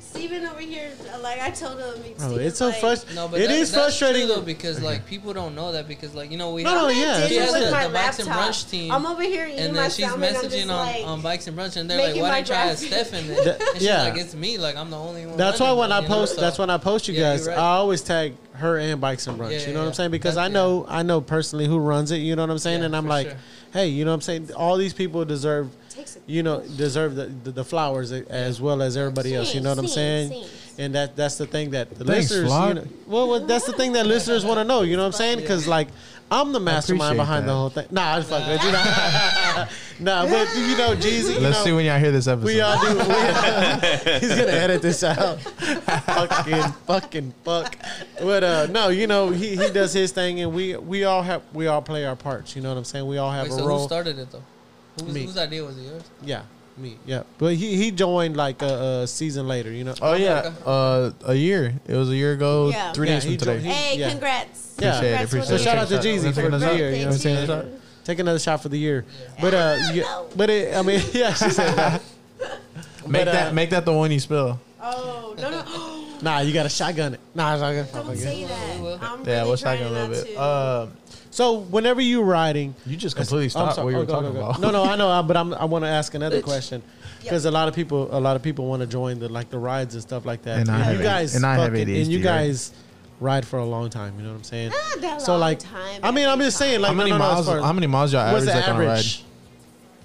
Steven over here. Like I told him.
Bro,
Steven's
it's so
like,
frustrating.
No, but
It
that-
is
that's true,
frustrating.
though because like people don't know that because like you know we
No,
have
no,
I'm
yeah,
at
that's
dinner
what I'm
with
saying.
my
The Bikes and
laptop.
Brunch team,
I'm over here eating
and
my
then she's
salmon. I'm
messaging on,
just like,
on bikes and brunch, and they're like,
making
"Why
my
didn't you ask
graphic.
Stefan?" then?"
*laughs*
And she's
Yeah.
like, "It's me. Like I'm the only one."
That's why
running
when
it,"
I
you know,
post,
so-
that's when I post you
Yeah,
guys.
you're right.
I always tag her and bikes and brunch.
Yeah,
you
yeah,
know what
yeah.
I'm saying? Because
That's-
I know I know personally who runs it. You know what I'm saying?
Yeah,
and I'm
for
like,
sure.
hey, you know what I'm saying? All these people deserve,
Takes a-
you know, deserve the, the, the flowers a- as well as everybody else. You know what I'm
Same,
saying?
same,
And that that's the thing that the
Thanks,
listeners,
Flock.
you know, well, well, that's the thing that listeners want to know. You know what I'm saying? Because like. I'm the mastermind
appreciate
behind the
that.
whole thing. Nah, I just fuck with
*laughs*
you. *laughs* Nah, nah, but you know, Jeezy. you
Let's
know-
see when y'all hear this episode.
we all do.
*laughs*
we- *laughs* he's gonna edit this out. fucking, fucking, fuck. But uh, no, you know he, he does his thing, and we we all have we all play our parts. You know what I'm saying? We all have
Wait,
a
so
role.
who started it though? Who's,
Me.
Whose idea was it? Yours?
yeah, me. Yeah, but he he joined like a, a season later. You know.
Oh yeah, uh, a year. It was a year ago,
Yeah.
three
Yeah,
days
he
from today.
joined-
Hey,
Yeah.
congrats.
Yeah.
Appreciate it,
Congrats with
appreciate
So
it.
the
shout out to
Take a
Jeezy
shot.
for the
Take a
year. You know what I'm
shot.
saying?
Thank you.
Take another shot for the year. But uh, yeah, but it, I mean, *laughs* yeah, she said that.
Make
But, uh,
that make that the one you spell.
Oh no *gasps* no!
Nah, you gotta shotgun it. Nah, shotgun.
Don't say that. I'm
Yeah,
really
what's that
trying
gonna
not
little bit?
to.
Uh,
So whenever you riding,
you just completely
I'm
stopped
sorry.
what you
Oh,
were
go,
talking
go, go.
*laughs* about.
No, no, I know, I- but I'm, I want to ask another question because a lot of people, a lot of people want to join the like the rides and stuff like that.
And I
you
have-
guys,
and I have
fucking- and
ADHD,
you
right?
guys ride for a long time. You know what I'm saying?
Not Ah, that
so
long
like,
time,
I mean, I'm
every
just
time.
saying like,
how many
no, no, no, as
miles?
far-
How many miles y'all
what's
average
the
like on a ride?
average?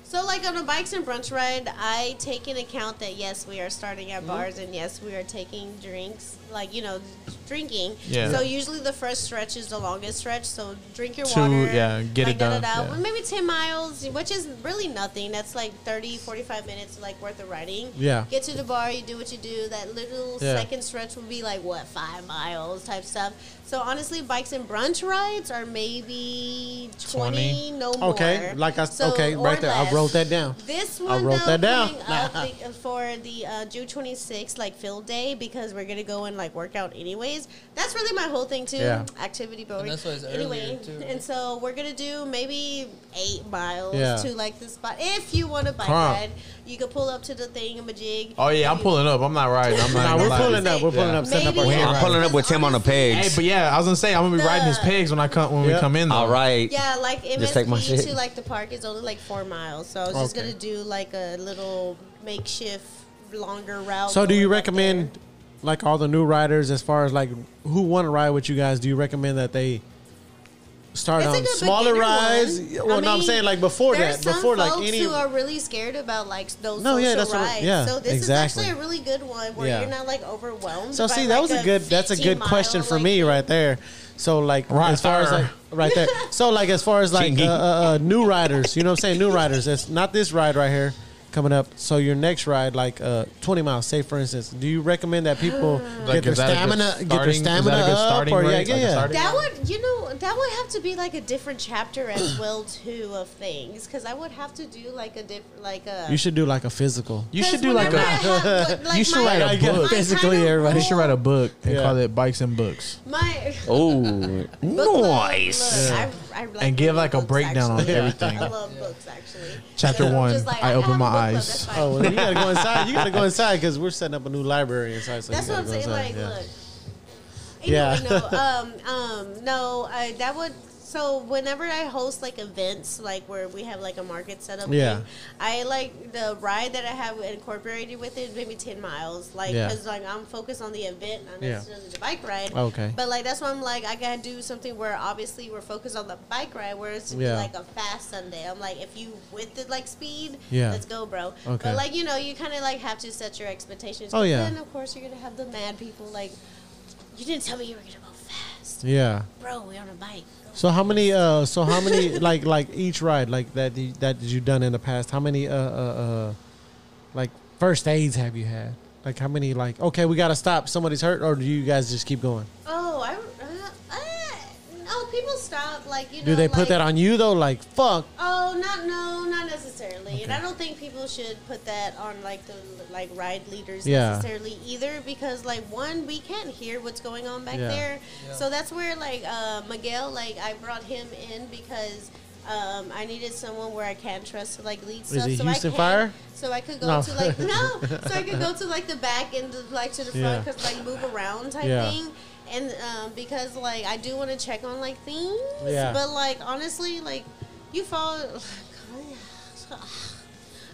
So, like on a bikes and brunch ride, I take in account that yes, we are starting
Mm-hmm.
at bars and yes, we are taking drinks, like you know, drinking.
Yeah.
So usually the first stretch is the longest stretch. So drink your
To-
water.
yeah, get
like,
it
da, da,
done,
da.
yeah.
Well, Maybe ten miles, which is really nothing. That's like 30, 45 minutes, like worth of riding.
Yeah.
Get to the bar, you do what you do. That little
Yeah.
second stretch will be like what five miles type stuff. So honestly, bikes and brunch rides are maybe
20.
twenty, no more.
Okay, like I s-
So,
okay,
or
right there. I
less.
wrote that down.
This one
wrote
though,
that down.
coming up the- for the uh, June 26th, like field day, because we're gonna go and like work out anyways. That's really my whole thing too.
Yeah.
Activity, but
And that's why it's
anyway.
earlier, too.
And so we're gonna do maybe eight miles
Yeah.
to like the spot. If you want to bike
Huh.
ride, you could pull up to the thing and jig.
Oh yeah, I'm pulling up. I'm not riding. I'm not.
Nah,
even
we're
lying.
pulling up. We're pulling
Yeah.
up. Setting up
Maybe-
our
Yeah.
I'm pulling up with Tim on the
Hey,
pegs.
but yeah, I was gonna say I'm gonna be riding his
The-
pegs when I come when
Yeah.
we come in. Though.
All right.
Yeah, like MSP
Just take my shit.
to like the park is only like four miles, so I was just
Okay.
gonna do like a little makeshift longer route.
So, do you
going up
recommend like all the new riders, as far as like who want to ride with you guys? Do you recommend that they start
It's
on
like a
smaller
beginner
rides?
one.
Yeah,
I
Well, no, I'm
mean,
saying like before
there are
that,
some
before like
folks
any.
who are really scared about like those
No,
social
yeah, that's what I'm-
rides.
yeah,
so this
exactly.
is actually a really good one where
Yeah.
you're not like overwhelmed.
So
by,
see, that
like,
was a good. That's a good
15
question
mile,
for
like,
me right there. So like,
Right
as far as
there.
like, right
*laughs*
there. So like, as far as like uh,
Chingy.
uh, uh, new riders, you know what I'm saying? New riders. It's not this ride right here coming up. So your next ride, like uh, 20 miles, say for instance, do you recommend that people
Like,
get their
is that a good
stamina, get
starting-
their
is that a
stamina
good
up,
starting
or yeah,
rate?
yeah,
Like a
yeah.
starting-
That would, you know, that would have to be like a different
*clears throat*
chapter as well too of things, because I would have to do like a different, like a.
You should do like a physical.
You should
'cause
do like
whenever I
a.
have, like,
You should
my-
write a
my
book.
kind of
Basically, everybody
You should write a book and
Yeah.
call it Bikes and Books.
My
*laughs* Oh,
book club.
nice.
Look, I, I like
And give,
reading
like, a
books,
breakdown on
actually.
everything.
*laughs* I love books actually.
Chapter
So,
one,
just, like,
I
have
open
a
my
book club,
eyes.
that's fine.
*laughs* Oh, well, you gotta go inside. You gotta go inside because we're setting up a new library inside. So
That's
you
what
gotta
I'm
go
saying.
inside.
Like,
yeah.
look.
Yeah.
Anyway, no, um,
*laughs*
um, no, I, that would. So whenever I host like events, like where we have like a market set up,
Yeah.
thing, I like the ride that I have incorporated with it, maybe ten miles, like
Yeah.
because like I'm focused on the event, not
Yeah. Oh,
necessarily the bike ride.
Okay.
But like that's why I'm like I gotta do something where obviously we're focused on the bike ride, where it's to be
Yeah.
like a fast Sunday. I'm like if you with the like speed,
Yeah.
let's go, bro.
Okay.
But like you know you kind of like have to set your expectations.
Oh,
But
yeah.
Then of course you're gonna have the mad people like you didn't tell me you were gonna go fast,
Yeah.
bro. We're on a bike.
So how many? Uh, so how
*laughs*
many? like like each ride like that you- that you done in the past? How many? Uh, uh, uh, like first aids have you had? Like how many? Like okay, we gotta stop. Somebody's hurt, or do you guys just keep going?
Oh, I. Uh, uh, no, people stop. Like you know.
Do they put
like-
that on you though? Like fuck.
Oh, not no, not necessarily. And I don't think people should put that on like the like ride leaders
Yeah.
necessarily either because like one we can't hear what's going on back
Yeah.
there.
Yeah.
So that's where like uh, Miguel like I brought him in because um, I needed someone where I can trust to like lead stuff.
he
so
Houston
I can,
Fire?
So I could go
No.
to
*laughs*
like no, so I could go to like the back and the, like to the front
Yeah.
because like move around type
Yeah.
thing. And um, because like I do want to check on like things,
Yeah.
but like honestly, like you fall. *sighs*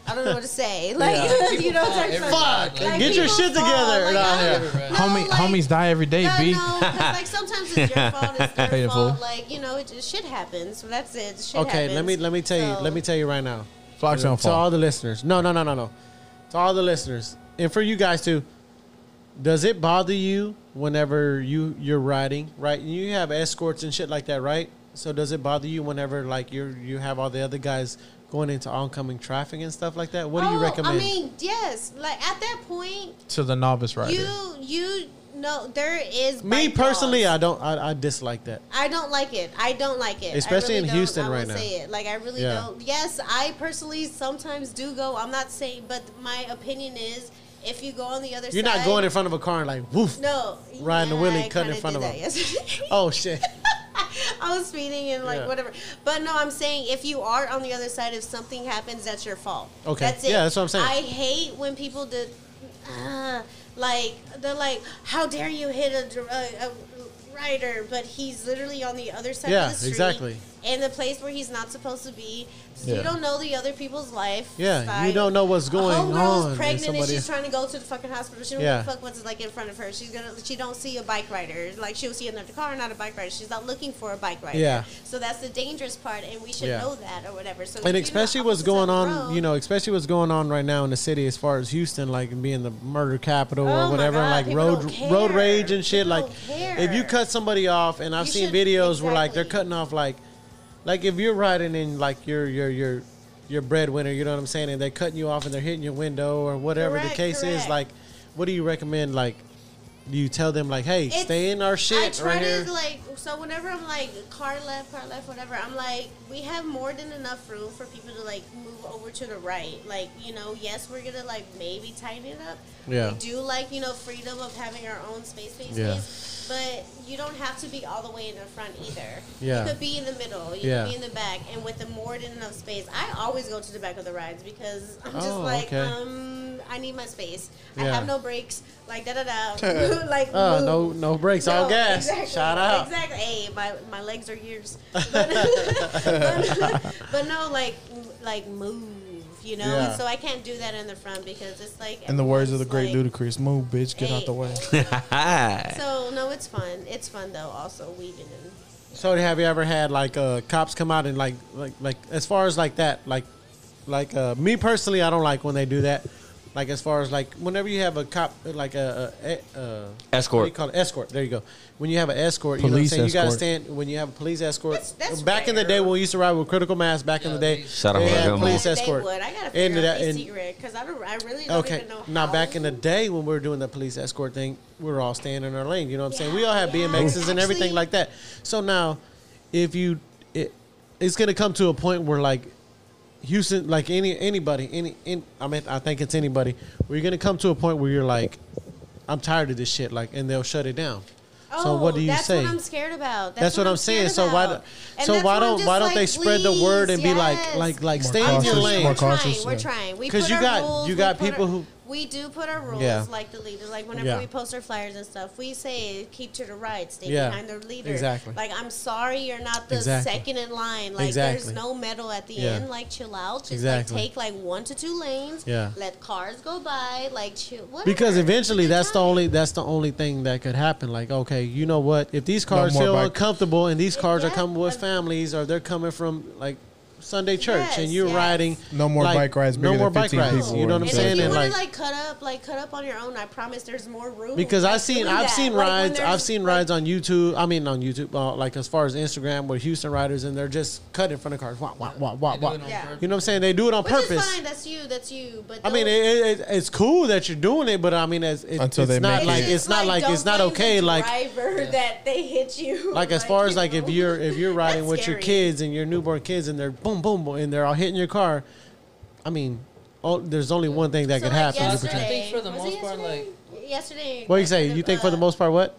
I don't know what to say. Like *laughs* you know,
fall
it's
every
like,
ride, Fuck,
like,
get your
people
shit
fall,
together.
Like,
No,
I-
yeah.
Every ride.
no,
Homie,
like,
homies die every day,
no,
B.
no, 'cause, like sometimes it's
*laughs*
your fault, it's their
Painful.
fault. Like you know, it just shit happens. So that's it. Shit
okay, let me
happens.
let me tell you
So-
let me tell you right now.
Flocks don't
to all
fall.
the listeners. No, no, no, no, no. To all the listeners, and for you guys too. Does it bother you whenever you you're riding, right? And you have escorts and shit like that, right? So does it bother you whenever like you you have all the other guys going into oncoming traffic and stuff like that? What do you
Oh,
recommend?
I mean, yes. Like at that point,
To the novice rider.
you you know there is
Me
bike
personally,
laws.
I don't I, I dislike that.
I don't like it. I don't like it. I
Especially
really
in
don't.
Houston
I will
right now.
Say it. Like I really
Yeah.
don't. Yes, I personally sometimes do go. I'm not saying, but my opinion is, if you go on the other
You're
side,
not going in front of a car and like woof.
No,
riding the
Yeah,
wheelie,
I
cutting in
kinda
front
did
of
that
them.
yesterday.
Oh
*laughs*
shit.
I was speeding and like
Yeah.
whatever. But no, I'm saying if you are on the other side, if something happens, that's your fault.
Okay.
That's it.
Yeah, that's what I'm saying.
I hate when people did, uh, like they're like, "How dare you hit a, dr- a, a rider?" But he's literally on the other side
Yeah,
of the street.
exactly.
In the place where he's not supposed to be, so
Yeah.
you don't know the other people's life.
Yeah, you
side.
don't know what's going
a
on.
homegirl's
and
pregnant and
somebody-
she's trying to go to the fucking hospital. She don't
Yeah.
give a fuck what's like in front of her. She's gonna she don't see a bike rider. Like she'll see another car, not a bike rider. She's not looking for a bike rider.
Yeah.
So that's the dangerous part, and we should
Yeah.
know that or whatever. So
and
if you're
especially
not
what's
opposite
going
side of the
on,
road-
you know, especially what's going on right now in the city as far as Houston, like being the murder capital
Oh
or
my
whatever,
God,
like
people
road
don't
road
care.
rage and shit.
People
like,
don't
if you
care.
cut somebody off, and I've
You
seen
should-
videos where like they're
exactly.
cutting off like, like if you're riding in like your your your your breadwinner, you know what I'm saying, and they're cutting you off and they're hitting your window or whatever the
Correct,
case is.
correct.
Like, what do you recommend? Like, do you tell them like, hey,
It's-
stay in our
I
shit
try
right
to
here?
like so whenever I'm like car left, car left, whatever. I'm like we have more than enough room for people to like move over to the right. Like you know, yes, we're gonna like maybe tighten it up.
Yeah.
We do like you know freedom of having our own space, space,
Yeah.
space. But you don't have to be all the way in the front either.
Yeah.
You could be in the middle. You
Yeah.
could be in the back, and with the more than enough space, I always go to the back of the rides because I'm just
Oh,
like
okay.
um I need my space. I
Yeah.
have no brakes. Like da da
*laughs*
da. *laughs* like
Uh,
move.
no, no brakes, all
No,
gas.
exactly,
Shout out.
Exactly. Hey, my, my legs
*laughs*
are *laughs* yours. But, but, but no, like like move. you know.
Yeah.
And so I can't do that in the front because it's like.
In the words of the great
everyone's
Ludacris, move, bitch, get out the way.
like- So no, it's fun. It's fun though. Also weeding and
So have you ever had like uh, cops come out and like like like as far as like that like like uh, me personally I don't like when they do that like as far as like whenever you have a cop like a, a, a uh, what do you
Escort.
call it escort there you go when you have an escort you know what I'm
Police
saying you gotta
escort.
stand when you have a police escort
That's- that's
back in the
rare.
day when we used to ride with critical mass back in
Yeah,
the day
they-
Shout out
they
to
had
them.
police
Yeah,
escort
They would. I gotta
And
figure out
that-
that,
and-
secret because I don't. I really don't
Okay.
even know.
Now
how.
back in the day when we were doing the police escort thing, we were all staying in our lane. You know what I'm saying? We all have
Yeah,
BMXs and
actually-
everything like that. So now, if you, it, it's gonna come to a point where like, Houston, like any anybody, any, any I mean, I think it's anybody. Where you're gonna come to a point where you're like, I'm tired of this shit. Like, and they'll shut it down. so
Oh,
what do you
that's
say?
What I'm scared about. That's,
That's, what, I'm, saying.
scared
So why,
about.
do-
And
so
that's
why
what I'm
don't
just
why don't
like,
they spread the word and be like
please,
like like
More
stay in
yes.
your
cautious,
lane?
more
We're trying.
cautious,
We're
yeah.
trying. We
'Cause
put
you
our
got-
rules,
you
we
got
put our-
people who-
we do put our rules
Yeah.
like the leaders. Like whenever
Yeah.
we post our flyers and stuff, we say keep to the right, stay
Yeah.
behind the leader.
Exactly.
Like I'm sorry you're not the
Exactly.
second in line. Like
Exactly.
there's no medal at the
Yeah.
end. Like chill out. Just
Exactly.
like take like one to two lanes.
Yeah.
Let cars go by. Like chill. Whatever.
Because eventually,
Good
that's the
time.
only that's the only thing that could happen. Like, okay, you know what? If these cars
more
feel
bike-
uncomfortable, and these cars are
Yeah.
coming with families, or they're coming from like Sunday church, and
Yes,
you're
yes.
riding
No more
like,
bike rides
no
bigger
more
than
bike
15
rides.
people
You know what I'm
or
And
saying?
if you
And
want to
like,
like, cut up, like cut up on your own, I promise there's more room.
because
like,
I've seen
doing
I've
that.
seen
Like, when
rides
there's,
I've seen
like,
rides on YouTube. I mean on YouTube, uh, like as far as Instagram with Houston riders, and they're just cut in front of cars. Wah wah wah wah
They do
wah.
it on
Yeah.
purpose.
You know what I'm saying? They do it on
Which
purpose.
is fine. That's you. That's you. But
I mean,
those-
it, it, it's cool that you're doing it, but I mean, it's, it,
Until
it's
they
not
make
like
it.
it's not like
don't
it's not
blame the
okay. Like
driver that they hit you.
*laughs* like as far as like if
you know.
you're if you're riding
*laughs* That's
with your
scary.
kids and your newborn kids and they're boom boom boom and they're all hitting your car, I mean, oh, there's only one thing that
So,
could
like,
happen.
yesterday- I think for the
was it
most part,
yesterday? yesterday.
what do you say? You think for the
uh,
most part what?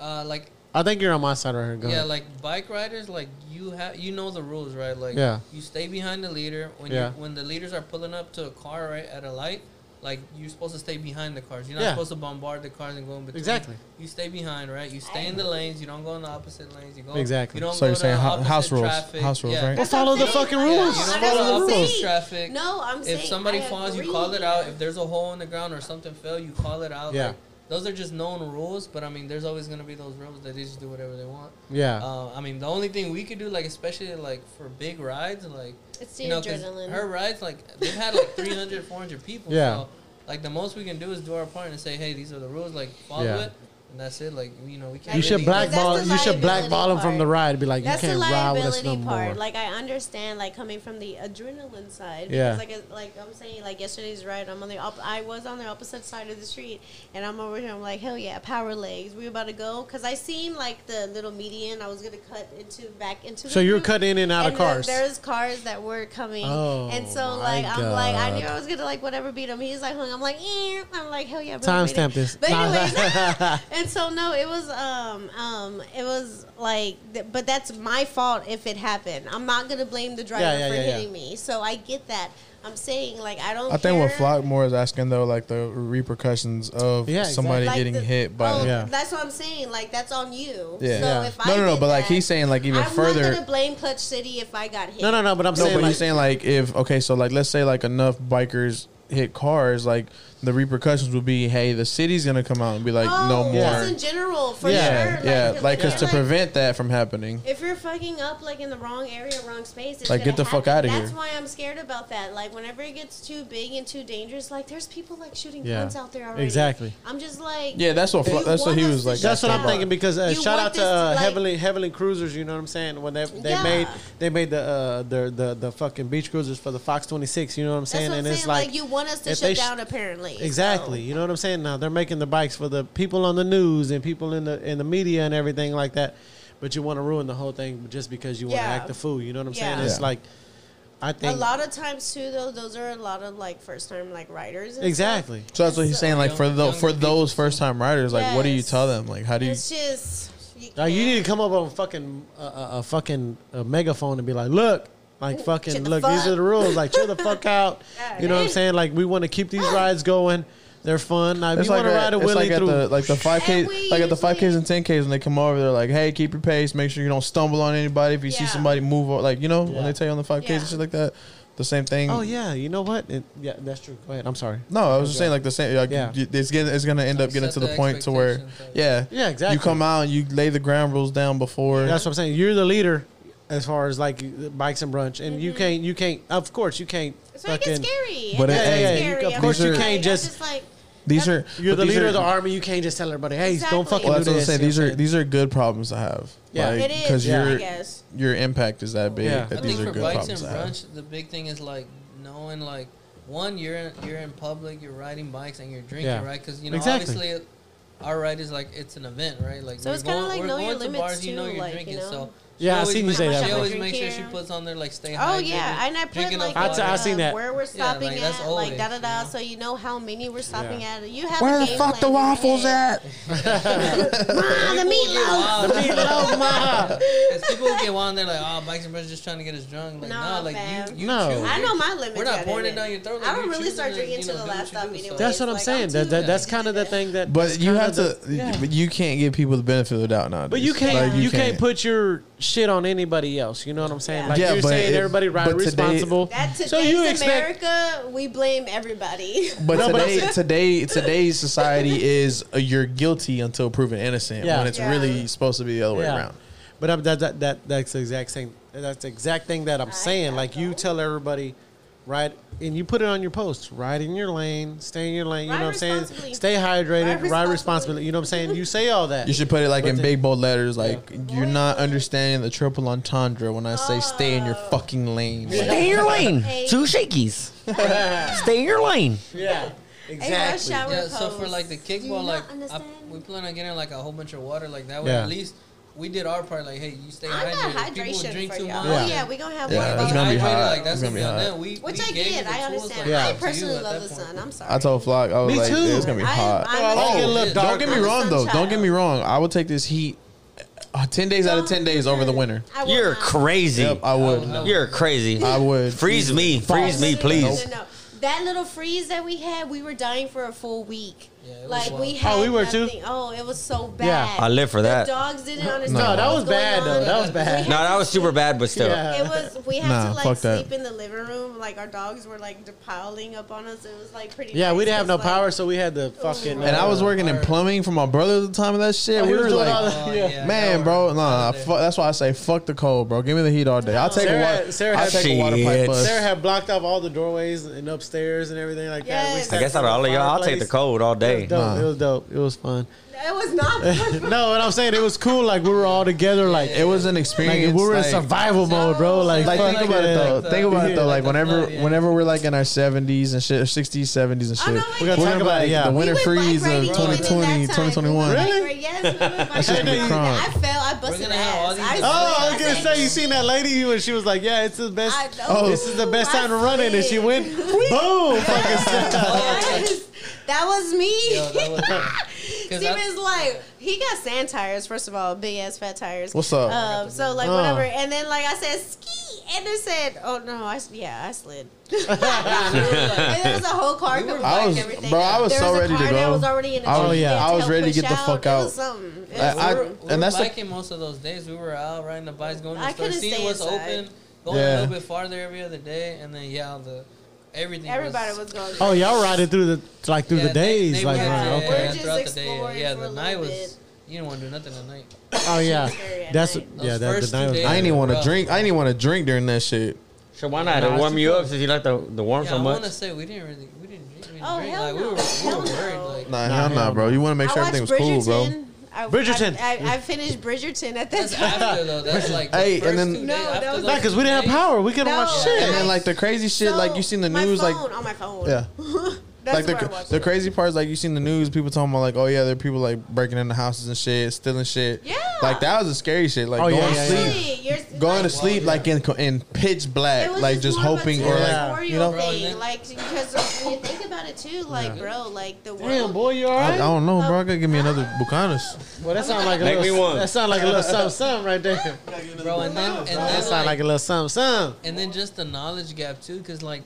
Uh, like
I think you're on my side right here. Go
yeah,
ahead.
like bike riders, like you have you know the rules, right? Like
Yeah.
you stay behind the leader when
Yeah.
you when the leaders are pulling up to a car right at a light. Like you're supposed to stay behind the cars. You're not
Yeah.
supposed to bombard the cars and go in between.
Exactly.
You stay behind, right? You stay in the lanes. You don't go in the opposite lanes. You go
Exactly.
You don't
So
go
you're
to
saying hou-
opposite
house rules.
traffic.
House rules,
Yeah.
right?
Well, follow the
That's what I'm
fucking
saying.
rules.
You
I
don't
know
follow
what
the
I'm
rules.
saying.
Traffic.
No, I'm saying
If somebody
I
falls, you
agree.
call it out. If there's a hole in the ground or something fell, you call it out.
Yeah.
Like, those are just known rules, but I mean, there's always gonna be those rules that they just do whatever they want.
Yeah.
Uh, I mean, the only thing we could do, like especially like for big rides, like
It's the
you know, 'cause
adrenaline.
her rides, like they've had like 300, 400 people.
Yeah.
So, like the most we can do is do our part and say, hey, these are the rules. Like follow
Yeah.
it, and that's it. Like you know, we can't.
you should
really-
that's
blackball.
the
You should
liability
blackball them from
part.
the ride. Be like,
That's
you
the
can't ride with us no
liability
more.
part. Like I understand, like coming from the adrenaline side.
Yeah.
Because like it- like I'm saying, like yesterday's ride, I'm on the op- I was on the opposite side of the street, and I'm over here. I'm like, hell yeah, power legs. We about to go because I seen like the little median. I was gonna cut into back into. The
so you're
group,
cutting in and out
and
of
then
cars.
There's cars that were coming,
Oh,
and so
my
like I'm like I knew
God.
I was gonna like whatever beat him. He's like hung. I'm like, eh. I'm like hell yeah. bro, I made it.
Timestamp this.
But anyways, and so no, it was um um it was like, th- but that's my fault if it happened. I'm not gonna blame the driver
Yeah, yeah,
for
yeah, yeah.
hitting me. So I get that. I'm saying like I don't.
I think what
care.
Flockmore is asking though, like the repercussions of
Yeah,
somebody
Like
getting
the-
hit by.
oh,
Yeah.
That's what I'm saying. Like that's on you.
Yeah.
So
Yeah.
if I
no, no, no.
did
But like
that,
he's saying, like even
I'm
further.
not gonna blame Clutch City if I got
*laughs*
hit.
no, no, no. But I'm
No,
saying
but
like,
he's saying like if okay, so like let's say like enough bikers hit cars, like the repercussions would be, hey, the city's gonna come out and be like, no
Oh,
more.
Just in general, for
yeah,
sure.
yeah, like because to
again, like,
prevent that from happening.
If you're fucking up like in the wrong area, wrong space, it's
Like,
gonna
get the fuck
happen.
outta
That's
here.
why I'm scared about that. Like whenever it gets too big and too dangerous, like there's people like shooting
Yeah.
guns out there already.
Exactly.
I'm just like
Yeah, that's what
you
Flo- that's what he
want us
was
to
like.
That's what I'm
Yeah.
thinking because uh,
You
shout
want
out to
this to,
uh,
like-
Heavenly Heavenly Cruisers. You know what I'm saying? When they they
Yeah.
made they made the uh, the, the the fucking beach cruisers for the Fox 26. You know what I'm
That's
saying?
what I'm
and
saying.
it's
like,
like
you want us to
if they
shut
sh-
down, apparently.
exactly. You know what I'm saying? Now they're making the bikes for the people on the news and people in the in the media and everything like that. But you want to ruin the whole thing just because you want to
Yeah.
act a fool. You know what I'm saying?
Yeah.
It's
Yeah.
like I
So, a
think
lot of times too, though, those are a lot of like first time like writers. and
exactly.
So that's what he's saying. Like for the for those first time riders, like what do you
Yes.
tell them? Like how do
stuff.
you?
It's just you,
Like you
can't-
need to come up on fucking a, a, a fucking a megaphone and be like, look, like fucking
shut the
look, these
fuck
are the rules. Like chill the fuck
*laughs*
out.
Yeah,
you know what I'm
right.
saying? Like we want to keep these rides going. They're fun. Now, if
It's
you
like,
want to ride
at,
a
it's
Willie
like at
through,
the like the five k
And we
like at the
usually-
five k's and ten k's when they come over, they're like, hey, keep your pace, make sure you don't stumble on anybody. If you see
Yeah.
somebody move, or, like you know
Yeah.
when they tell you on the five k's
Yeah.
and shit like that, the same thing.
Oh yeah, you know what? It, yeah, that's true. Go ahead. I'm sorry.
No, I was just saying like the same. Like,
Yeah.
you- it's getting it's gonna end up getting
Set
to the,
the
point to where,
expectations,
yeah,
Yeah, exactly.
You come out, you lay the ground rules down before.
That's what I'm saying. You're the leader as far as like bikes and brunch, and you can't. You can't. Of course, you can't.
Mm-hmm. So it gets
fucking-
scary.
But
it,
it-
gets
yeah, yeah,
you-
scary.
of
I'm
course
like-
you can't
I'm
just-
like
These are
You're
but
the
these
leader
are-
of the army. You can't just tell everybody, "Hey,
Exactly.
don't fucking
Well,
do
that's what I'm
this."
saying.
you know
These
what
are
I'm
these are good problems to have.
Yeah.
like,
it is
because
yeah, I
your
guess.
your impact is that big.
Yeah.
I
That
think
these
for
are good
bikes and
problems to have.
brunch, the big thing is like knowing like one you're in, you're in public, you're riding bikes and you're drinking,
Yeah.
right? Because you know
Exactly.
obviously uh, our ride is like it's an event, right? Like
So
we're
it's kinda
going-
like
we're
know
going
your
to
limits
bars, you know
too,
you're
like,
drinking,
you know?
so.
Yeah, I've
she always
seen you
makes-
say that
She
before.
always
Drink
makes sure she
here.
puts on there like stay
Oh
hydrated.
yeah, and I put
drinking
like
up
I'd say-
water.
I've seen that.
where we're stopping
like, that's
at,
always,
like da da da,
you know?
so you know how many we're stopping
Yeah.
at. You have
Where
a
the
game
fuck
plan
the
in your
waffles
head.
at?
*laughs* Ma, the meatloaf.
Wow.
saying? Meatloaf,
*laughs*
ma.
Because people get on there like, oh, bikes and brothers just trying to get us drunk. Like,
No,
nah, like
fam.
you, you
No.
choose.
I know my limits.
We're not
at
pouring
it.
it down your throat.
I
like,
don't
you're
really start
choosing to,
drinking
you
till
know,
the
do what
last
you
stop
do, so-
anyway.
That's what I'm
Like, I'm
saying.
too
that, that, that's
good.
kind of the thing that.
But
that's
you
kinda
have to.
the- yeah.
But you can't give people the benefit of the doubt nowadays.
But you can't.
Like,
you, can't, put your shit on anybody else. You know what I'm saying?
Yeah.
Like
Yeah,
you're
but
saying,
it-
everybody ride
but today-
responsible.
That today's
So you expect-
America, we blame everybody.
But
No, but I'm
today, today, today's society is uh, you're guilty until proven innocent.
Yeah.
When it's
Yeah.
really supposed to be the other way
Yeah.
around.
But I'm, that, that that that's the exact same. That's the exact thing that I'm saying.
know.
Like you tell everybody, right, and you put it on your post. Ride in your lane. Stay in your lane. You
Ride
know what I'm saying?
responsibly.
Stay hydrated.
Ride
Ride responsibly.
responsibly.
You know what I'm saying? You say all that.
You should put it like
But
in
the-
big bold letters, like you're not understanding the triple entendre when I say stay in your fucking lane. Like,
Stay in your lane.
Hey.
Two
*laughs*
shakies. Stay in your lane.
yeah. *laughs* Exactly.
shower
Yeah, so for
pose.
like the
Do you
kickball,
not
like I,
understand?
we plan on getting like a whole bunch of water, like that way
Yeah.
at least we did our part. Like, hey, you stay
I
hydrated.
got
People
hydration
drink
for
too
y'all.
much.
Oh yeah, we gonna have
Yeah,
one
it's
about
gonna be
Hydrated,
hot.
Like,
It's
that's
gonna be
what's
hot.
done. We,
Which
we
I
gave you
get.
the
I
tools,
understand.
like,
Yeah.
I
it's up to you
personally
at
love
that
the
point.
sun. I'm sorry.
I told Flock, I was
Me
like,
too. Oh,
"Dude, it's gonna be
I-
hot.
I'm
No, I like
a-
it. Look,
I'm
Don't
dog,
get
a
me wrong though.
sunchild.
Don't get me wrong. I would take this heat uh, ten days out of ten days over the winter.
I will
You're
not.
crazy.
Yep, I would.
no.
You're crazy.
I would.
Freeze me. Freeze me,
No, no, no,
please.
no, no. That little freeze that we had, we were dying for a full week.
Yeah, it was
like we
wild.
had.
Oh, we were too?
nothing. Oh, it was so bad.
Yeah.
I live for that.
The dogs didn't understand.
No,
what
that was
going
bad though.
on.
That was bad.
No, that was super bad, but still.
Yeah. *laughs*
It was. We had
Nah,
to like
fuck that.
sleep in the living room. Like our dogs were like de- piling up on us. It was like pretty.
Yeah, we
nice.
didn't have
It's
no
like-
power, so we had the fucking.
And I was
uh,
working in plumbing for my brother at the time of that shit.
Oh, he
we
was
were
doing
like,
all that.
Oh,
Yeah.
yeah,
Man,
that
bro,
works.
nah.
Out of
Fuck, that's why I say fuck the cold, bro. Give me the heat all day. I'll take
Sarah-
a water.
Sarah
I'll
had-
take a water
Shit.
pipe bus.
Sarah had blocked off all the doorways and upstairs and everything like that.
Yes.
I guess out of all of y'all, I'll take the cold all
It was
day.
dope.
Nah.
It was dope. It was fun.
It
*laughs*
was not. fun.
No, and I'm saying it was cool. Like we were all together. Like
it was an
Like
experience.
we were in
like-
survival mode, bro. Like,
Like
fuck
think about
yeah.
it though.
the-
think about it though. Like
like the
whenever,
flood, yeah.
whenever we're like in our seventies and shit, sixties, seventies and shit,
Oh, no,
We gotta
wait,
talk
gonna be,
about it.
like,
Yeah.
the
We
winter
went
freeze
bike
of
riding even at that
2020,
time.
2021.
We went
Really?
bike ri- Yes, we went bike
shit's gonna be
riding.
crunk.
I fell. I busted
gonna have all
ass.
these
I
different-
Oh, I was
said-
gonna say you seen that lady when she was like, "Yeah, it's the best.
I-
Oh.
this is the best
I
time to run it." And she
slid. *laughs*
went,
Oh.
boom, fucking slid.
Yes, that was me.
Yo,
*laughs*
that was- 'cause
He
that's-
was like, he got sand tires, first of all, big ass fat tires.
What's up? Oh.
Um, so, like,
Uh.
whatever. And then, like, I said, ski. And they said, oh, no, I, s- yeah,
*laughs*
I slid. *laughs* and there was a whole car.
We were
could
I
bike
was-
everything.
bro, I was
there
so
was a
ready to
car That
go.
was already in the
I
was-
tree
yeah.
that
I was
helped
ready to get
push
the fuck
It was
out.
something. It
I-
was
I-
something.
we
and
were
that's the-
biking most of those days. We were out riding the bikes, going to
I
the store,
couldn't
seeing
stay
what's
inside.
open, going
Yeah.
a little bit farther every other day, and then yeah, the everything.
Everybody was going.
Oh, y'all riding through the like through
yeah,
the days,
they- they
like
were-
right,
yeah,
okay.
We're just
throughout the day,
exploring
Yeah,
for a
the night
little
was. You didn't want to do nothing at night.
Oh yeah,
scary at
that's
night.
yeah.
Those
That
first
the night
two
was
days.
I ain't even want to
Bro.
drink. I ain't even want to drink during that shit.
So why not? It'll warm you up since you like the, the warm
Yeah,
so
I want to
much.
say we didn't really, we didn't drink. We didn't
Oh,
drink.
hell
like,
no.
we were, we
Hell
were
*laughs*
no.
worried. Like,
Nah,
Nah,
hell
hell
nah,
no.
bro. You want to make
I
sure
watched
everything was cool, bro.
Bridgerton. I-
Bridgerton.
I, I, I finished Bridgerton at that
That's
time.
after though. That's like the
Hey, and
first
then-
two
No,
days,
that
after
was-
those
Nah, because we
two
didn't have
days-
power. We couldn't
No,
watch shit.
And
I-
then like the crazy *laughs* shit,
So,
like you seen the
my
news, like
phone, on my phone.
yeah.
*laughs* That's
like
like where I
the
watched
the
it.
crazy part is like you seen the news, people talking about like, oh yeah, there are people like breaking into houses and shit, stealing shit.
Yeah.
like that was the scary shit. Like
Oh,
going
yeah,
to
yeah,
sleep,
yeah.
Really, you're
going to
like,
sleep
yeah.
like in in pitch
It
black,
was
like
just,
just
more of a
hoping or
territorial
like you know.
thing,
Bro,
like because when you think about it too, like bro, like the world.
Damn, boy, you all
I, I
right?
don't know, bro. I gotta give me another
*laughs*
Bucanas.
well, that sound like a
Make
little.
me one.
That sound like a little something, something right there.
bro, and then and
That
then
sound like
like,
a little something, something.
and then just the knowledge gap too, because like.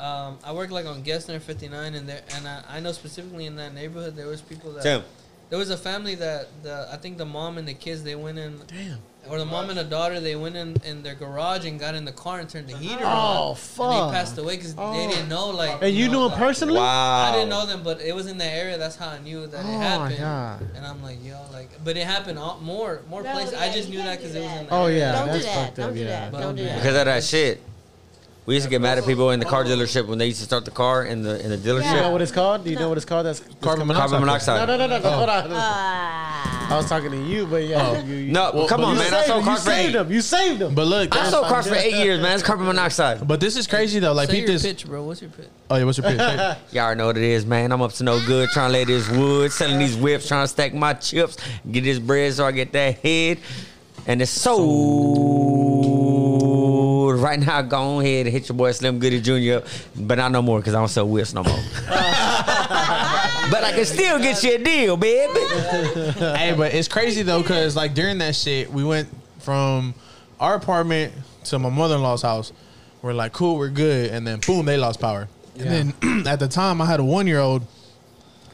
Um, I work like on Gessner 59, and there, and I, I know specifically in that neighborhood there was people that
Tim,
There was a family that the I think the mom and the kids they went in,
Damn.
or the mom and the daughter they went in in their garage and got in the car and turned the heater
Oh,
on. And
fuck.
they passed away because
Oh.
they didn't know like.
And you
know,
knew him
like-
personally?
I
Wow.
didn't know them, but it was in the area. That's how I knew that
Oh,
it happened.
God.
And I'm like, yo, like, but it happened all, more, more
No,
places.
yeah,
I just
you
knew
can't
that
do
because it was
that.
in the
Oh
area.
yeah,
Don't do
that's
that.
fucked
Don't
up.
do
Yeah.
that. Don't do that.
Because of that shit. We used to get mad at people in the car dealership when they used to start the car in the in the dealership.
You know
Yeah.
what it's called? Do you know
No.
what it's called? That's
Carbon monoxide.
No,
Carbon monoxide.
no, no, no. no. Hold on.
Ah.
*laughs*
I was talking to you, but yeah. you- you-
No,
Oh. Well,
come
but
on,
you
man. I
saved
sold
him, you
cars for
saved
eight.
him. You saved him. *laughs*
But look,
I
that's-
sold cars for
Yeah.
eight years, man. It's carbon monoxide.
but this is crazy though. Like,
Say
peep
your
this.
pitch, bro. What's your pitch?
Oh yeah, what's your pitch?
*laughs*
Say-
Y'all already know what it is, man. I'm up to no good, trying to lay this wood, selling these whips, trying to stack my chips, get this bread so I get that head. And it's sold. Right now, go on ahead and hit your boy Slim Goody Jr. up, but not no more because I don't sell whips no
*laughs*
more. but I can still get you a deal, baby.
hey, but it's crazy though, cause like during that shit, we went from our apartment to my mother in law's house. We're like, cool, we're good, and then boom, they lost power. And then *clears throat* at the time, I had a one year old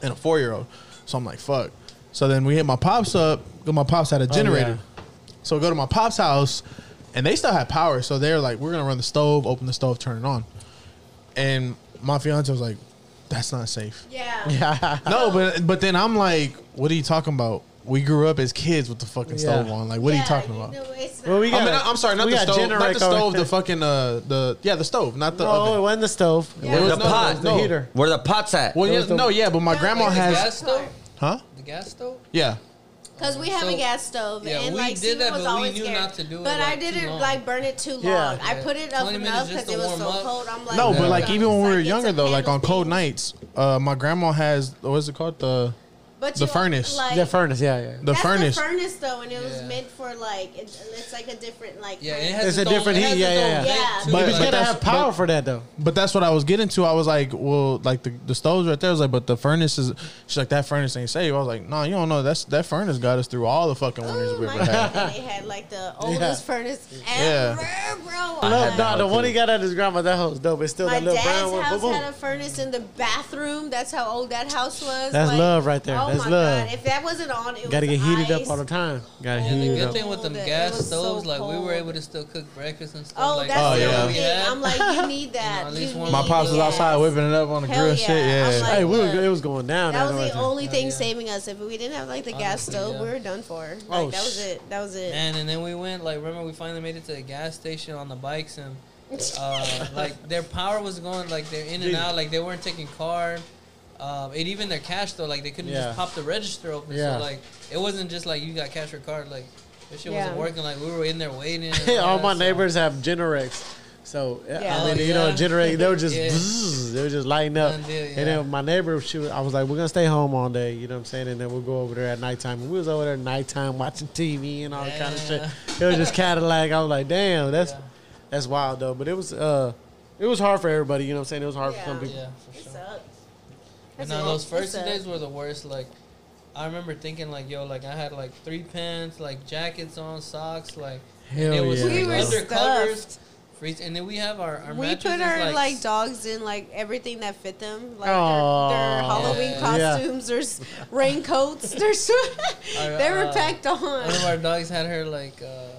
and a four year old, so I'm like, fuck. So then we hit my pops up. 'cause My pops had a generator, so we go to my pop's house, and they still had power. So they're like, we're gonna run the stove, open the stove, turn it on. And my fiance was like, that's not safe.
Yeah.
No, but but then I'm like, what are you talking about? We grew up as kids with the fucking
Yeah.
stove on. Like, what are
Yeah,
you talking about?
know, it's
Well, we
not-
I mean,
got-
I'm sorry, not
we
the
got
stove,
Generac
not the
over
stove,
here.
the
*laughs*
fucking uh, the yeah, the stove, not the
Oh, it
oven.
wasn't the stove. It
Yeah.
It
was
The
was
the,
no-
pot.
the heater.
Where the pot's at.
Well, yeah,
was the-
no, yeah, but my
Yeah,
grandma
like the
The
has,
gas stove?
huh?
The gas stove?
Yeah,
Because we have a
So-
gas stove,
Yeah,
and
we
like
did
Steven
that,
was
but we
always
knew
scared.
not to do it,
But I
like, too
didn't
long.
like burn it too long.
Yeah.
I
Yeah.
put it up
20 minutes
enough because
just to
it was
warm
so
up.
cold. I'm like,
no,
"Hold
but like
up,
even when we
suck
were
it,
younger
suck
though, like
handle
on cold
things."
nights, uh, my grandma has what is it called the
But
the
you-
furnace.
like,
The furnace. Yeah, yeah.
the
that's
furnace.
The furnace though, and it was
Yeah.
meant for like it, it's like a different like.
Yeah,
kind
it
of-
has
It's a
own-
different
it has
heat, yeah,
its own
yeah,
bit
yeah.
to
But-
it,
But you
but
gotta
that's-
have power
but-
for that though.
But that's what I was getting to. I was like, well, like the, the stoves right there. I was like, but the furnace is. She's like, that furnace ain't safe. I was like, no, nah, you don't know. That's that furnace got us through all the fucking winters
Oh
we
my
ever had.
god! and They
*laughs*
had like the oldest furnace ever, bro.
I
No,
had
no,
that
the
one
one he
too.
got at his grandma, that house dope. It's still
My
that little
dad's
brown one.
house
Boom, boom.
had a furnace in the bathroom. That's how old that house was.
That's
Like,
love right there.
Oh
That's
my
love.
god! If that wasn't on, it
Gotta
was
get heated up
ice.
all the time. Gotta
And the
heat it
good
up.
thing with them
Cold.
gas
It was so
stoves, like we
cold.
were able to still cook breakfast and stuff.
Oh,
like,
that's
Oh,
the
yeah.
other thing. I'm like, you need that.
at
*laughs*
least
You
one-
My
need
pops was
that.
outside whipping it up on the
Hell
grill.
yeah.
Shit, yeah.
I'm like-
Hey, we was,
Look.
it was going down.
That was
right
the
there.
only thing
yeah.
saving us. If we didn't have like the gas
Honestly,
stove,
yeah.
we were done for. Like
Oh,
that was
sh-
it. That was it.
And, and then we went, like, remember we finally made it to the gas station on the bikes and, uh, like, their power was going, like, they're in and out, like, they weren't taking card. Um, and even their cash, though, like, they couldn't
Yeah.
just pop the register open.
Yeah.
So, like, it wasn't just like you got cash or card. Like, this shit
Yeah.
wasn't working. Like, we were in there waiting.
*laughs* *laughs*
and
all
that,
my
so-
neighbors have Generex. So
Yeah.
I mean,
Oh,
you know,
yeah.
Generex, they were just
Yeah.
bzzz, they were just lighting up.
Done deal, yeah.
And then my neighbor, she, was- I was like, we're gonna stay home all day, you know what I'm saying? And then we'll go over there at nighttime. And we was over there at nighttime watching TV and all that kind of shit. It was just Cadillac. I was like, damn, that's
Yeah.
that's wild though. But it was uh, it was hard for everybody. You know what I'm saying? It was hard
Yeah.
for some people.
Yeah, for
It
sure.
sucked.
And
That's
now
it.
those first
It
two days
sucked.
were the worst. Like, I remember thinking like, yo, like I had like three pants, like jackets on, socks, like
Hell
and it was
yeah,
like,
We were
undercovers, freeze, and then we have our, our
We
mattresses,
put our like,
like
dogs in like everything that fit them, like
Aw.
their, their Halloween
Yeah.
Yeah.
costumes, their s- raincoats, their *laughs* s-
Our,
they were
uh,
packed on
one of our dogs had her like uh,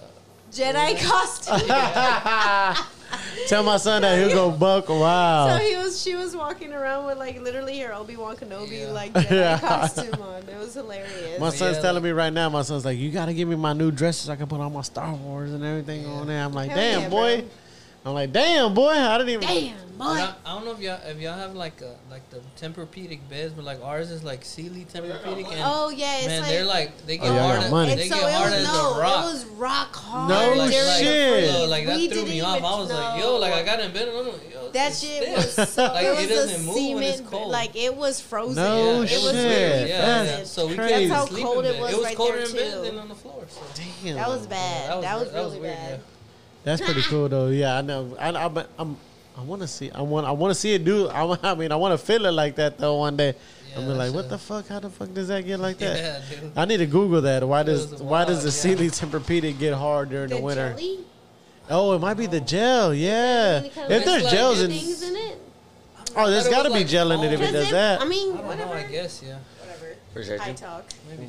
Jedi costume.
*laughs* Tell my son that he'll go buck
So
wild.
he was, she was walking around with like literally her Obi Wan Kenobi
Yeah.
*laughs*
like Jedi
Yeah.
costume on. It was hilarious.
my son's
Yeah.
telling me right now. My son's like, "You gotta give me my new dresses. I can put all my Star Wars and everything on there." I'm like,
Hell
"Damn,
yeah,
boy!" I'm like, "Damn, boy!" I didn't even.
Damn, boy.
I, I don't know if y'all if y'all have like a like the Tempur-Pedic beds, but like ours is like Sealy Tempur-Pedic, and
Oh yeah, it's
man,
like
they're like they get
Oh, y'all got
hard, as,
money.
they
and so
get
it
hard
was
as
no,
a rock.
it was rock hard.
No
like,
during
like,
the
shit.
freeze.
so, like that
We
threw
didn't
me off.
even
I was like,
know.
yo, like I got in bed and I'm like, yo,
That
this
shit
thick.
was so.
Like,
it
it
was a
doesn't move when it's
cement,
cold.
like it was frozen.
No
Oh,
it
Yeah, it
was
shit.
really
Yeah, yeah.
frozen.
So we
crazy.
can't
That's how
sleep
cold
in
it
bed.
was
It was
right
colder
there,
in bed
too.
than on the floor. So.
Damn.
That was bad.
Yeah,
that was,
that
really
weird,
bad.
That's pretty cool though. Yeah, I know. I I, but I'm I want to see. I want I want to see it do. I, *laughs* wa- I mean, I want to feel it like that though one day.
Yeah,
I'm be like,
that's
what
a-
the fuck? How the fuck does that get like
Yeah,
that?
yeah dude.
I need to Google that. Why does
was
why does
wild,
the Sealy
yeah.
Tempur-Pedic get hard during the,
The
winter?
jelly?
Oh, it might be the gel. Yeah.
Any kind of
If
like
there's
slimy
gels in,
Things in it.
oh,
I
there's
thought it
got to be
was like
gel in it if
foam.
it
Because
does that.
I mean,
I don't know.
whatever.
I guess yeah.
Whatever.
Appreciate
high
you.
talk.
Maybe.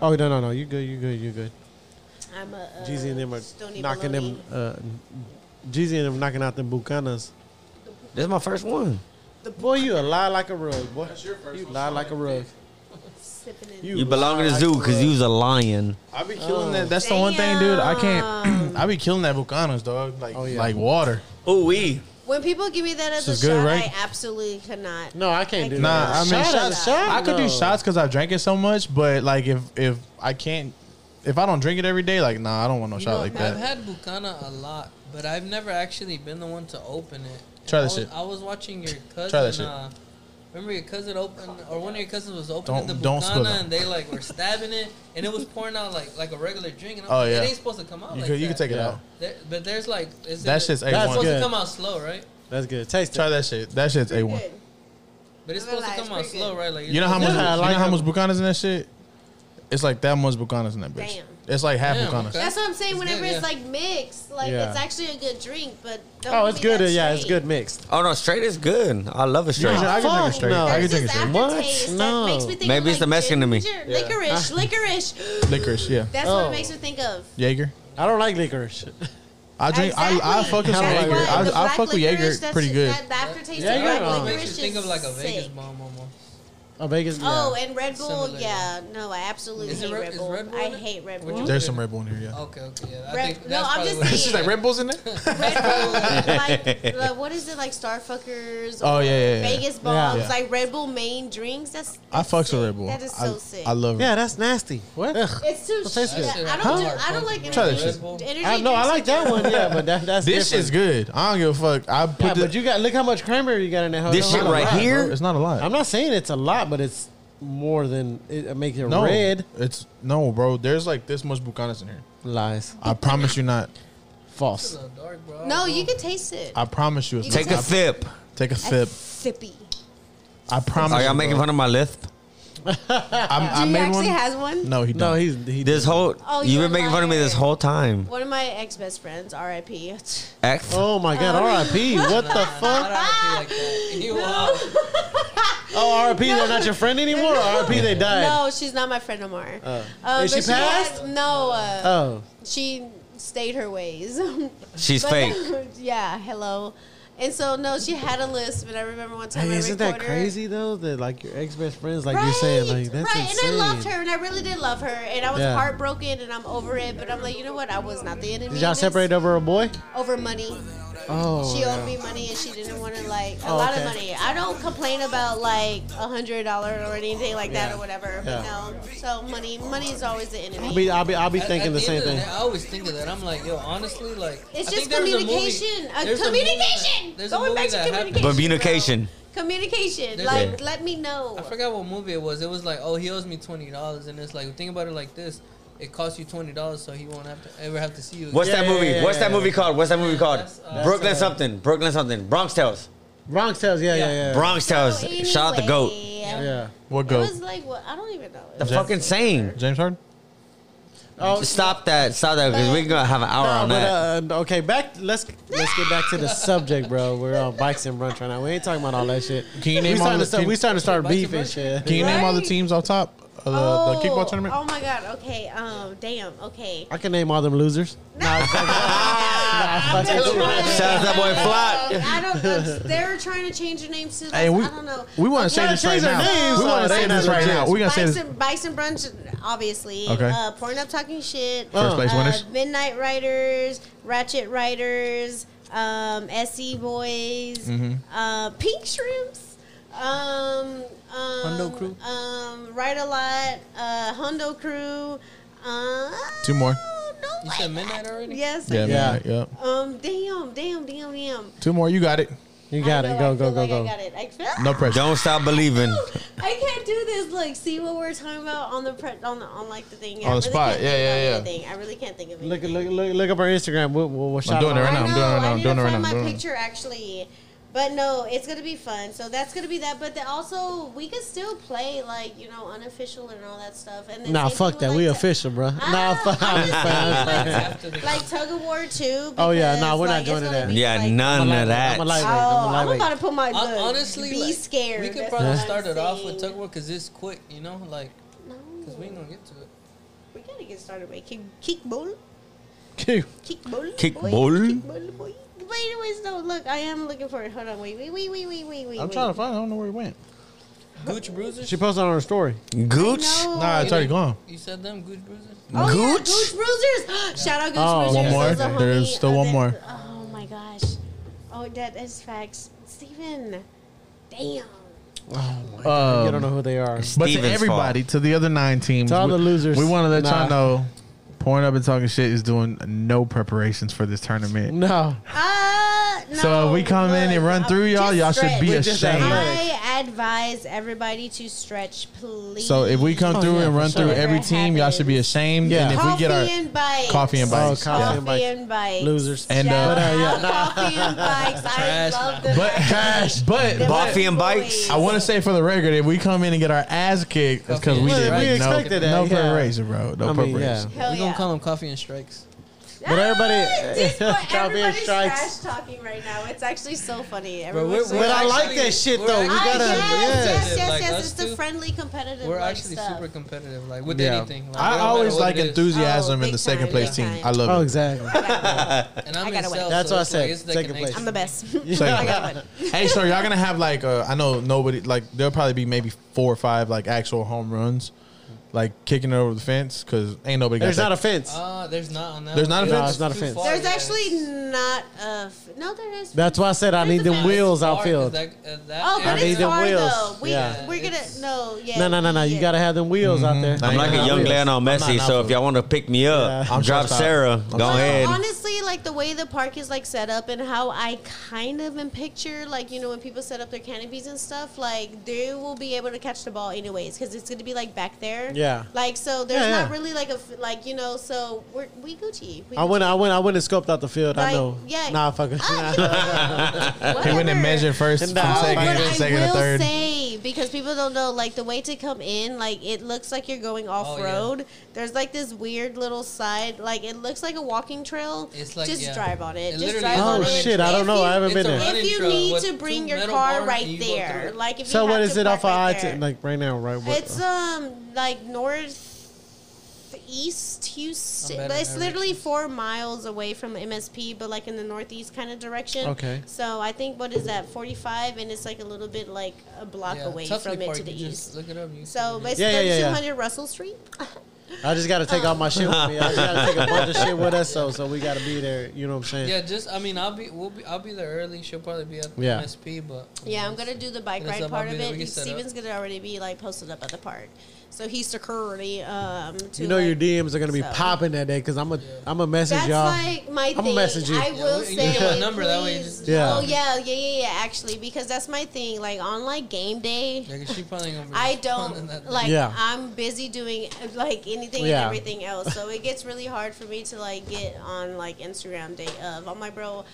Oh no no no! You good? You good? You good?
Uh, I'm a uh,
Jeezy and them are
Stoney
knocking
Baloney.
them. Uh, Jeezy and them knocking out them bucanas.
This is my first one.
Boy, you a lie like a rug, boy.
your first
You
one.
lie like a rug.
Sipping it.
You belong in the zoo because you was a lion.
I be killing that. That's the one thing, dude. I can't. *clears throat* I be killing that Vulcanos, dog. Like,
Oh, yeah.
like water.
Ooh wee.
When people give me that as a
This is good,
shot,
right?
I absolutely cannot.
No, I can't do
Nah,
that.
I mean,
shots-
I could do
no.
shots because I've drank it so much, but like if if I can't, if I don't drink it every day, like nah, I don't want no
You
shot
know,
like
I've
that.
had Bucana a lot, but I've never actually been the one to open it. And
Try
I
that
was,
shit.
I was watching your cousin.
that shit.
Uh, remember your cousin opened, or one of your cousins was
Don't-
opening the
don't spill
Bucana
it.
and they like were stabbing it, and it was pouring out like like a regular drink. And I'm
Oh,
like,
yeah.
it ain't supposed to come out.
you
like
could you
that.
could take it
Yeah.
out.
There- but there's like is
That
it-
shit's
it's
A1.
supposed
Good.
to come out slow, right?
That's good. Taste
Try
it.
that shit. That shit's a one.
Good.
But it's
I'm gonna
supposed to
lie,
come out
it's pretty
slow,
good.
right? Like
You know how much?
Yeah, I
you
like
know how
how-
much Bucanas in that shit? It's like that much Bucanas in that bitch.
Damn.
It's like half
Damn,
Bucanas.
okay.
That's what I'm saying.
It's
Whenever
good,
it's
yeah.
like mixed, like
Yeah.
it's actually a good drink, but don't
Oh,
give
it's
me
good.
that
Yeah, it's
straight.
good mixed.
Oh no, straight is good. I love a straight.
I can drink it
Fuck
straight.
no.
I can
There's
drink it
this
straight.
aftertaste
What?
that
No.
makes me think
Maybe
of,
it's
like,
the Mexican to me.
ginger,
*laughs*
Licorice, licorice.
Licorice, yeah.
That's what
Oh.
it makes me think of.
Jaeger.
I don't like licorice.
I drink. I, I
Exactly.
fuck with some
That's
Jaeger.
why
I,
the
I
black
fuck with
licorice,
Jaeger
that's
pretty
just-
good.
That the aftertaste
Yeah,
of
you're
black
wrong.
licorice
makes
is
you think of like a Vegas
sick.
bomb almost.
A Vegas. Yeah.
Oh, and Red Bull,
Similar,
yeah. No, I absolutely
Is it
hate
Red-
Red
is
Bull.
Red Bull
I
in it?
hate Red
Would
Bull.
you-
There's some Red Bull in here,
Oh,
yeah.
Okay, okay, yeah. I
Red-
think
no,
that's
I'm
probably
just
what it
saying.
is.
She's like Red Bulls in there.
Red Bull,
*laughs*
like the, what is it like Starfuckers?
Oh,
or
yeah, yeah, yeah.
Vegas bombs,
Yeah.
like Red Bull main drinks. That's,
I
that's
fucks
sick.
with Red Bull.
That is so
I,
sick.
I love it.
*laughs* Yeah, that's nasty. What?
It's too.
That tastes
yeah,
good.
I don't
Huh?
do. I don't like
Try
that
energy.
shit.
energy
I know. I
drinks
like
in
that
general.
one. Yeah, but that, that's
This
different.
shit's good. I don't give a fuck. I put
Yeah,
the,
but you got look how much cranberry you got in that. hoe.
This
That's
shit
not a
right
lot,
here?
bro.
It's not a lot.
I'm not saying it's a lot, but it's more than it it makes it
no,
red.
It's no, bro. There's like this much Bucanas in here.
Lies.
I promise you not.
It's
False.
a little dark, bro.
No,
Oh,
you can taste it.
I promise you. It's
You
Take
not.
a sip.
Take a
That's
sip.
sippy.
I promise.
Are y'all
you,
making
bro.
fun of my lisp?
I'm- I
Do you
made one.
actually has one?
no, he
No,
don't.
he's he
This whole
Oh,
you've
you're
been making fun of me this
lying. Oh.
whole time.
One of my ex best friends, *laughs* R.I.P.
X.
Oh my God! R.I.P. What the
nah,
fuck?
not RIP like that. You are.
Oh, R.I.P. They're not your friend anymore. R.I.P. They died.
No, she's not my friend no more.
Uh.
Oh.
Um,
Is
but
she passed?
has- no, uh,
Oh,
she stayed her ways. *laughs*
She's
But-
fake.
*laughs* yeah, hello. And so no, she had a lisp, and I remember one time.
hey,
I
isn't that
recorded her-
crazy though? That like your ex best friends, like you're saying, like that's
right.
insane.
And I loved her, and I really did love her, and I was
Yeah.
heartbroken, and I'm over it. But I'm like, you know what? I was not the enemy.
Did
in
y'all
this.
separate over a boy?
over money?
Oh,
She owed me money, and she didn't want to like a
Oh,
lot
okay.
of money. I don't complain about like a hundred dollar or anything like that or whatever. But
Yeah.
no, so money, money is always the enemy.
I'll be, I'll be, I'll be
At-
thinking
at
the same
end of
thing.
day, I always think of that. I'm like, yo, honestly, like
It's
I
just
think there was a movie-
communication. A
there's movie
communication.
that- there's a
Going
movie
back to
that happened-
communication. bro.
Communication.
Communication.
There's
like,
a-
let me know.
I forgot what movie it was. It was like, oh, he owes me twenty dollars, and it's like, think about it like this: it costs you twenty dollars, so he won't have to ever have to see you.
What's
again.
Yeah,
that
yeah,
movie?
yeah,
What's that
yeah.
movie called? What's that movie called?
That's, uh,
Brooklyn
that's, uh,
something. Brooklyn something. Bronx Tales.
Bronx tells, yeah, yeah,
Yeah.
yeah,
Bronx Tales. Shout out the goat.
Oh, anyway,
yeah.
What
It
go?
was like what I don't even know.
The fucking same.
James Harden.
Oh,
Stop that. Stop that because we're gonna have an hour
no,
on that.
but uh, okay, back. Let's let's get back to the subject, bro. We're on bikes and brunch right now. We ain't talking about all that shit.
Can you
We
name all
starting
the
to start, we
teams?
starting to start
Bikes and
beef and
brunch?
shit.
Can you name all the
Right.
teams off top of the, the kickball tournament?
Oh my god. Okay. Um. Damn. Okay.
I can name all them losers. Nah, I'm fucking- nah, I'm fucking-
Shout
Shout out that boy Flock.
I don't. know. They were trying to change their names to.
Hey, we
I don't know.
we want to say
trying
this
to
right
change their
now.
names.
We want
Oh,
to say
they
this
not
right
legit.
now. We're gonna say
Bison,
this.
Bison Brunch, obviously.
Okay.
Uh, Porn Up Talking Shit.
First place
uh,
winners.
Midnight Riders, Ratchet Riders, um, SE Boys,
Mm-hmm.
uh, Pink Shrimps, um, um,
Hundo Crew.
um, Ride a Lot, uh, Hondo Crew. Uh,
Two more.
No
You *laughs*
way.
said midnight already.
Yes. I
Yeah,
did.
man.
Yeah.
Yep.
Um. Damn. Damn. Damn. Damn.
Two more. You got it.
You got
I
it.
know,
Go,
I
go,
feel
go,
like I
go.
got it. I feel-
No
*laughs*
pressure. *laughs*
Don't stop believing.
I can't do this. Look, see what we're talking about on the pre- on the on like the thing. I
On the spot.
can't
Yeah,
think
yeah,
of
yeah.
anything. I really can't think of anything.
Look, look, look, look up our Instagram. We'll, we'll, we'll shout
doing
it
it
out.
right now. I'm
I
doing it right now.
I
I'm
need
doing
to
it right
find
now. I'm
my
doing it.
picture actually. But no, it's gonna be fun. So that's gonna be that. But then also, we could still play like you know unofficial and all that stuff. And then
Nah,
same thing
fuck
with,
that.
like,
we
t-
official, bro.
Ah,
Nah, *laughs* fuck.
I'm
I'm
just
playing.
saying, like,
After the-
like tug of war too.
Oh, yeah,
because,
nah, we're not
like, it's
joining
gonna
that.
be,
Yeah,
like,
none of that.
I'm a lightweight.
Oh,
I'm
I'm
a lightweight.
about to put my
Hon-
look.
honestly,
be
like,
scared.
We could
That's
probably
what I'm
start it off with tug
saying.
of war because it's quick, you know, like
No,
because we ain't gonna get to it.
we gotta get started with kick, kickball,
Q.
kickball,
Kickball?
boy, kickball, boy. But anyways, no, look, I am looking for it. Hold on, wait, wait, wait, wait, wait, wait, wait.
I'm trying to find. it. I don't know where he went.
Gooch bruisers.
She posted on her story.
Gooch.
No.
Nah, it's already gone.
You said them Gooch bruisers.
Oh, yeah,
Gooch?
Gooch Bruisers. *gasps* Shout out Gooch
Oh,
Bruisers.
one more.
Those are homie-
There's still one
uh,
more.
that- Oh my gosh. Oh, that is facts. Steven. Damn.
you
Um,
don't know who they are.
But to
Steven's
everybody, to the other nine teams,
To all the
we-
losers,
we want to let
nah.
y'all know, pouring up and talking shit is doing no preparations for this tournament.
No.
Uh, no,
so if we come in
look,
and run
I'm
through y'all,
just
y'all should be
We
stretch.
just
ashamed.
athletic.
I advise everybody to stretch, please.
So if we come
Oh,
through
yeah,
and
for
run through
sure.
every
Whatever
team, y'all should be
happens.
ashamed.
Yeah.
And if we
coffee
get our
and bikes.
coffee and
Oh,
bikes,
coffee
yeah.
Coffee
and bikes.
and bikes.
Losers.
And,
Shout
uh,
But, uh, yeah,
out coffee and bikes. I
Trash.
love
*laughs*
them.
But but
Them
but
Coffee and
boys.
bikes.
I want to say for the record, if we come in and get our ass kicked, it's because we
Well,
did
we
like, no,
expected that,
no
yeah.
preparation, bro. No
I mean,
preparation.
Hell
we
yeah.
gonna call them coffee and strikes.
But everybody-
*laughs* this
*laughs*
boy-
Coffee and
everybody's
strikes.
trash talking right now. It's actually so funny.
Bro,
Everyone's
we're-
so-
I like
actually-
that shit,
we're
though. We
actually-
Ah,
gotta-
yes,
yeah.
yes, yes,
Like,
yes,
us
It's the
two,
friendly competitive.
We're
like,
actually
stuff.
super competitive, like with
Yeah.
anything. Like,
I
no matter
always
what
like
it is.
enthusiasm
Oh,
in
big
the second
time,
place
big
team.
time.
I love
Oh,
it.
exactly.
And I'm
I
in
gotta win.
That's
sales, so
what I
it's like,
said.
it's the
Second place.
*laughs*
connection.
I'm the best. *laughs* I
Second.
got one.
hey, so y'all gonna have like uh, I know nobody like there'll probably be maybe four or five like actual home runs, like kicking it over the fence because ain't nobody.
There's
got
not a
that.
fence.
Uh, there's not on that.
There's
one.
not a
It's
fence?
just
No, it's not a
too
fence.
far,
There's
yeah.
actually not a. F- no, there is.
That's why I said I
There's
need
a
them
fence.
wheels
Far, 'cause
outfield.
that- uh, that
Oh, but
I
area-
need
it's
them
far
wheels.
though. We
Yeah.
we're gonna
It's-
no. Yeah.
No, no, no, no. You
yeah.
gotta have them wheels out there.
Mm-hmm. I'm like a young Lionel
not
Messi, so if
Napoli.
y'all want to pick me up,
Yeah. I'm
drop
shortstop.
Sarah.
I'm
Go
Well,
ahead.
Honestly, like the way the park is like set up and how I kind of am picture, like you know when people set up their canopies and stuff, like they will be able to catch the ball anyways because it's gonna be like back there.
Yeah.
Like so, there's
Yeah,
not
yeah.
really like a f- like you know. So we're we Gucci. We *laughs*
I went, I went, I went and scoped out the field. I
Like,
know.
yeah. Oh,
Nah, fucking.
He went and
Whatever.
measured first,
Nah,
from
Oh,
second,
but
then
I
second, to
will
third.
say because people don't know, like the way to come in, like it looks like you're going
Oh,
off road. There's like this weird little side, like it looks like a walking trail.
It's like,
just
yeah.
drive on
It
it. just
literally
drive
is a
on
oh
running
it.
shit! I don't
If
know.
you-
I haven't been
it's a
there.
running
If you
trail
need
with
to
two
bring your
metal
car
bars and
right
you go
there,
through it.
like if you
So
have
what
to
is it
park
off of I
right
ten?
there.
Like right now, right? What-
It's um like north east Houston.
I'm
But
bad at
it's literally
directions.
four miles away from MSP, but like in the northeast kind of direction.
Okay.
So I think what is that forty five, and it's like a little bit like a block
Yeah,
away
Tuffley
from it
Park,
to the
you just
east.
Look it up. You
So
see it.
it's
Yeah, yeah, yeah, yeah.
3200 Russell Street. *laughs*
I just gotta take all my shit with me. I just gotta take a bunch of shit with us, so so we gotta be there. You know what I'm saying?
yeah, just I mean, I'll be we'll be I'll be there early. She'll probably be at the
Yeah.
MSP, but
Yeah, I'm gonna do the bike
Hit us
ride
up,
part
I'll
of
be there.
it.
We
He-
can set up.
Steven's gonna already be like posted up at the park, so he's security. Um, to
You know
like,
your DMs are gonna be
so.
popping that day because I'm a am a message
That's
y'all.
like my thing.
I'ma message you.
I
Yeah,
will
we- you
say,
give a number, that way you
please-
just-
Yeah.
Oh yeah, yeah, yeah, yeah. Actually, because that's my thing. Like on like game day,
Yeah, 'cause she probably gonna be
I
responding that
don't
day.
like.
Yeah.
I'm busy doing like anything
Yeah.
and everything else, so it gets really hard for me to like get on like Instagram day of. I'm like, bro,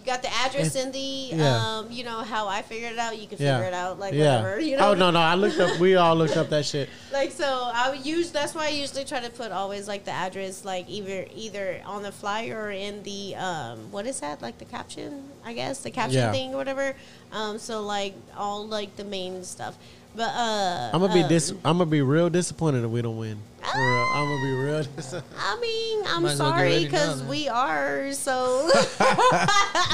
you got the address in the,
yeah.
um, you know how I figured it out. You can
yeah.
figure it out, like
yeah.
whatever. You know.
Oh no no! I looked up. We all looked up that shit.
Like so, I would use. That's why I usually try to put always like the address, like either either on the flyer or in the um, what is that? Like the caption, I guess the caption
Yeah.
thing or whatever. Um, so like all like the main stuff. But uh,
I'm gonna be
um,
dis. I'm gonna be real disappointed if we don't win. For real. I'm gonna be real. *laughs* dis-
I mean, I'm
Might as well get
sorry
ready now,
because
man.
we
*laughs*
are so.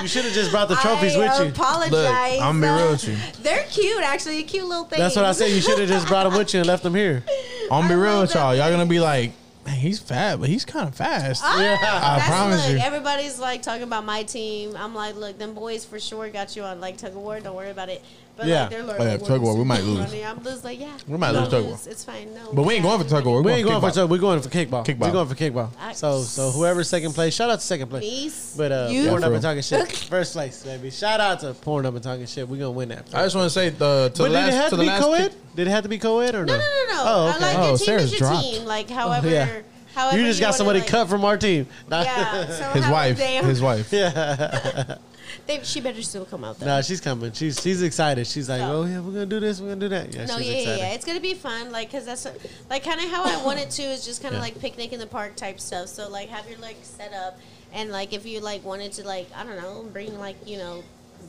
you should have just brought the trophies
*laughs* I
with you.
apologize.
Look, I'm gonna
*laughs*
be real with you.
They're cute, actually, cute little things.
That's what I said. You should have just brought them with you and left them here.
I'm gonna
I
be real
love
with y'all.
that
Y'all gonna be like, man, he's fat, but he's kind of fast.
Ah,
I
that's
promise
look,
you.
Everybody's like talking about my team. I'm like, look, them boys for sure got you on like tug of war. Don't worry about it. But
Yeah.
like, they're like,
Oh, yeah, tug of war, we might lose.
Money. I'm just like, yeah,
We might
we'll
lose tug of war.
It's fine. No,
But we ain't going for tug of war.
We ain't going for
kickbox.
so we're going for kickball.
Kickball.
We're going for kickball.
I-
So so whoever's second place, shout out to second place.
Peace.
But uh,
You-
pouring
Yeah,
up
for
and
real.
talking shit. First place, baby. Shout out to pouring up and talking shit. We gonna win that.
I just want to say the to
but
the last
did it have
to
to
the
be
last
co-ed?
pick-
Did it have to be co-ed or no?
No, no, no, no.
Oh,
I
okay. Oh,
like
Oh,
your team
Sarah's
is your
dropped.
team. Like, however,
yeah.
however
you just got
wanna,
somebody *laughs*
like, Oh,
cut from our team. Nah.
Yeah, so
His
how-
wife,
damn.
his wife.
yeah.
They, she better still come out though.
No, she's coming. She's she's excited. She's like,
So-
oh yeah, we're gonna do this. We're gonna do that. Yeah,
no,
she's
yeah, yeah,
excited.
yeah. It's gonna be fun, like, cause that's like kind of how I want it to. Is just kind of
Yeah.
like picnic in the park type stuff. So like, have your like set up, and like if you like wanted to like I don't know, bring like you know,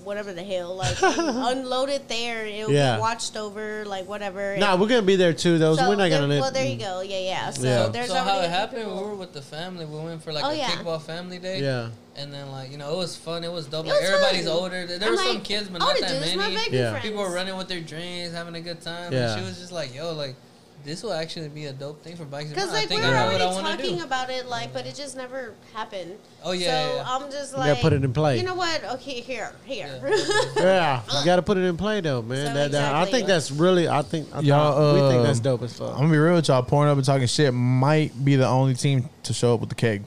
whatever the hell, like
*laughs*
unload it there. It'll
Yeah.
be watched over, like whatever.
Nah, we're gonna be there too. Though so
So
we're not
there-
gonna. mm.
Well, there you go. Yeah, yeah. So
Yeah.
there's
so how
already
it
a few
happened, we
people-
were with the family. We went for like
Oh,
a
yeah.
kickball family day.
Yeah.
And then like you know it was fun. It was
It
double.
was
Everybody's
fun.
older. There, there
I'm
were some
like,
kids, but
I
not
wanna
that
do this with
many.
my baby
Yeah.
friends. *laughs*
People were running with their drinks, having a good time.
Yeah.
And she was just like, "Yo, like this will actually be a dope thing for bikes." and
Because
Run. I
like we were
think I know
already
what I want to
talking
do."
about it, like, but it just never happened.
Oh, yeah,
So
yeah, yeah.
I'm just
You
like,
gotta put it in play.
You know what? Okay, here, here.
yeah, you gotta put it in play though, man.
So
that, that, I
exactly.
think that's really. I think I,
Y'all,
we think
uh,
that's dope as
I'm
fuck.
gonna be real with y'all. Pouring up and talking shit might be the only team to show up with the keg.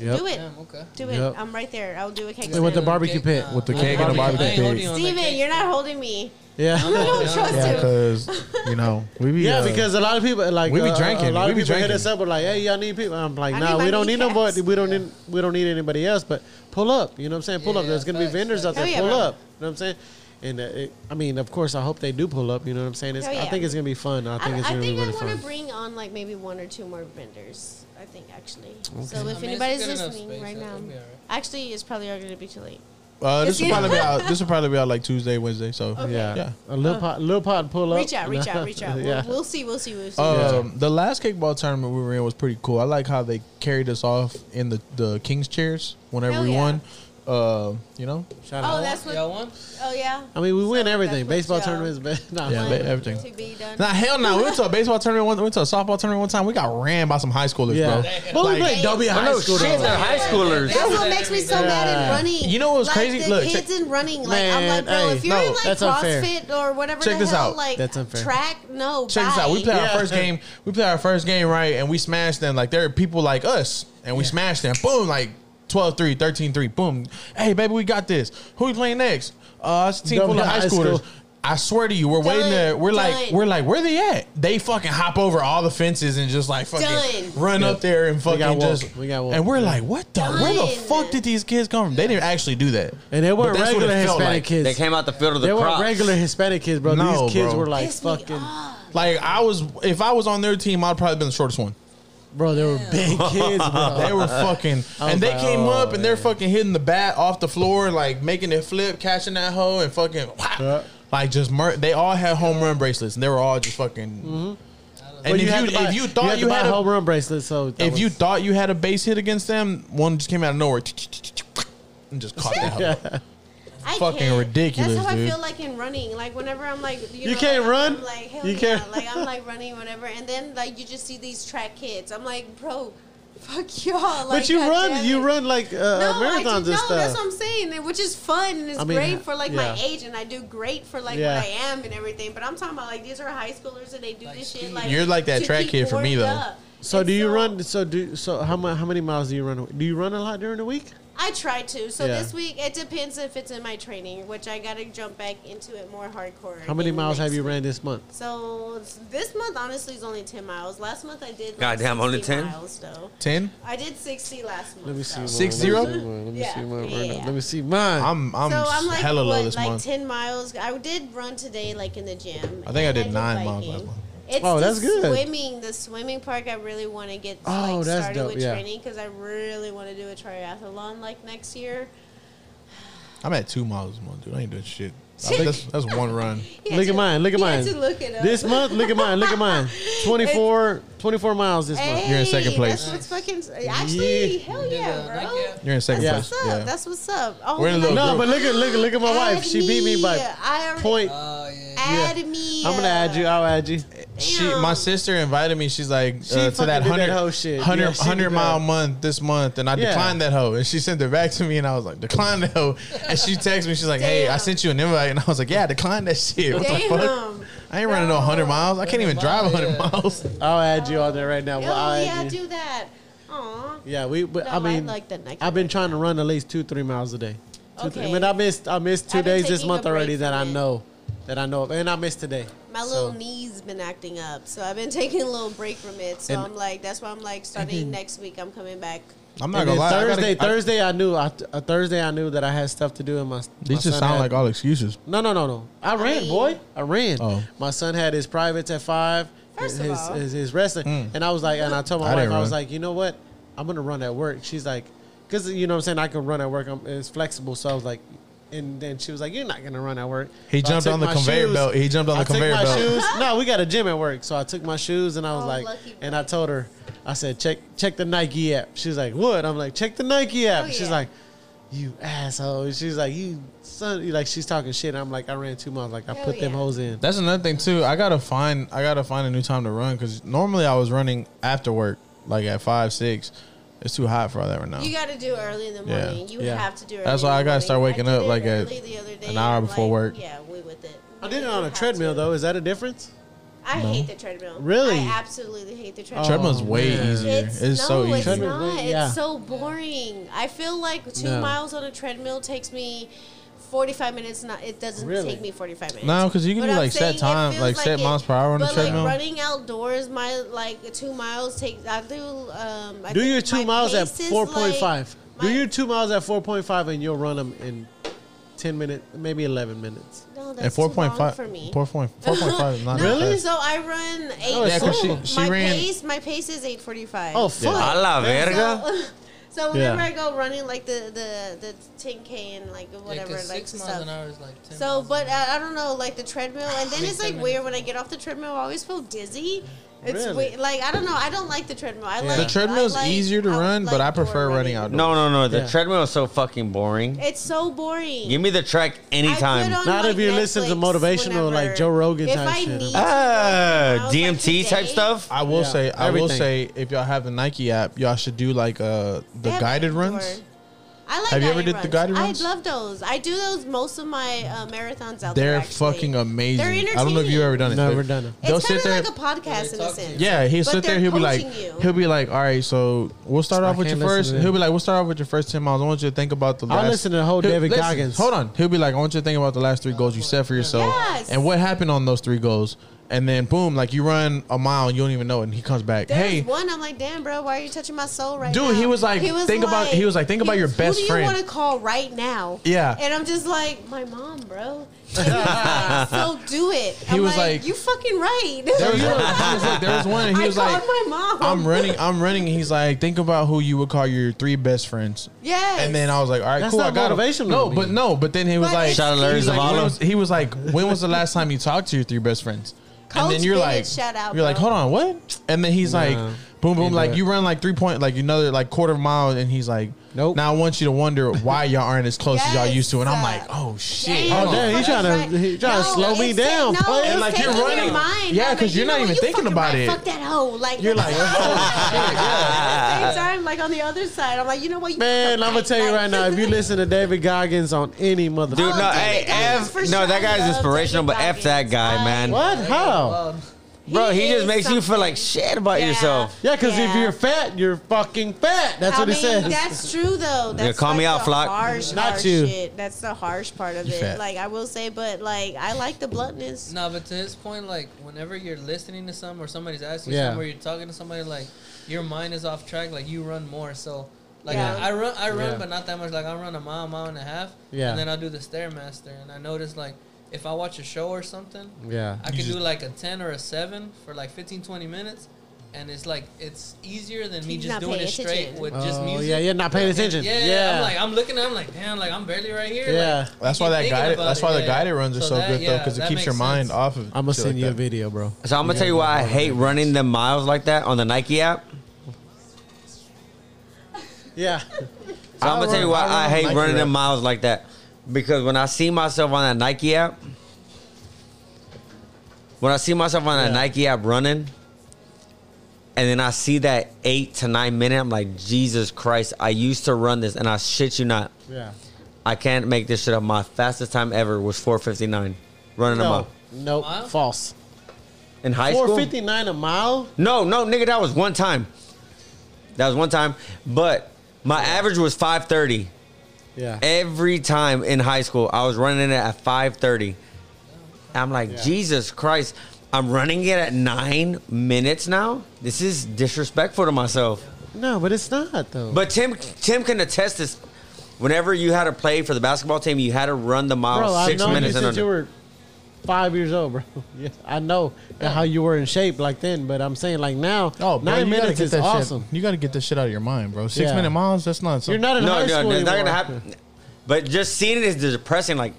Yep.
*laughs* Do it.
Damn, okay.
Do it.
Yep.
I'm right there. I'll do a cake.
And with the
stand.
barbecue pit.
nah,
With the
I
cake
ain't
and the
holding-
barbecue
I ain't holding
pit.
on the
Steven,
cake.
you're not holding me.
Yeah.
I'm not holding on.
trust
Yeah,
him.
because you know we
*laughs*
be
Yeah,
uh,
because a lot of people like
We be
uh,
drinking.
A lot
We
of
be
people hit
drinking.
us up with like, "Hey, y'all need people." I'm like,
I need
"Nah,
my
we don't need nobody.
kneecaps."
We don't need we don't need anybody else." But pull up. You know what I'm saying? Pull up.
Yeah,
There's gonna be
facts,
vendors out
facts.
there.
Hell yeah,
pull
bro.
up. You know what I'm saying? And uh, it, I mean, of course, I hope they do pull up. You know what I'm saying? It's,
Hell
I
yeah.
think it's gonna be fun. I think
I,
it's
I
gonna
think
be really
I want
fun.
to bring on like maybe one or two more vendors. I think actually.
I
So
mean,
if
it's
anybody's
good enough
listening
space,
right
that'll
now,
be alright.
actually, it's probably already gonna be too late.
uh, this will
Excuse-
probably be out. This will probably be out like Tuesday, Wednesday. So um,
Yeah.
yeah.
a little pot, little pot pull up.
Uh, Reach out,
*laughs*
reach out, reach out. We'll,
yeah, Oh,
we'll see, we'll see, we'll see.
Um, The last kickball tournament we were in was pretty cool. I like how they carried us off in the, the king's chairs whenever
Hell
we
yeah.
won. Uh, you know,
Shout out.
oh, that's what.
Y'all want?
Oh yeah.
I mean, we win
So
everything.
that's
Baseball
what
tournaments, but *laughs* nah,
Yeah,
I'm
they-
playing.
everything.
To be done.
Nah, hell no. We went to a baseball tournament. One, we went to a softball tournament one time. We got ran by some high schoolers,
yeah.
bro.
But we
Like-
played Dobie
I
High
know
School.
shit.
though.
They're high schoolers.
That's what makes me so mad at running.
You know what's
like,
crazy?
The
Look, check-
kids in running, like I'm
Man,
like, bro,
hey,
if you're
no,
in like
that's unfair.
CrossFit or whatever,
Check
the
this
hell,
out.
like
That's unfair.
track, no.
Check this out. We
bye.
played
Yeah.
our first game. We played our first game, right? And we smashed them. Like, there are people like us, and we smashed them. Boom, like 12 3, 13 3. Boom. Hey, baby, we got this. Who we playing next? Uh, it's a team
Dumb
full of
high
high schoolers.
school.
I swear to you, we're waiting
Done.
there. We're like,
Done.
we're like, where they at? They fucking hop over all the fences and just like fucking
Done.
run up there and
We
fucking
got woke.
just.
We got woke.
and we're
Yeah.
like, what the? Where the
Done.
fuck did these kids come from? They didn't actually do that.
And they
But
weren't
that's what
regular
it felt
Hispanic
like.
kids.
They came out the field of
They
the
weren't
crops.
regular Hispanic kids, bro.
No,
These kids
bro.
were like
Piss me
fucking,
off.
Like I was, if I was on their team, I'd probably been the shortest one.
bro. They were *laughs* big kids, bro.
They
*laughs*
were fucking, and they
like,
came
oh,
up and they're fucking hitting the bat off the floor, like making it flip, catching that hoe, and fucking, whap.
Yeah.
like just mur- they all had home run bracelets, and they were all just fucking. And
Mm-hmm. Well,
if you,
had to buy-
if you
you
thought
had,
you
to
had
buy
a,
home run bracelets, so that
if you
was-
thought you had a base hit against them, one just came out of nowhere and just caught that hoe.
*laughs*
I
fucking
can't.
ridiculous,
That's how
dude.
I feel like in running. Like whenever I'm like, you,
You
know,
can't
like,
run?
I'm like hell
You
yeah.
can't-
Like I'm like running whatever, and then like you just see these track kids. I'm like, bro, fuck y'all. Like,
but you
God
run,
damn
you
it.
run like uh,
No,
uh,
I
marathons
do,
and
no,
stuff.
that's what I'm saying, and- which is fun and it's
I mean,
great for like my
yeah.
age, and I do great for like
Yeah.
what I am and everything. But I'm talking about like these are high schoolers and they do this shit.
speed.
Like
You're like that
to
track
keep
kid for me,
warmed
though.
up.
so
And
do you run? So do so how much? How many miles do you run? a- Do you run a lot during the week?
I try to. So
Yeah.
this week it depends if it's in my training, which I gotta jump back into it more hardcore.
How many
in the
miles have
next
you
week.
ran this month?
So s- this month honestly is only ten miles. Last month I did like,
Goddamn,
60
only 10?
miles though.
Ten.
I did sixty last month.
Let me see.
though.
mine.
Six
Let me
zero?
see mine. Let me
Yeah.
see mine. right
Yeah,
now.
yeah.
Let me see mine.
I'm I'm,
so I'm like
hella low
what,
this
like
month.
ten miles. I did run today, like in the gym.
I think I
and
did nine miles
biking.
last month.
It's
Oh,
the
that's good.
Swimming, the swimming park. I really want to get
Oh,
like,
that's
started
dope,
with
yeah.
training because I really want to do a triathlon like next year.
I'm at two miles this month, dude. I ain't doing shit. I think that's, that's one run.
He had
look
to-
at mine. Look at
he
mine.
had to look it up.
This month, look at mine. Look at
*laughs*
mine. 24, 24 miles this month.
Hey,
You're in second place.
That's what's fucking. Actually,
Yeah.
hell
We did uh,
yeah,
the
bro.
Nike app.
You're in second
Yeah.
place.
What's up?
Yeah.
That's what's up. Oh,
We're in a little
No,
group.
but look at look at look at my wife. She beat me by
I already,
point.
Oh yeah.
Add me.
I'm gonna add you. I'll add you.
She,
Damn.
my sister invited me. She's like,
She
uh, to
fucking
that
did that
hundred,
hoe shit.
hundred,
Yeah, she
hundred
did
mile
that.
month this month, and I
Yeah.
declined that hoe. And she sent it back to me, and I was like, decline that hoe. And she texted me, she's like, hey, I
Damn.
sent you an invite, and I was like, yeah, decline that shit. What the fuck?
Damn.
I ain't running no hundred miles. I can't even drive
Yeah.
*laughs*
hundred miles.
I'll add you on there right now.
Oh,
Well, I'll
yeah,
add you.
do that. Aw.
Yeah, we. But
No,
I mean,
like the Nike.
I've been trying to run at least two, three miles a day. Two, three.
Okay.
But I missed, I missed 2
I've been
days this
taking a
month already
break
that I
from it.
know that I know of, and I missed today.
My
So-
little knee's been acting up, so I've been *laughs* taking a little break from it. So
And-
I'm like, that's why I'm like starting next week. I'm coming back.
I'm not
And then
gonna lie. I gotta-
Thursday,
I-
Thursday, I knew. I, uh, Thursday, I knew that I had stuff to do, and my my
these just
son
sound
had-
like all excuses.
No, no, no, no. I ran,
mean-
boy. I ran.
Oh.
My son had his privates at five.
First of
his,
all.
his, his wrestling, and I was like, and I told my
Hmm. I
wife,
didn't
I was
run.
like, you know what? I'm gonna run at work. She's like, because you know what I'm saying I can run at work. I'm, it's flexible, so I was like, and then she was like, you're not gonna run at work.
He
So I
jumped
took
on the
my
conveyor
shoes-
belt. He jumped on the
I took
conveyor
my
belt.
shoes- No, we got a gym at work, so I took my shoes and I was
Oh,
like,
lucky
and I
boy.
told her, I said, check check the Nike app. She's like, what? I'm like, check the Nike app.
Oh,
She's
yeah.
like you asshole. And she's like, you son. Like she's talking shit. And I'm like, I ran two miles. Like I
Hell
put them
yeah.
hoes in.
That's another thing too. I gotta find I gotta find a new time to run because normally I was running after work, like at five six. It's too hot for all that right now.
You got to do early in the
Oh. Yeah.
morning. You
Yeah.
have to do. Early
That's
in
why
the
I gotta
morning.
start waking
did
up,
it
like, at
early the other day,
an hour
and,
before
like,
work.
Yeah, we with it.
I did it
You
on a
have
treadmill
to.
though. Is that a difference?
I
No.
hate the treadmill.
Really?
I
Oh.
absolutely hate the treadmill.
Treadmill's way
Oh, man.
easier. It's, so
no,
easy.
It's
Treadmill,
not.
yeah.
It's so boring. I feel like two
No.
miles on a treadmill takes me forty-five minutes. Not it doesn't
Really?
take me forty-five minutes.
No, 'cause you can
But
do,
I'm
like, set
saying it
time,
feels
like, set
it-
miles per hour on the
but,
treadmill.
Like running outdoors, my like two miles takes. I do. Um, I
Do
think
your two
my
miles at
pace is,
four point five.
like,
Do
my-
your two miles at four point five, and you'll run them in ten minutes, maybe eleven minutes.
No, that's
At four point five,
for me.
four point four point five is
*laughs*
not
Really?
really.
So I run eight.
No, it's
Yeah, 'cause she- cool. she
my
ran-
pace, my pace is eight forty-five.
Oh fuck!
A la verga.
So, so whenever
Yeah.
I go running, like the the the ten k and like whatever,
yeah, 'cause
like
six miles an
stuff.
hour is like ten.
So,
miles an
but uh,
hour.
I, I don't know, like the treadmill, and then
Wait,
it's
ten
like weird when I get off the treadmill. I always feel dizzy. It's
Really?
weird. like I don't know. I don't like the treadmill. I
Yeah.
like
The treadmill's
I like-
easier to
I
run,
like
but I
door
prefer running outdoors.
No, no, no. The
Yeah.
treadmill is so fucking boring.
It's so boring.
Give me the track anytime.
I put on,
Not if
like,
you listen to
Netflix
motivational, like, Joe Rogan
if
type
I
shit.
Need to,
Ah,
when I was, like, Oh,
DMT type
today,
stuff.
I
Yeah,
will say, I will
everything.
say, if y'all have the Nike app, y'all should do like uh
They
the
have
guided
outdoor.
runs.
I like.
Have you ever
guided
did the
runs.
guided runs?
I love those. I do those most of my uh, marathons out there.
They're
actually.
fucking amazing.
They're
I don't know if you've
entertaining.
ever done it.
Never
but
done it.
They'll
It's kind
sit
of
there.
like a podcast in a
talk to
sense.
you.
Yeah, he'll
But
sit there.
they're
He'll be like,
coaching you.
he'll be like, all right, so we'll start
I
off with your
can't listen
first.
to them.
He'll be like, we'll start off with your first ten miles. I want you to think about the.
I'll
last,
listen to the whole
He'll-
David
listen,
Goggins.
Hold on, he'll be like, I want you to think about the last three goals you set for yourself
Yes.
and what happened on those three goals. And then boom, like you run a mile, and you don't even know it. And he comes back,
There's
hey,
one. I'm like, damn, bro, why are you touching my soul right now?
Dude, he was like, think about- he was like, think about your best
who
friend."
do you want to call right now?
Yeah.
and I'm just like, my mom,
*laughs*
bro. And he was like, so do it.
He
I'm
was like-
you fucking right.
*laughs* There was, one, he was
*laughs*
like, there was one, and he
I
was
called
like,
my mom.
I'm running, I'm running. And he's like, think about who you would call your three best friends.
*laughs* Yes.
And then I was like, all right,
That's
cool,
not
I got him.
motivational
No,
to
but
me.
no, but then he was
But
like,
it's- Shout
out to
he's like,
Larry
when
Zavala.
was- he was like, when was the last time you talked to your three best friends?
Coach
and then you're
Bennett,
like,
shout out,
you're like,
bro.
hold on, what? And then he's like, boom, boom,
Can't do
like
it.
you run like three point, like another like quarter mile, and he's like,
Nope.
Now I want you to wonder why y'all aren't as close as y'all
Yes.
used to, and I'm like, oh shit.
Oh, damn, he
fucking
tryna- he tryna slow me
it's
down,
ta-
player.
it's
And,
like, you're
taking your
running.
mind.
Yeah,
I'm
'cause
like,
you're
you
not
know
even
what? You
thinking
fucking
about
right.
it.
Fuck that hoe. Like
You're like,
at the same time, like on the other side, I'm like, you know what? You
Man,
fucking
I'm gonna
right.
tell you
Like,
right now,
*laughs*
if you listen to David Goggins on any motherfucker,
Dude, no,
David
hey,
Goggins,
F,
for
no,
sure.
that
I
guy's
love
inspirational,
David
but F that
Goggins.
guy,
I-
man.
what? How?
Wild.
Bro, he
He
just
is
makes you feel like
something.
shit about
Yeah.
yourself.
Yeah, because if
Yeah.
you're fat, you're fucking fat. *laughs* That's
I
what he
mean,
says.
*laughs* That's true though. That's
call me
like
out,
the
Flock.
Harsh,
Not
harsh
you.
Shit. That's the harsh part of
You
it.
fat.
Like I will say, but like I like the bluntness.
No, but to his point, like whenever you're listening to some or somebody's asking
Yeah.
you something or you're talking to somebody, like your mind is off track. Like you run more, so like
Yeah.
I, I run, I run,
Yeah.
but not that much. Like I run a mile, mile and a half,
Yeah.
and then I'll do the stairmaster. And I notice like if I watch a show or something,
Yeah.
I
You
could
just-
do like a ten or a seven for like 15, 20 minutes, and it's like it's easier than me
He's
just
not
doing
paying
it straight
attention.
with just
Oh,
music.
yeah, you're not paying
Yeah,
attention.
Yeah,
Yeah.
I'm like I'm looking, at it, I'm like damn, like I'm barely right here.
Yeah.
like,
That's
you
why
keep
that
thinking
guided.
about
That's
it,
why
yeah.
the guided runs are so,
that-
good though,
yeah,
because it
that
keeps your
makes
mind
sense.
off of.
I'm gonna
shit
send
like
you a
that.
video, bro.
So I'm gonna tell you why I hate running them miles like that on the Nike app.
Yeah.
So I'm
I
gonna tell
run-
you why
I run
I,
on
hate
Nike
running
app.
them miles like that. Because when I see myself on that Nike app, when I see myself on that
Yeah.
Nike app running, and then I see that eight to nine minute, I'm like, Jesus Christ, I used to run this, and I shit you not,
*laughs* Yeah.
I can't make this shit up. My fastest time ever was 4:59 running a
No.
mile
Nope.
Mile?
False.
in high
Four
school.
fifty nine a mile.
No, no, nigga, that was one time. That was one time. But my average was 5:30
Yeah.
every time in high school. I was running it at 5:30. I'm like,
Yeah.
Jesus Christ, I'm running it at nine minutes now. This is disrespectful to myself.
No, but it's not though.
But Tim, Tim can attest this. Whenever you had to play for the basketball team, you had to run the mile
bro, I've
six
known you
minutes and
since
under.
you were five years old, bro. *laughs* Yeah, I know how you were in shape like then, but I'm saying like now,
Oh, bro,
nine
you gotta
minutes
get
is
that shit-
awesome.
You got to get this shit out of your mind, bro. Six
Yeah.
minute miles. That's not. Something.
You're not in
no,
high
no,
school
it's not
anymore.
gonna happen. But just seeing it is depressing. Like,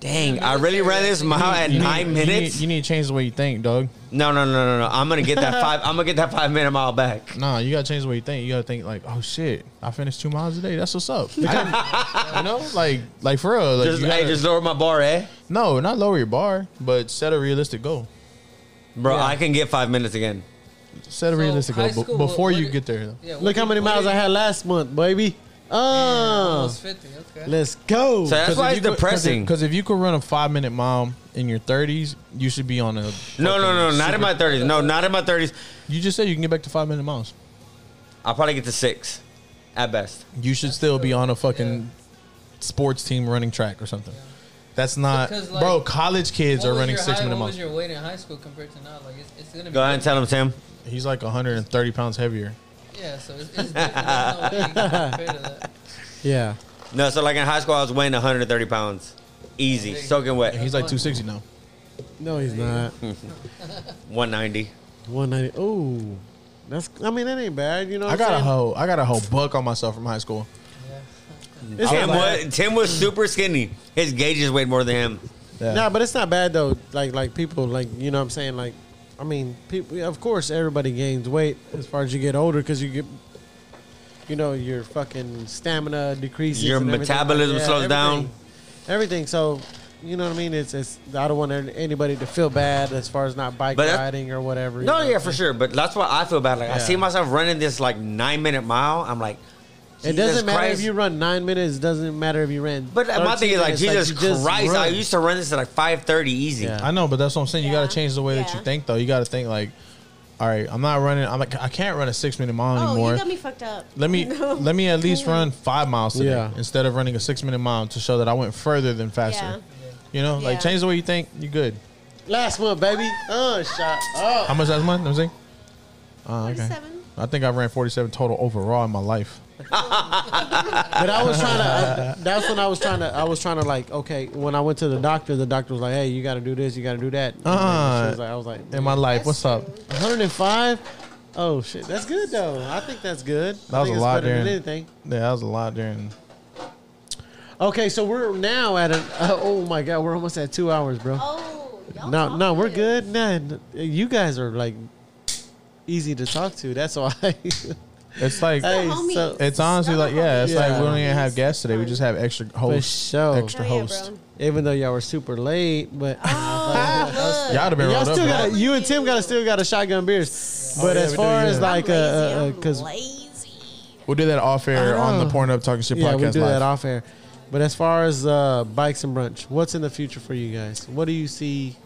dang, I really ran this
You
mile
need-
at
You need-
nine
you need-
minutes.
You need to change the way you think, dog.
No, no, no, no, no. I'm gonna get that five. I'm gonna get that five minute mile back.
Nah, you gotta change the way you think. You gotta think like, oh shit, I finished two miles a day. That's what's
*laughs*
up. I didn't- you know, like, like for real. Like,
Just,
you gotta-
hey, just lower my bar, eh,
no, not lower your bar, but set a realistic goal.
bro. I can get five minutes again.
Set a
So,
realistic goal
high
be-
school, what-
before
what
you
did-
get there. Though.
Yeah,
Look how many miles I had last month, baby. Oh,
Almost fifty. Okay.
let's go.
So that's
Because
why
if
it's
you could-
depressing.
Because if, you could run a five minute mile in your 30s, you should be on a.
no, no, no,
fucking
not
super-
in my thirties. No, not in my thirties.
You just said you can get back to five minute miles.
I'll probably get to six, at best.
You should still be on a fucking sports team running track or something. That's not,
Because, like,
bro. College kids
What
are
was
running
your
six
high-
minute
What
miles.
was your weight in high school compared to now? Like it's, it's gonna be.
Go ahead and tell him, Tim.
He's like 130 pounds heavier.
Yeah, so it's, it's different. There's no way compared to that.
yeah,
No, so like in high school, I was weighing 130 pounds, easy, soaking
And
wet,
he's like 260 now.
no, he's not.
190.
One ninety. Ooh, that's. I mean, that ain't bad. You know, what
I got a
I'm
whole, I got a whole buck on myself from high school.
saying? It's
Tim
not bad.
was, Tim was super skinny. His gauges weighed more than him.
Yeah.
Nah, but it's not bad though. Like like people like you know what I'm saying like I mean people of course everybody gains weight as far as you get older because you get you know your fucking stamina decreases.
Your
and everything.
metabolism slows down.
everything. Everything. So you know what I mean. It's it's I don't want anybody to feel bad as far as not bike
But that-
riding or whatever. you
No,
know?
yeah, for sure. But that's why I feel bad. Like I
Yeah.
see myself running this like nine minute mile. I'm like,
It
Jesus
doesn't matter
Christ.
if you run nine minutes. Doesn't matter if you ran.
But my
13
thing is like
minutes,
Jesus
you just
Christ. I
run.
used to run this at like 5:30 easy.
Yeah.
I know, but that's what I'm saying. You got
Yeah.
to change the way that
Yeah.
you think, though. You got to think like, all right, I'm not running. I'm like, I can't run a six minute mile
Oh,
anymore.
you got me fucked up.
let me
*laughs* No.
let me at least run five miles today
Yeah.
instead of running a six minute mile to show that I went further than faster. You know, like
Yeah.
change the way you think. You good?
last month, baby. Oh, shot.
How much last month? Let me see. Uh, okay.
47.
I think I ran 47 total overall in my life.
But I was trying to. I, that's when I was trying to. I was trying to like. Okay, when I went to the doctor, the doctor was like, "Hey, you got to do this. You got to do that." And
Uh-uh.
she was like, I was like,
Uh-huh.
In my life, what's
That's
up?
true.
105. Oh shit, that's good though. I think that's good.
That
I
was
think
a
it's
lot
better than
there.
anything.
Yeah, that was a lot during.
Okay, so we're now at an. *laughs* Uh, oh my god, we're almost at two hours, bro.
Oh, y'all
No, no, we're good.
talkative.
Nah, n- you guys are like easy to talk to. That's *laughs* why.
It's like
Hey,
homies.
so
it's honestly
Summer
like yeah, it's like
homies.
we don't even have guests today. We just have extra
for
hosts,
sure.
extra
Hell yeah,
hosts.
bro.
Even though y'all were super late, *laughs* but.
Oh,
Y'all
look.
would have been
Y'all
rolled
still
up.
got
bro.
you and Tim got still got a shotgun beers, but
yeah,
as
we
far
do,
as
yeah.
like uh, uh, because
lazy.
We'll do that off air
I
on the
know.
Pornhub Talking Shit
yeah,
podcast.
we do
live.
that off air. But as far as uh, bikes and brunch, what's in the future for you guys? What do you see?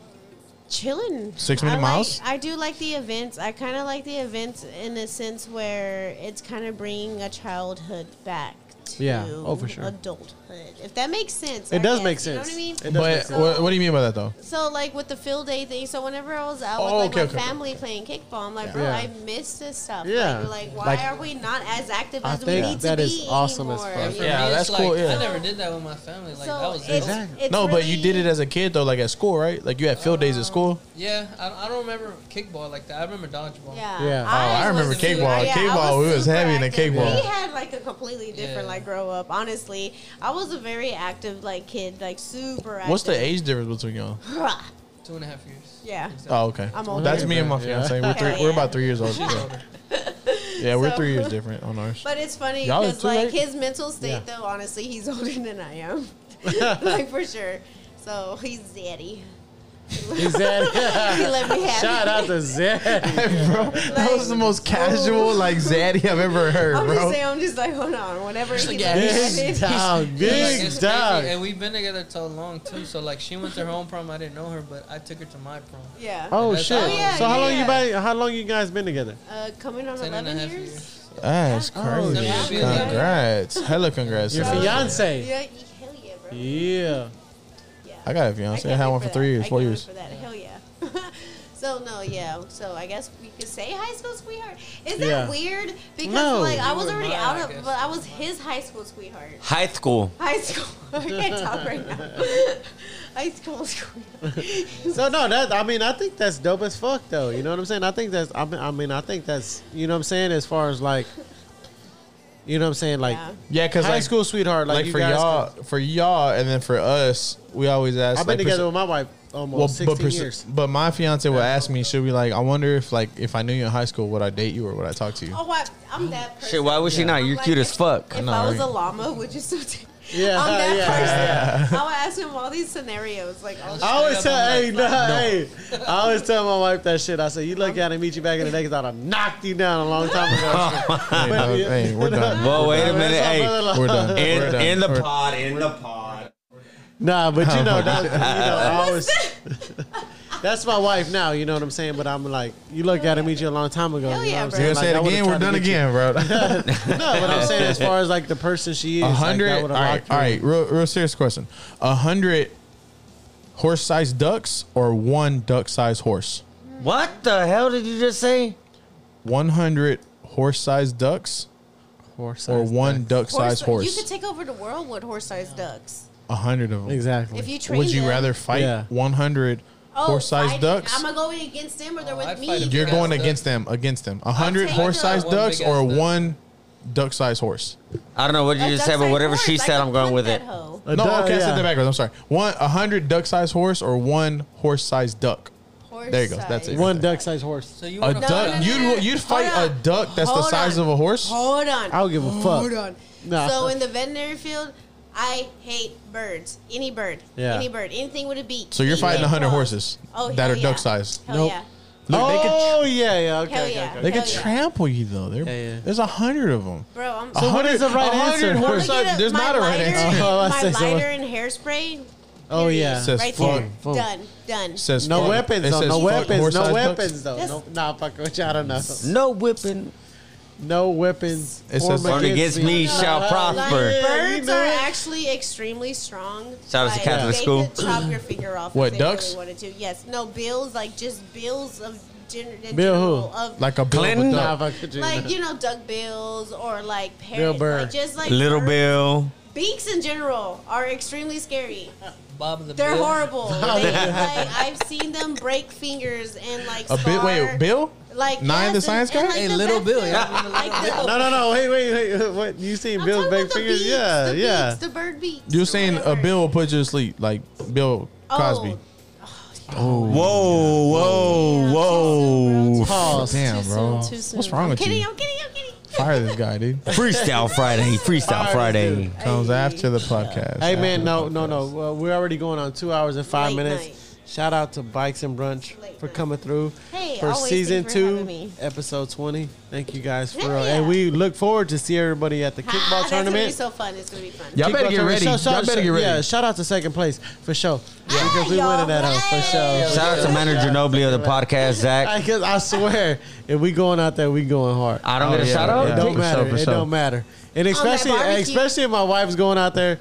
Chilling.
Six minute
I
miles?
Like, I do like the events. I kind of like the events in the sense where it's kind of bringing a childhood back. To
Yeah. Oh, for sure.
Adulthood, if that makes sense.
It
I
does
guess.
make
You know
sense.
what I mean?
It does make
But
sense.
what, what do you mean by that though?
So like with the field day thing, so whenever I was out
Oh,
with like
okay,
my
okay, okay.
family playing kickball, I'm like, bro,
Yeah.
I miss this stuff.
Yeah.
Like, like why
Like-
are we not as active
I
as we
think
need
that
to
is
be
awesome as
anymore?
fuck.
For
Yeah,
me,
that's
it's
cool,
Like,
yeah.
I never did that with my family. Like that
So
was
it's,
dope.
Exactly.
it's
no, but
really-
you did it as a kid though, like at school, right? Like you had field days at school.
Yeah, I, I don't remember kickball like that. I remember dodgeball.
Yeah.
Yeah.
Oh, I
was
remember
super-
kickball.
yeah, I
Kickball, we was
super
heavy in the
active.
kickball.
We had like a completely different
Yeah.
like grow up. Honestly, I was a very active like kid, like super active.
What's the age difference between y'all?
Bruh.
Two and a half years.
*laughs* Yeah.
Oh, okay.
I'm older.
That's me and my
Yeah.
fiance. We're three.
Hell
We're
yeah.
about three years old.
She's
so.
older.
*laughs* *laughs* Yeah, we're
So-
three years different on ours.
But it's funny
Y'all is
because
too
like
late.
his mental state
Yeah.
though, honestly, he's *laughs* older than
*laughs*
I am, like for sure. So
*laughs*
he's daddy.
He said,
he let me
*laughs*
have
"Shout
it.
out to Zed."
bro, that was the most casual like zaddy I've ever heard,
I'm just
bro.
saying, I'm just like, hold on, whenever he
like,
let me
yeah,
have *laughs*
Big
*laughs*
it.
dog,
Like,
big
it's
dog.
crazy, and we've been together so long too. So like, she went to her own prom. I didn't know her, but I took her to my prom.
Yeah.
Oh
That's
shit!
all. Oh,
yeah,
so how long
yeah.
you been, How long you guys been together?
Uh, coming on
Ten and a
11
half
years?
years.
That's
Oh,
crazy.
yeah.
Congrats. Hella congrats.
Your
bro.
fiance.
Yeah, hell yeah, bro.
Yeah.
Yeah.
I got a fiance. I, had one for three years, four years.
For that. Hell yeah. *laughs* so no, yeah. So I guess we could say high school sweetheart. Is that
Yeah.
weird? Because
No.
like I was
You were
already
mine,
out
I
of,
guess.
but I was his high school sweetheart.
High school.
High school. *laughs* I can't talk right now. *laughs* high school sweetheart.
So no, that I mean I think that's dope as fuck though. You know what I'm saying? I think that's I mean I, mean, I think that's you know what I'm saying as far as like you know what I'm saying like
Yeah.
Yeah, because
high
like,
school sweetheart like,
like,
you
for
guys
y'all, for y'all, and then for us, we always ask.
I've been
like,
together
perce-
with my wife almost
well,
16
but, perce-
years.
but my fiance will ask me, should we like? I wonder if like if I knew you in high school, would I date you or would I talk to you?
Oh, I, I'm that person.
Shit, why was she not? You're
Like,
cute as fuck.
If
know,
I was
right? uh,
a llama, would you still take?
Yeah,
I'm that
yeah,
*laughs*
person. I would ask him all these scenarios, like all
I always tell,
I'm
hey, nah, hey, I always tell my wife that shit. I say, you lucky I didn't meet you back in the day because I'd have knocked you down a long time ago.
hey, no,
yeah.
hey, we're done.
Well, wait a minute.
That's my
Hey,
brother-in-law.
We're
*laughs*
done.
in,
We're done.
in the
We're- Oh
pod, in the pod.
Nah,
*laughs*
but you know, that, you know, I always. That's my wife now, you know what I'm saying? But I'm like, you look at him, meet you a long time ago.
Hell
you know
yeah,
what
bro.
I'm
You're
saying?
gonna say
Like, I
it
would've
again?
tried
We're
to
done
get you. *laughs*
again, bro.
No, but I'm saying as far as like the person she is,
A
like, that
hundred.
would've
all right,
locked
all
her
right.
in.
Real, real serious question. A hundred horse-sized ducks or one duck-sized horse?
What the hell did you just say?
One hundred horse-sized ducks or one duck-sized
You could
horse?
take over the world with horse-sized ducks.
A hundred of them.
Exactly.
If you train
Would you
them-
rather fight
Yeah.
100
Oh,
horse-sized
fighting.
ducks?
I'm going against them, or they're
Oh,
with
I'd
me.
fight a
You're
big-ass
going
duck.
against them, against them. 100
take
horse-sized
one
ducks
big-ass
or
duck.
one duck-sized horse?
I don't know what you
A
just said, but
duck-sized
whatever she
horse, I
said,
could
I'm going
flip
with
that
it.
hoe.
A
no,
duck,
okay, I
yeah.
said that backwards. I'm sorry. One 100 duck-sized horse or one horse-sized duck? There you go. That's it.
Horse-sized.
One duck sized horse.
So you
A
wanna-
duck.
no, no,
you'd
no, no.
you'd fight
Hold
a
on.
duck that's the
Hold
size
on.
of a horse?
Hold on.
I don't give a fuck.
Hold on.
Nah.
So in the veterinary field, I hate birds. Any bird.
Yeah.
Any bird. Anything with a beak.
So you're
Eat
fighting
it
100
raw.
horses
Oh,
that
hell
are
yeah.
duck-sized.
Hell
Nope.
yeah.
Look, they could
oh yeah, yeah, okay,
Hell
okay,
yeah.
okay.
They could
Hell yeah.
trample you though. There-
Yeah, yeah.
There's a hundred of them.
Bro, I'm
A
what
hundred-
is the right
a hundred
answer?
horse-
Look at
There's
my
not a right
lighter
answer. *laughs*
and-
Oh, I
my
said so.
lighter and hairspray.
Oh yeah.
Says
right
fuck.
there.
Fuck.
Done. Done.
Says
No
fuck.
weapons
It
though.
says
No
fuck
weapons.
horse-sized
No
ducks.
weapons though. No,
That's-
nah, fuck with you. I don't know.
No whipping.
No weapons.
It says-
formed
Formed
against me shall
Nah,
prosper.
yeah, you
Birds
know
are
it.
actually extremely strong.
Shout out to
Like,
Catholic
they
school.
could chop your finger off.
What,
if they
ducks?
Really wanted to? Yes. No bills, like just bills of general.
Bill who?
Of, like,
Like a bill of a
Clinton?
Nah,
duck.
fuck with you.
you know, duck bills or like
Bill
parrots,
Burr.
like just like
Little
bird-
Bill.
Beaks in general are extremely scary.
Uh,
Bob the
They're
Builder.
horrible.
*laughs*
They, like, I've seen them break fingers and like
A bit. Wait,
scar-
Bill?
Like
Nine, the
yes,
science
and- and,
guy?
like,
Hey,
the
little
back-
Bill. Yeah, I mean,
Like
little
the-
No,
Bill.
no, no. Wait, wait, wait. *laughs* What you seen?
I'm
Bill's
talking about
big
the
fingers?
beaks,
Yeah,
the
yeah.
beaks, the bird beaks.
You're saying a
whatever.
bill will put you to sleep, like Bill
Oh,
Cosby.
Whoa, whoa, whoa.
Pause.
Damn,
Too
bro.
soon, too soon.
What's wrong
I'm
with
kidding,
you?
I'm kidding, I'm kidding.
*laughs* Fire this guy, dude.
Freestyle Friday. Freestyle Friday.
Comes after the podcast.
Hey
After
man,
the
no,
podcast.
no, no. Well, we're already going on two hours and five
Late
minutes.
night.
Shout out to Bikes and Brunch
Late
for
night.
coming through
Hey,
for
always
season
thank you for having
two,
me.
episode twenty. Thank you guys for
Hell
real,
yeah.
and we look forward to see everybody at the kickball
Ah, That's gonna be
tournament.
so fun. It's gonna be fun.
Y'all better
Kickball
get
tournament.
ready.
Shout- shout-
Y'all better get
shout-
ready.
Yeah, shout out to second place for sure
Ah,
because we winning
y'all
that up for
right.
sure.
Shout out to Manager Nobly of the podcast, Zach.
Because *laughs* I swear, if we going out there, we going hard.
I don't
Oh,
get a
yeah,
shout out.
It
yeah.
don't
for
matter.
sure, for
it
sure.
don't matter. And especially,
barbecue.
especially if my wife's going out there,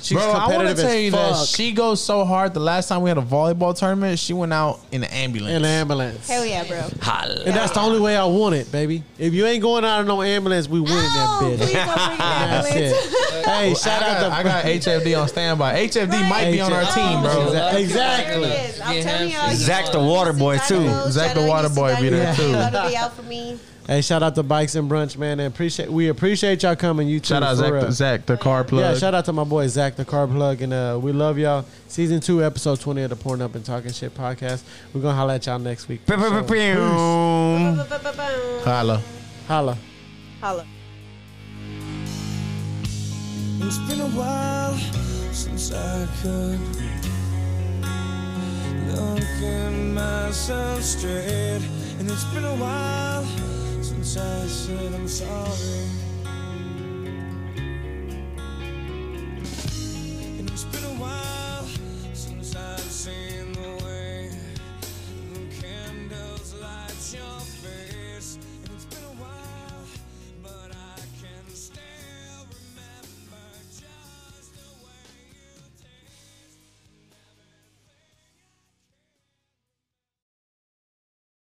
she's
Bro, I want to
competitive
tell
as
you
fuck.
that she goes so hard. The last time we had a volleyball tournament, she went out in an ambulance.
an ambulance.
Hell yeah, bro.
Holla.
And that's the only way I want it, baby. If you ain't going out in no ambulance, we winning
Oh,
that
please
bitch.
don't bring that
That's
*laughs* ambulance.
it. hey, shout
I got, I
out to *laughs*
got HFD on standby. HFD might be on our
HFD.
team,
Oh,
bro.
Zach.
Exactly.
There it is. I'm
Yeah,
telling y'all.
Hampton.
Zach the water boy, too.
Zach the water boy be there, too.
That'll be out for me.
hey, shout out to Bikes and Brunch, man. And appreciate we appreciate y'all coming. You too,
Shout
for
out Zach,
real.
the, Zach, the car plug.
Yeah, shout out to my boy Zach the Car Plug, and uh, we love y'all. Season two, episode twenty of the Porn Up and Talking Shit podcast. We're gonna holla at y'all next week.
Pew, pew, pew, pew.
Ba-ba-ba-ba-ba.
Holla.
Holla.
Holla.
It's been a while since I could look at myself straight, and it's been a while since I said I'm sorry.